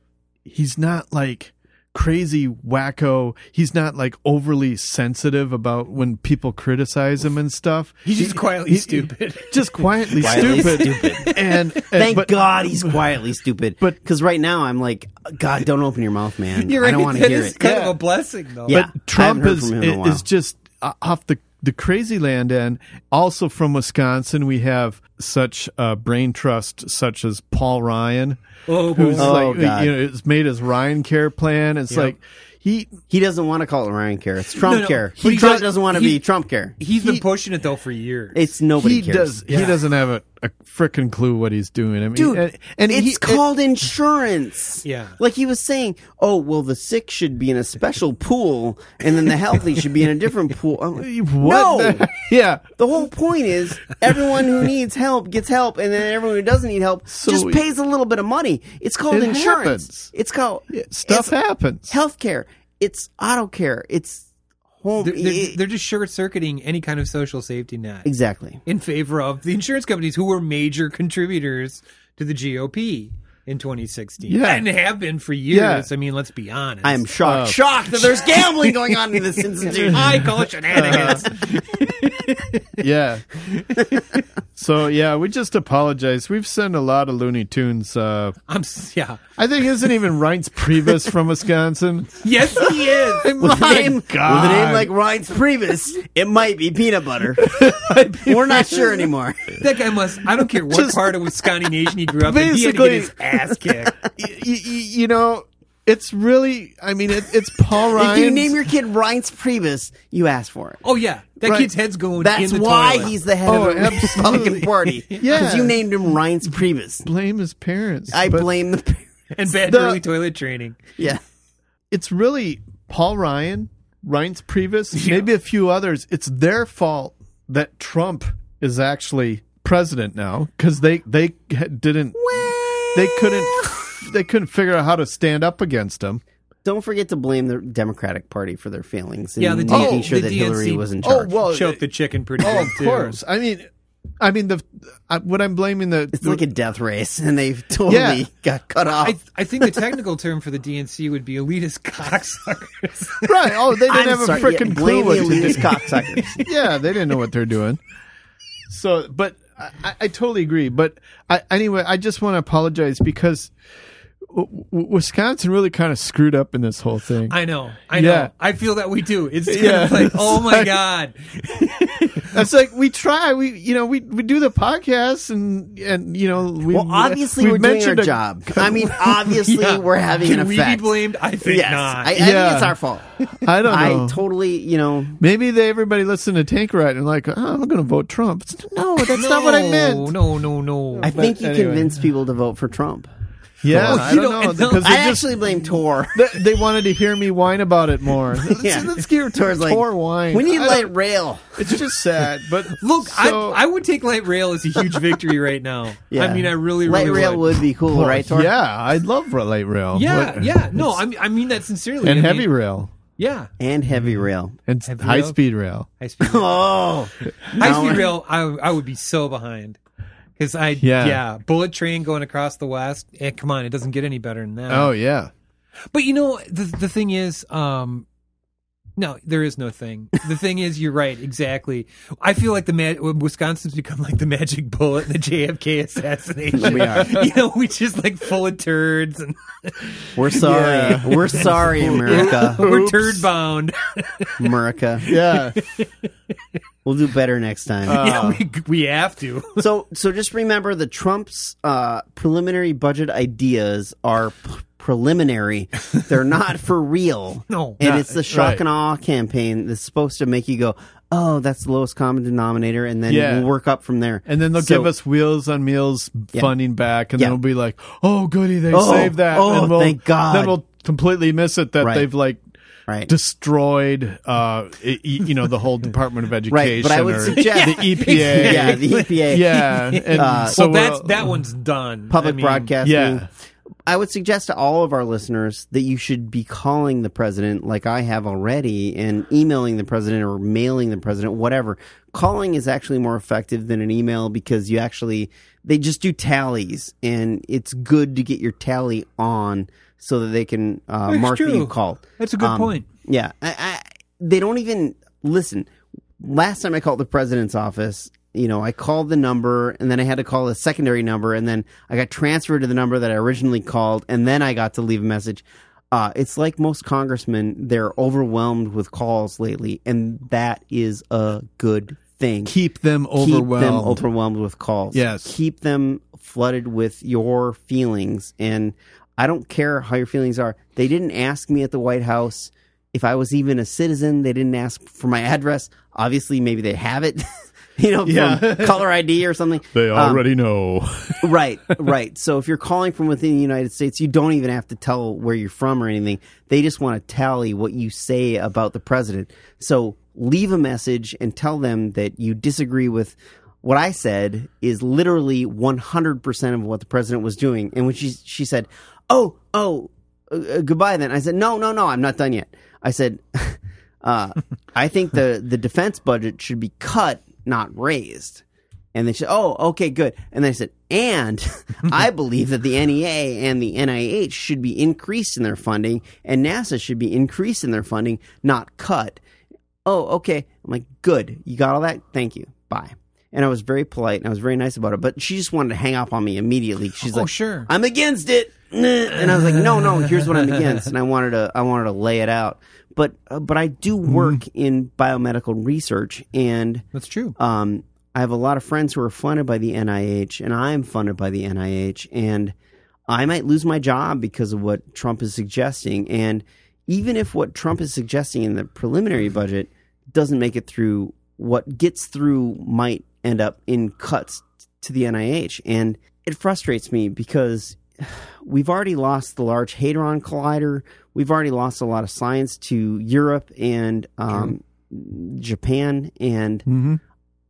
he's not like crazy wacko. He's not like overly sensitive about when people criticize him and stuff. He's just He- quietly he- stupid. Just quietly, Quietly stupid. And, and- thank but- god he's quietly stupid but but- because right now i'm like god don't open your mouth man You're i right. don't want to that hear is it kind Yeah. of a blessing though. Yeah. But I haven't Trump heard is from him in a is while. just uh, off the the crazy land end. Also from Wisconsin, we have such uh, brain trust, such as Paul Ryan, Oh, who's boy. like God. you know, it's made his Ryan Care plan. It's like he he doesn't want to call it ryan care it's trump No, no. care But he he trump does- doesn't want to he- be trump care he's been pushing it though for years. it's nobody he cares does he Yeah. doesn't have a, a freaking clue what he's doing. I mean, Dude, and, and it's he, called insurance. Yeah. Like he was saying, oh, well, the sick should be in a special pool and then the healthy should be in a different pool. I'm like, What No! the- yeah. The whole point is everyone who needs help gets help, and then everyone who doesn't need help So just we- pays a little bit of money. It's called It insurance. happens. It's called Stuff happens. health care. It's auto care. It's home. e, They're, they're, it- they're just short circuiting any kind of social safety net exactly. in favor of the insurance companies who were major contributors to the GOP. in 2016. Yeah. And have been for years. Yeah. I mean, let's be honest. I am shocked. Uh, shocked that there's gambling going on in this institution. I call it Uh, shenanigans. yeah. so yeah, we just apologize. We've sent a lot of Looney Tunes. Uh, I'm s- yeah. I think isn't even Reince Priebus from Wisconsin. Yes, he is. With a, name, with God. a name like Ryan's Priebus, it might be peanut butter. We're not sure anymore. that guy must. I don't care what Just- part of Wisconsin Nation he grew up in. He had to Basically- get his ass kicked. Y- y- y- you know, it's really. I mean, it, it's Paul Ryan. If you name your kid Ryan's Priebus, you ask for it. Oh yeah, that Right. kid's head's going. That's in the why toilet. he's the head Oh, of the absolutely. Republican Party. Because Yeah. you named him Ryan's Priebus. blame his parents. I but blame the parents. and bad the- early toilet training. Yeah. It's really Paul Ryan, Reince Priebus, maybe a few others. It's their fault that Trump is actually president now because they they didn't they couldn't they couldn't figure out how to stand up against him. Don't forget to blame the Democratic Party for their failings in Yeah, the D- making oh, sure the that Hillary DNC was in Oh charge. well, Choke the chicken pretty oh good of too. course. I mean, I mean the I, what I'm blaming the It's like a death race, and they totally Yeah. got cut off. I, I think the technical term for the DNC would be elitist cocksuckers. right. Oh, they didn't I'm have sorry, a freaking yeah, clue blame what the to do. elitist cocksuckers. yeah, they didn't know what they're doing. So, but I, I- I totally agree. But I, anyway, I just want to apologize because w- w- Wisconsin really kind of screwed up in this whole thing. I know, I Yeah. know. I feel that we do. It's kind Yeah. of like, oh It's my like- god, That's like we try, we you know, we we do the podcast and and you know, we well, obviously we've we're doing our mentioned a- job. I mean, obviously Yeah. we're having can an we effect. be blamed? I think yes, not. I, I Yeah. think it's our fault. I don't I know. totally, you know, Maybe they everybody listened to Tank Rat and like, oh, I'm going to vote Trump. It's- no, that's not what I meant. No, no, no. I think you anyway. convinced people to vote for Trump. Yeah, Well, I you don't don't- know and no- because I they just actually blame Tor. they, they wanted to hear me whine about it more. Let's, Yeah. let's give Tor Tor's like, whine. we need I light don't- rail. It's just sad, but Look, so- I, I would take light rail as a huge victory right now. Yeah. I mean, I really, light really rail would. be cool, right, Tor? Yeah, I love light rail. Yeah, What- yeah. No, I mean, I mean that sincerely. Oh, and I heavy mean, rail Yeah. and heavy rail. and Heavy high rail. speed rail. High speed, Oh, high speed rail. I I would be so behind because I Yeah. yeah. bullet train going across the west. Eh, come on, it doesn't get any better than that. Oh yeah, But you know the the thing is, um, no, there is no thing. The thing is, you're right. Exactly. I feel like the ma- Wisconsin's become like the magic bullet in the JFK assassination. We are. You know, we just like full of turds and we're sorry. Yeah. We're sorry, America. we're turd bound. America. yeah. We'll do better next time. Uh, yeah, we, we have to. so so just remember the Trump's uh, preliminary budget ideas are p- preliminary. They're not for real. No. and Yeah, it's the shock right. and awe campaign that's supposed to make you go, "Oh, that's the lowest common denominator," and then Yeah. we'll work up from there. And then they'll So- give us wheels on meals funding back, and Yeah. then we'll be like, "Oh, goody, they Oh, saved that!" oh, and we'll, thank God. Then we'll completely miss it that Right. they've like right. destroyed, uh, i- i- you know, the whole Department of Education Right, but I would or suggest- the EPA. yeah, the EPA, Yeah, and Uh, so well, that's we'll- that one's done. public Mm-hmm. I mean, broadcasting. yeah. I would suggest to all of our listeners that you should be calling the president like I have already and emailing the president or mailing the president, whatever. Calling is actually more effective than an email because you actually, they just do tallies and it's good to get your tally on so that they can uh, That's mark that you true. called. Um, That's a good point. Yeah. I, I, they don't even listen. Last time I called the president's office, you know, I called the number and then I had to call a secondary number and then I got transferred to the number that I originally called and then I got to leave a message. Uh, it's like most congressmen, they're overwhelmed with calls lately, and that is a good thing. keep them Keep overwhelmed. them overwhelmed with calls. Yes. Keep them flooded with your feelings. And I don't care how your feelings are. They didn't ask me at the White House if I was even a citizen. They didn't ask for my address. Obviously, maybe they have it, you know, Yeah. from caller ID or something. They Um, already know. right, right. So if you're calling from within the United States, you don't even have to tell where you're from or anything. They just want to tally what you say about the president. So leave a message and tell them that you disagree with what I said is literally 100% of what the president was doing. And when she she said, "Oh, oh, uh, uh, goodbye then." I said, "No, no, no, I'm not done yet." I said, uh, "I think the the defense budget should be cut, not raised." And they said, "Oh, okay, good." And I said, "And I believe that the NEA and the NIH should be increased in their funding, and NASA should be increased in their funding, not cut." Oh, okay. I'm like, "Good, you got all that. Thank you. Bye." And I was very polite and I was very nice about it, but she just wanted to hang up on me immediately. She's Oh, like, sure. I'm against it." And I was like, "No, no, here's what I'm against." And I wanted to I wanted to lay it out. But uh, but I do work Mm-hmm. in biomedical research and That's true. um, I have a lot of friends who are funded by the NIH, and I'm funded by the NIH, and I might lose my job because of what Trump is suggesting. And even if what Trump is suggesting in the preliminary budget doesn't make it through, what gets through might end up in cuts to the NIH. And it frustrates me because we've already lost the Large Hadron Collider. We've already lost a lot of science to Europe and um, Japan. And Mm-hmm.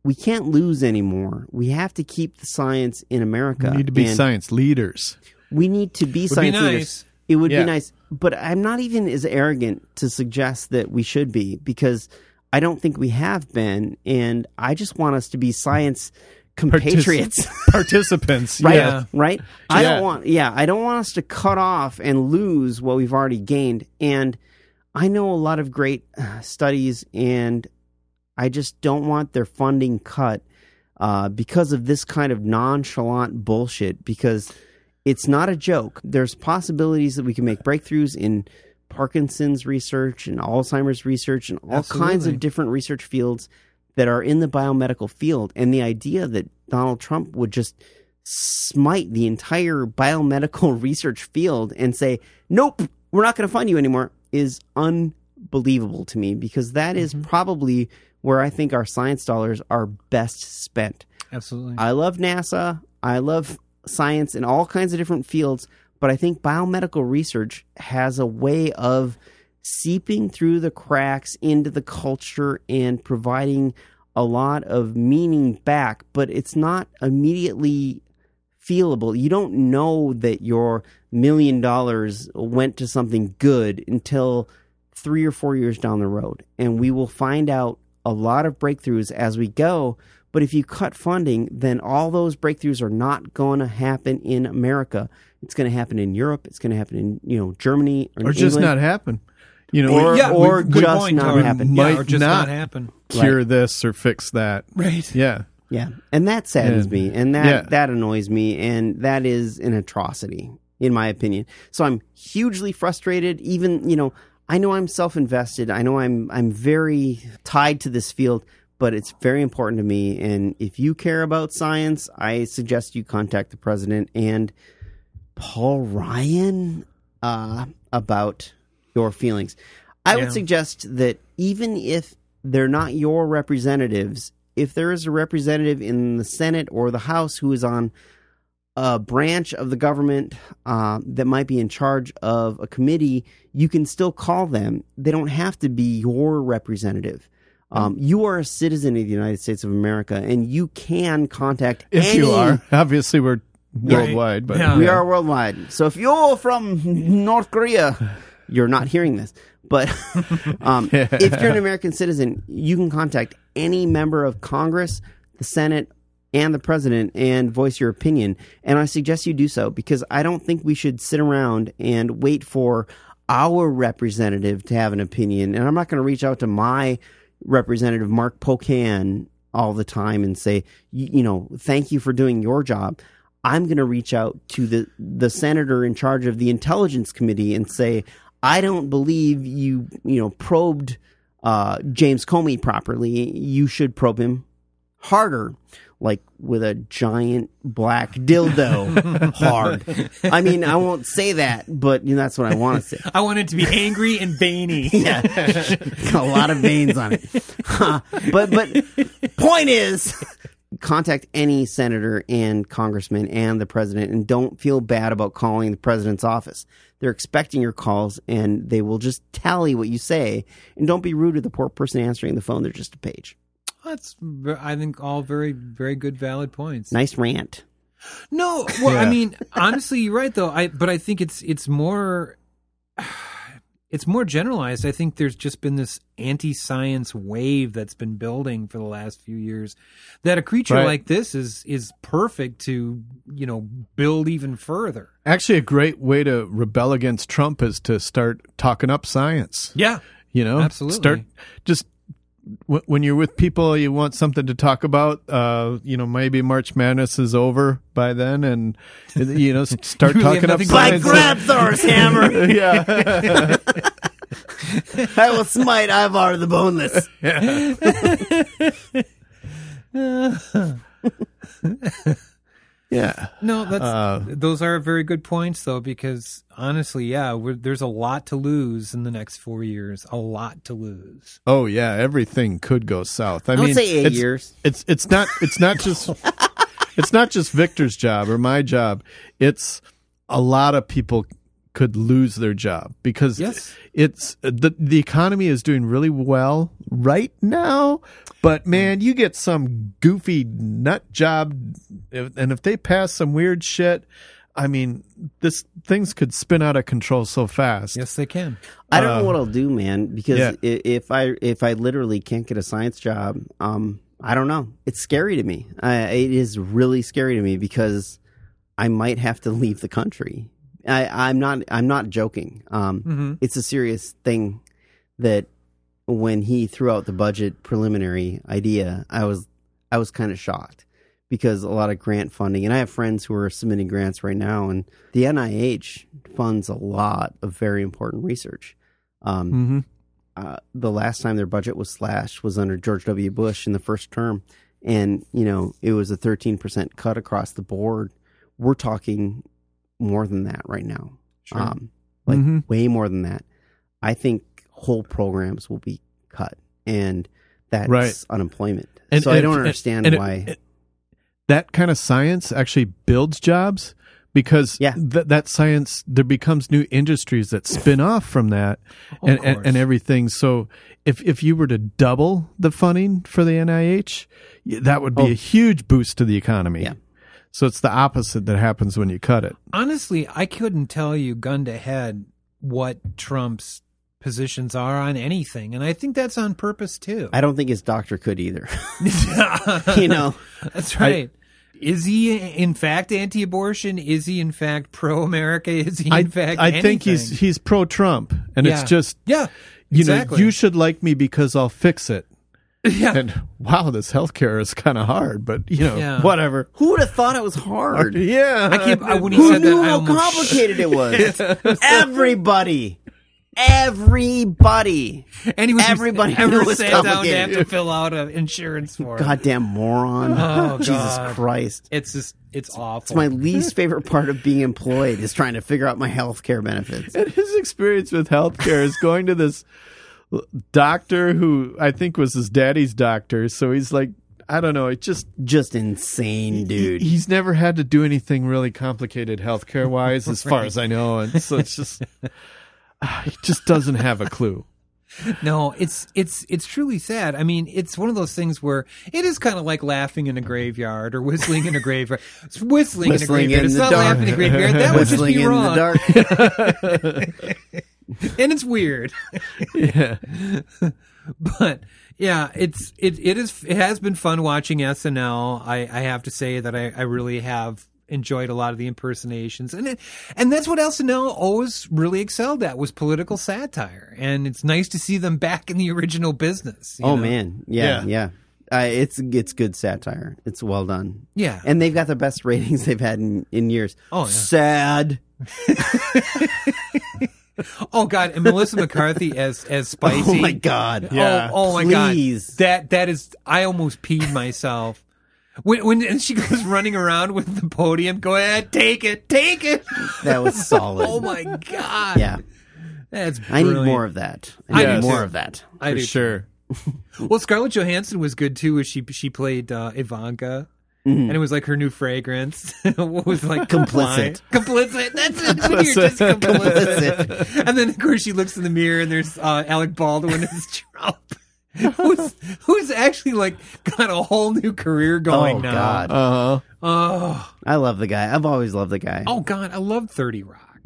we can't lose anymore. We have to keep the science in America. We need to be and science leaders. We need to be science nice. leaders. It would Yeah. be nice, but I'm not even as arrogant to suggest that we should be because I don't think we have been, and I just want us to be science compatriots. participants. Right, Yeah. right. I Yeah. don't want, yeah, I don't want us to cut off and lose what we've already gained. And I know a lot of great uh, studies, and I just don't want their funding cut uh, because of this kind of nonchalant bullshit. Because it's not a joke. There's possibilities that we can make breakthroughs in Parkinson's research and Alzheimer's research and all kinds Absolutely. of different research fields that are in the biomedical field. And the idea that Donald Trump would just smite the entire biomedical research field and say, nope, we're not going to fund you anymore is unbelievable to me because that is probably where I think our science dollars are best spent. Absolutely. I love NASA. I love science in all kinds of different fields, but I think biomedical research has a way of seeping through the cracks into the culture and providing a lot of meaning back, but it's not immediately feelable. You don't know that your million dollars went to something good until three or four years down the road. And we will find out a lot of breakthroughs as we go. But if you cut funding, then all those breakthroughs are not going to happen in America. It's going to happen in Europe. It's going to happen in you know Germany or, in Or just England. not happen. You know, Or- we Yeah. or good just not Howard. happen. Yeah, Might or just not. not happen. cure this or fix that. Right. Yeah. Yeah, and that saddens Yeah. me, and that Yeah. that annoys me, and that is an atrocity, in my opinion. So I'm hugely frustrated. Even you know, I know I'm self invested. I know I'm I'm very tied to this field, but it's very important to me. And if you care about science, I suggest you contact the president and Paul Ryan uh, about your feelings. I would suggest that even if they're not your representatives, if there is a representative in the Senate or the House who is on a branch of the government uh, that might be in charge of a committee, you can still call them. They don't have to be your representative. Um, you are a citizen of the United States of America, and you can contact If you any- are, obviously we're worldwide, but Yeah. we are worldwide. So if you're from North Korea, you're not hearing this. But um, if you're an American citizen, you can contact any member of Congress, the Senate, and the president and voice your opinion. And I suggest you do so because I don't think we should sit around and wait for our representative to have an opinion. And I'm not going to reach out to my representative, Mark Pocan, all the time and say, you, you know, thank you for doing your job. I'm going to reach out to the, the senator in charge of the intelligence committee and say, I don't believe you, you know, probed uh, James Comey properly. You should probe him harder, like with a giant black dildo hard. I mean, I won't say that, but you know, that's what I want to say. I want it to be angry and veiny. Yeah, a lot of veins on it. Huh. but but point is, contact any senator and congressman and the president, and don't feel bad about calling the president's office. They're expecting your calls, and they will just tally what you say. And don't be rude to the poor person answering the phone. They're just a page. That's, ver- I think, all very, very good, valid points. Nice rant. No, well, I Yeah. mean, honestly, you're right though. I but I think it's it's more. it's more generalized. I think there's just been this anti-science wave that's been building for the last few years. That a creature Right. like this is is perfect to you know build even further. Actually, a great way to rebel against Trump is to start talking up science. Yeah, You know, Absolutely. Start just w- when you're with people, you want something to talk about. Uh, you know, maybe March Madness is over by then, and you know, s- start You really talking have up nothing going I science. It's on. grab Thor's hammer. yeah, I will smite Ivar the Boneless. yeah. No, that's Uh, those are very good points though, because honestly, yeah, we're, there's a lot to lose in the next four years. A lot to lose. Oh yeah, everything could go south. I, I would mean, say eight it's, years. It's it's not it's not just it's not just Victor's job or my job. It's a lot of people could lose their job because Yes. it's the the economy is doing really well right now. Mm-hmm. But man, you get some goofy nut job, if- and if they pass some weird shit, I mean, this things could spin out of control so fast. Yes, they can. I don't know what I'll do, man, because yeah. i- if I if I literally can't get a science job, um, I don't know. It's scary to me. I, it is really scary to me because I might have to leave the country. I, I'm not. I'm not joking. Um, It's a serious thing that when he threw out the budget preliminary idea, I was I was kind of shocked because a lot of grant funding, and I have friends who are submitting grants right now, and the NIH funds a lot of very important research. Um, Mm-hmm. uh, the last time their budget was slashed was under George W. Bush in the first term, and you know it was a 13% cut across the board. We're talking more than that right now, um, like Mhm. way more than that. I think whole programs will be cut, and that's Right. unemployment. And- so I and- don't and- understand and it- why. it- that kind of science actually builds jobs because Yeah. th- that science there becomes new industries that spin off from that and, and, course. and everything so if if you were to double the funding for the NIH y- that would be a huge boost to the economy Oh. Yeah. so it's the opposite that happens when you cut it Honestly, I couldn't tell you gun to head what Trump's positions are on anything, and I think that's on purpose too. I don't think his doctor could either. you know, That's right. is he in fact anti-abortion? Is he in fact pro-America? Is he in I, fact? I think he's anything? he's pro Trump and it's Yeah. just yeah. you exactly. know you should like me because I'll fix it yeah. and wow this healthcare is kind of hard but you know Yeah. whatever who would have thought it was hard? yeah I keep I, when he Who said that knew I how almost complicated it was? Everybody. Everybody. Anyone who's Everybody ever knew it's sat down to have complicated. to fill out an insurance form. Goddamn moron. Oh, Jesus God. Christ. It's just it's awful. It's my least favorite part of being employed is trying to figure out my health care benefits. and his experience with healthcare is going to this doctor who I think was his daddy's doctor. So he's like, I don't know. It just Just insane, dude. he- he's never had to do anything really complicated healthcare wise, as far as I know. And so it's just ah, he just doesn't have a clue. no, it's it's it's truly sad. I mean, it's one of those things where it is kind of like laughing in a graveyard or whistling in a graveyard. It's whistling, Whistling in a graveyard. in it's the not dark. laughing in a graveyard. That would just Whistling be in wrong. the dark. and it's weird. but yeah, it's it it is it has been fun watching SNL. I I have to say that I I really have enjoyed a lot of the impersonations and it, and that's what SNL always really excelled at was political satire and it's nice to see them back in the original business. you Oh know? man, yeah, Yeah. yeah. Uh, it's it's good satire. It's well done. Yeah. and they've got the best ratings they've had in, in years. Oh, yeah. sad. Oh god, and Melissa McCarthy as as spicy. Oh my god. Yeah. Oh, oh my Please. god. That that is I almost peed myself. When when and she goes running around with the podium, go ahead, take it, take it. That was solid. Oh my god. Yeah, That's I brilliant. need more of that. I need I do more too. of that. I for do. sure. Well, Scarlett Johansson was good too. As she she played uh, Ivanka, and it was like her new fragrance. what was like Mm-hmm. Complicit. comply- complicit. That's it. When You're just complicit. and then of course she looks in the mirror, and there's uh, Alec Baldwin as Trump. who's who's actually like got a whole new career going Oh now. god. Uh huh. Oh, I love the guy. I've always loved the guy. oh god, I love Thirty Rock.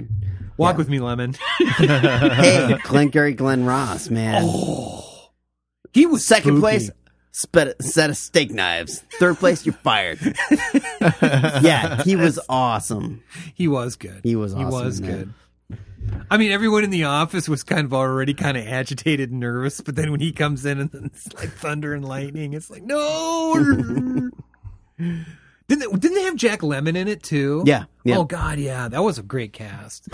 Walk with me, Lemon. hey, Glengarry Glen Ross, man. Oh. He was Second spooky. place, sped, set of steak knives. Third place, you're fired. yeah, he was awesome. He was good. He was He awesome was in that. good. I mean, everyone in the office was kind of already kind of agitated and nervous, but then when he comes in and then it's like thunder and lightning, it's like no. didn't they, didn't they have Jack Lemon in it too? Yeah, yeah. Oh God, yeah, that was a great cast.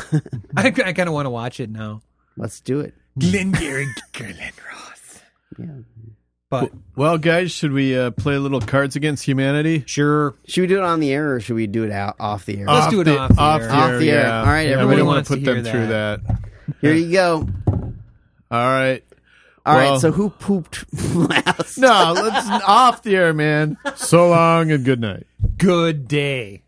I, I kind of want to watch it now. Let's do it. Glenn Gary, Glenn Ross. Hmm. Yeah. But Well, guys, should we uh, play a little Cards Against Humanity? sure, Should we do it on the air or should we do it out off the air? Let's do it off the off air. the Off air. the air. yeah. All right, Yeah, we everybody don't wanna wants to put them hear through that. Here you go. All right. All right. Well- So who pooped last? No, let's off the air, man. So long and good night. good day.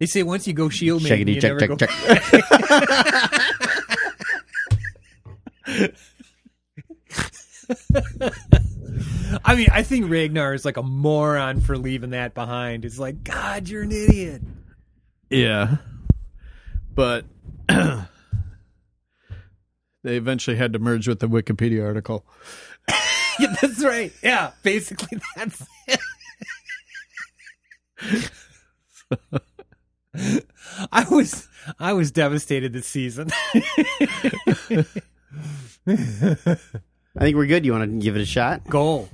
They say once you go shield man, you Checkity check never go check check. I mean, I think Ragnar is like a moron for leaving that behind. It's like, God, you're an idiot. Yeah. But they eventually had to merge with the Wikipedia article. Yeah, that's right. Yeah, basically, that's it. I was I was devastated this season. I think we're good. You want to give it a shot? Goal.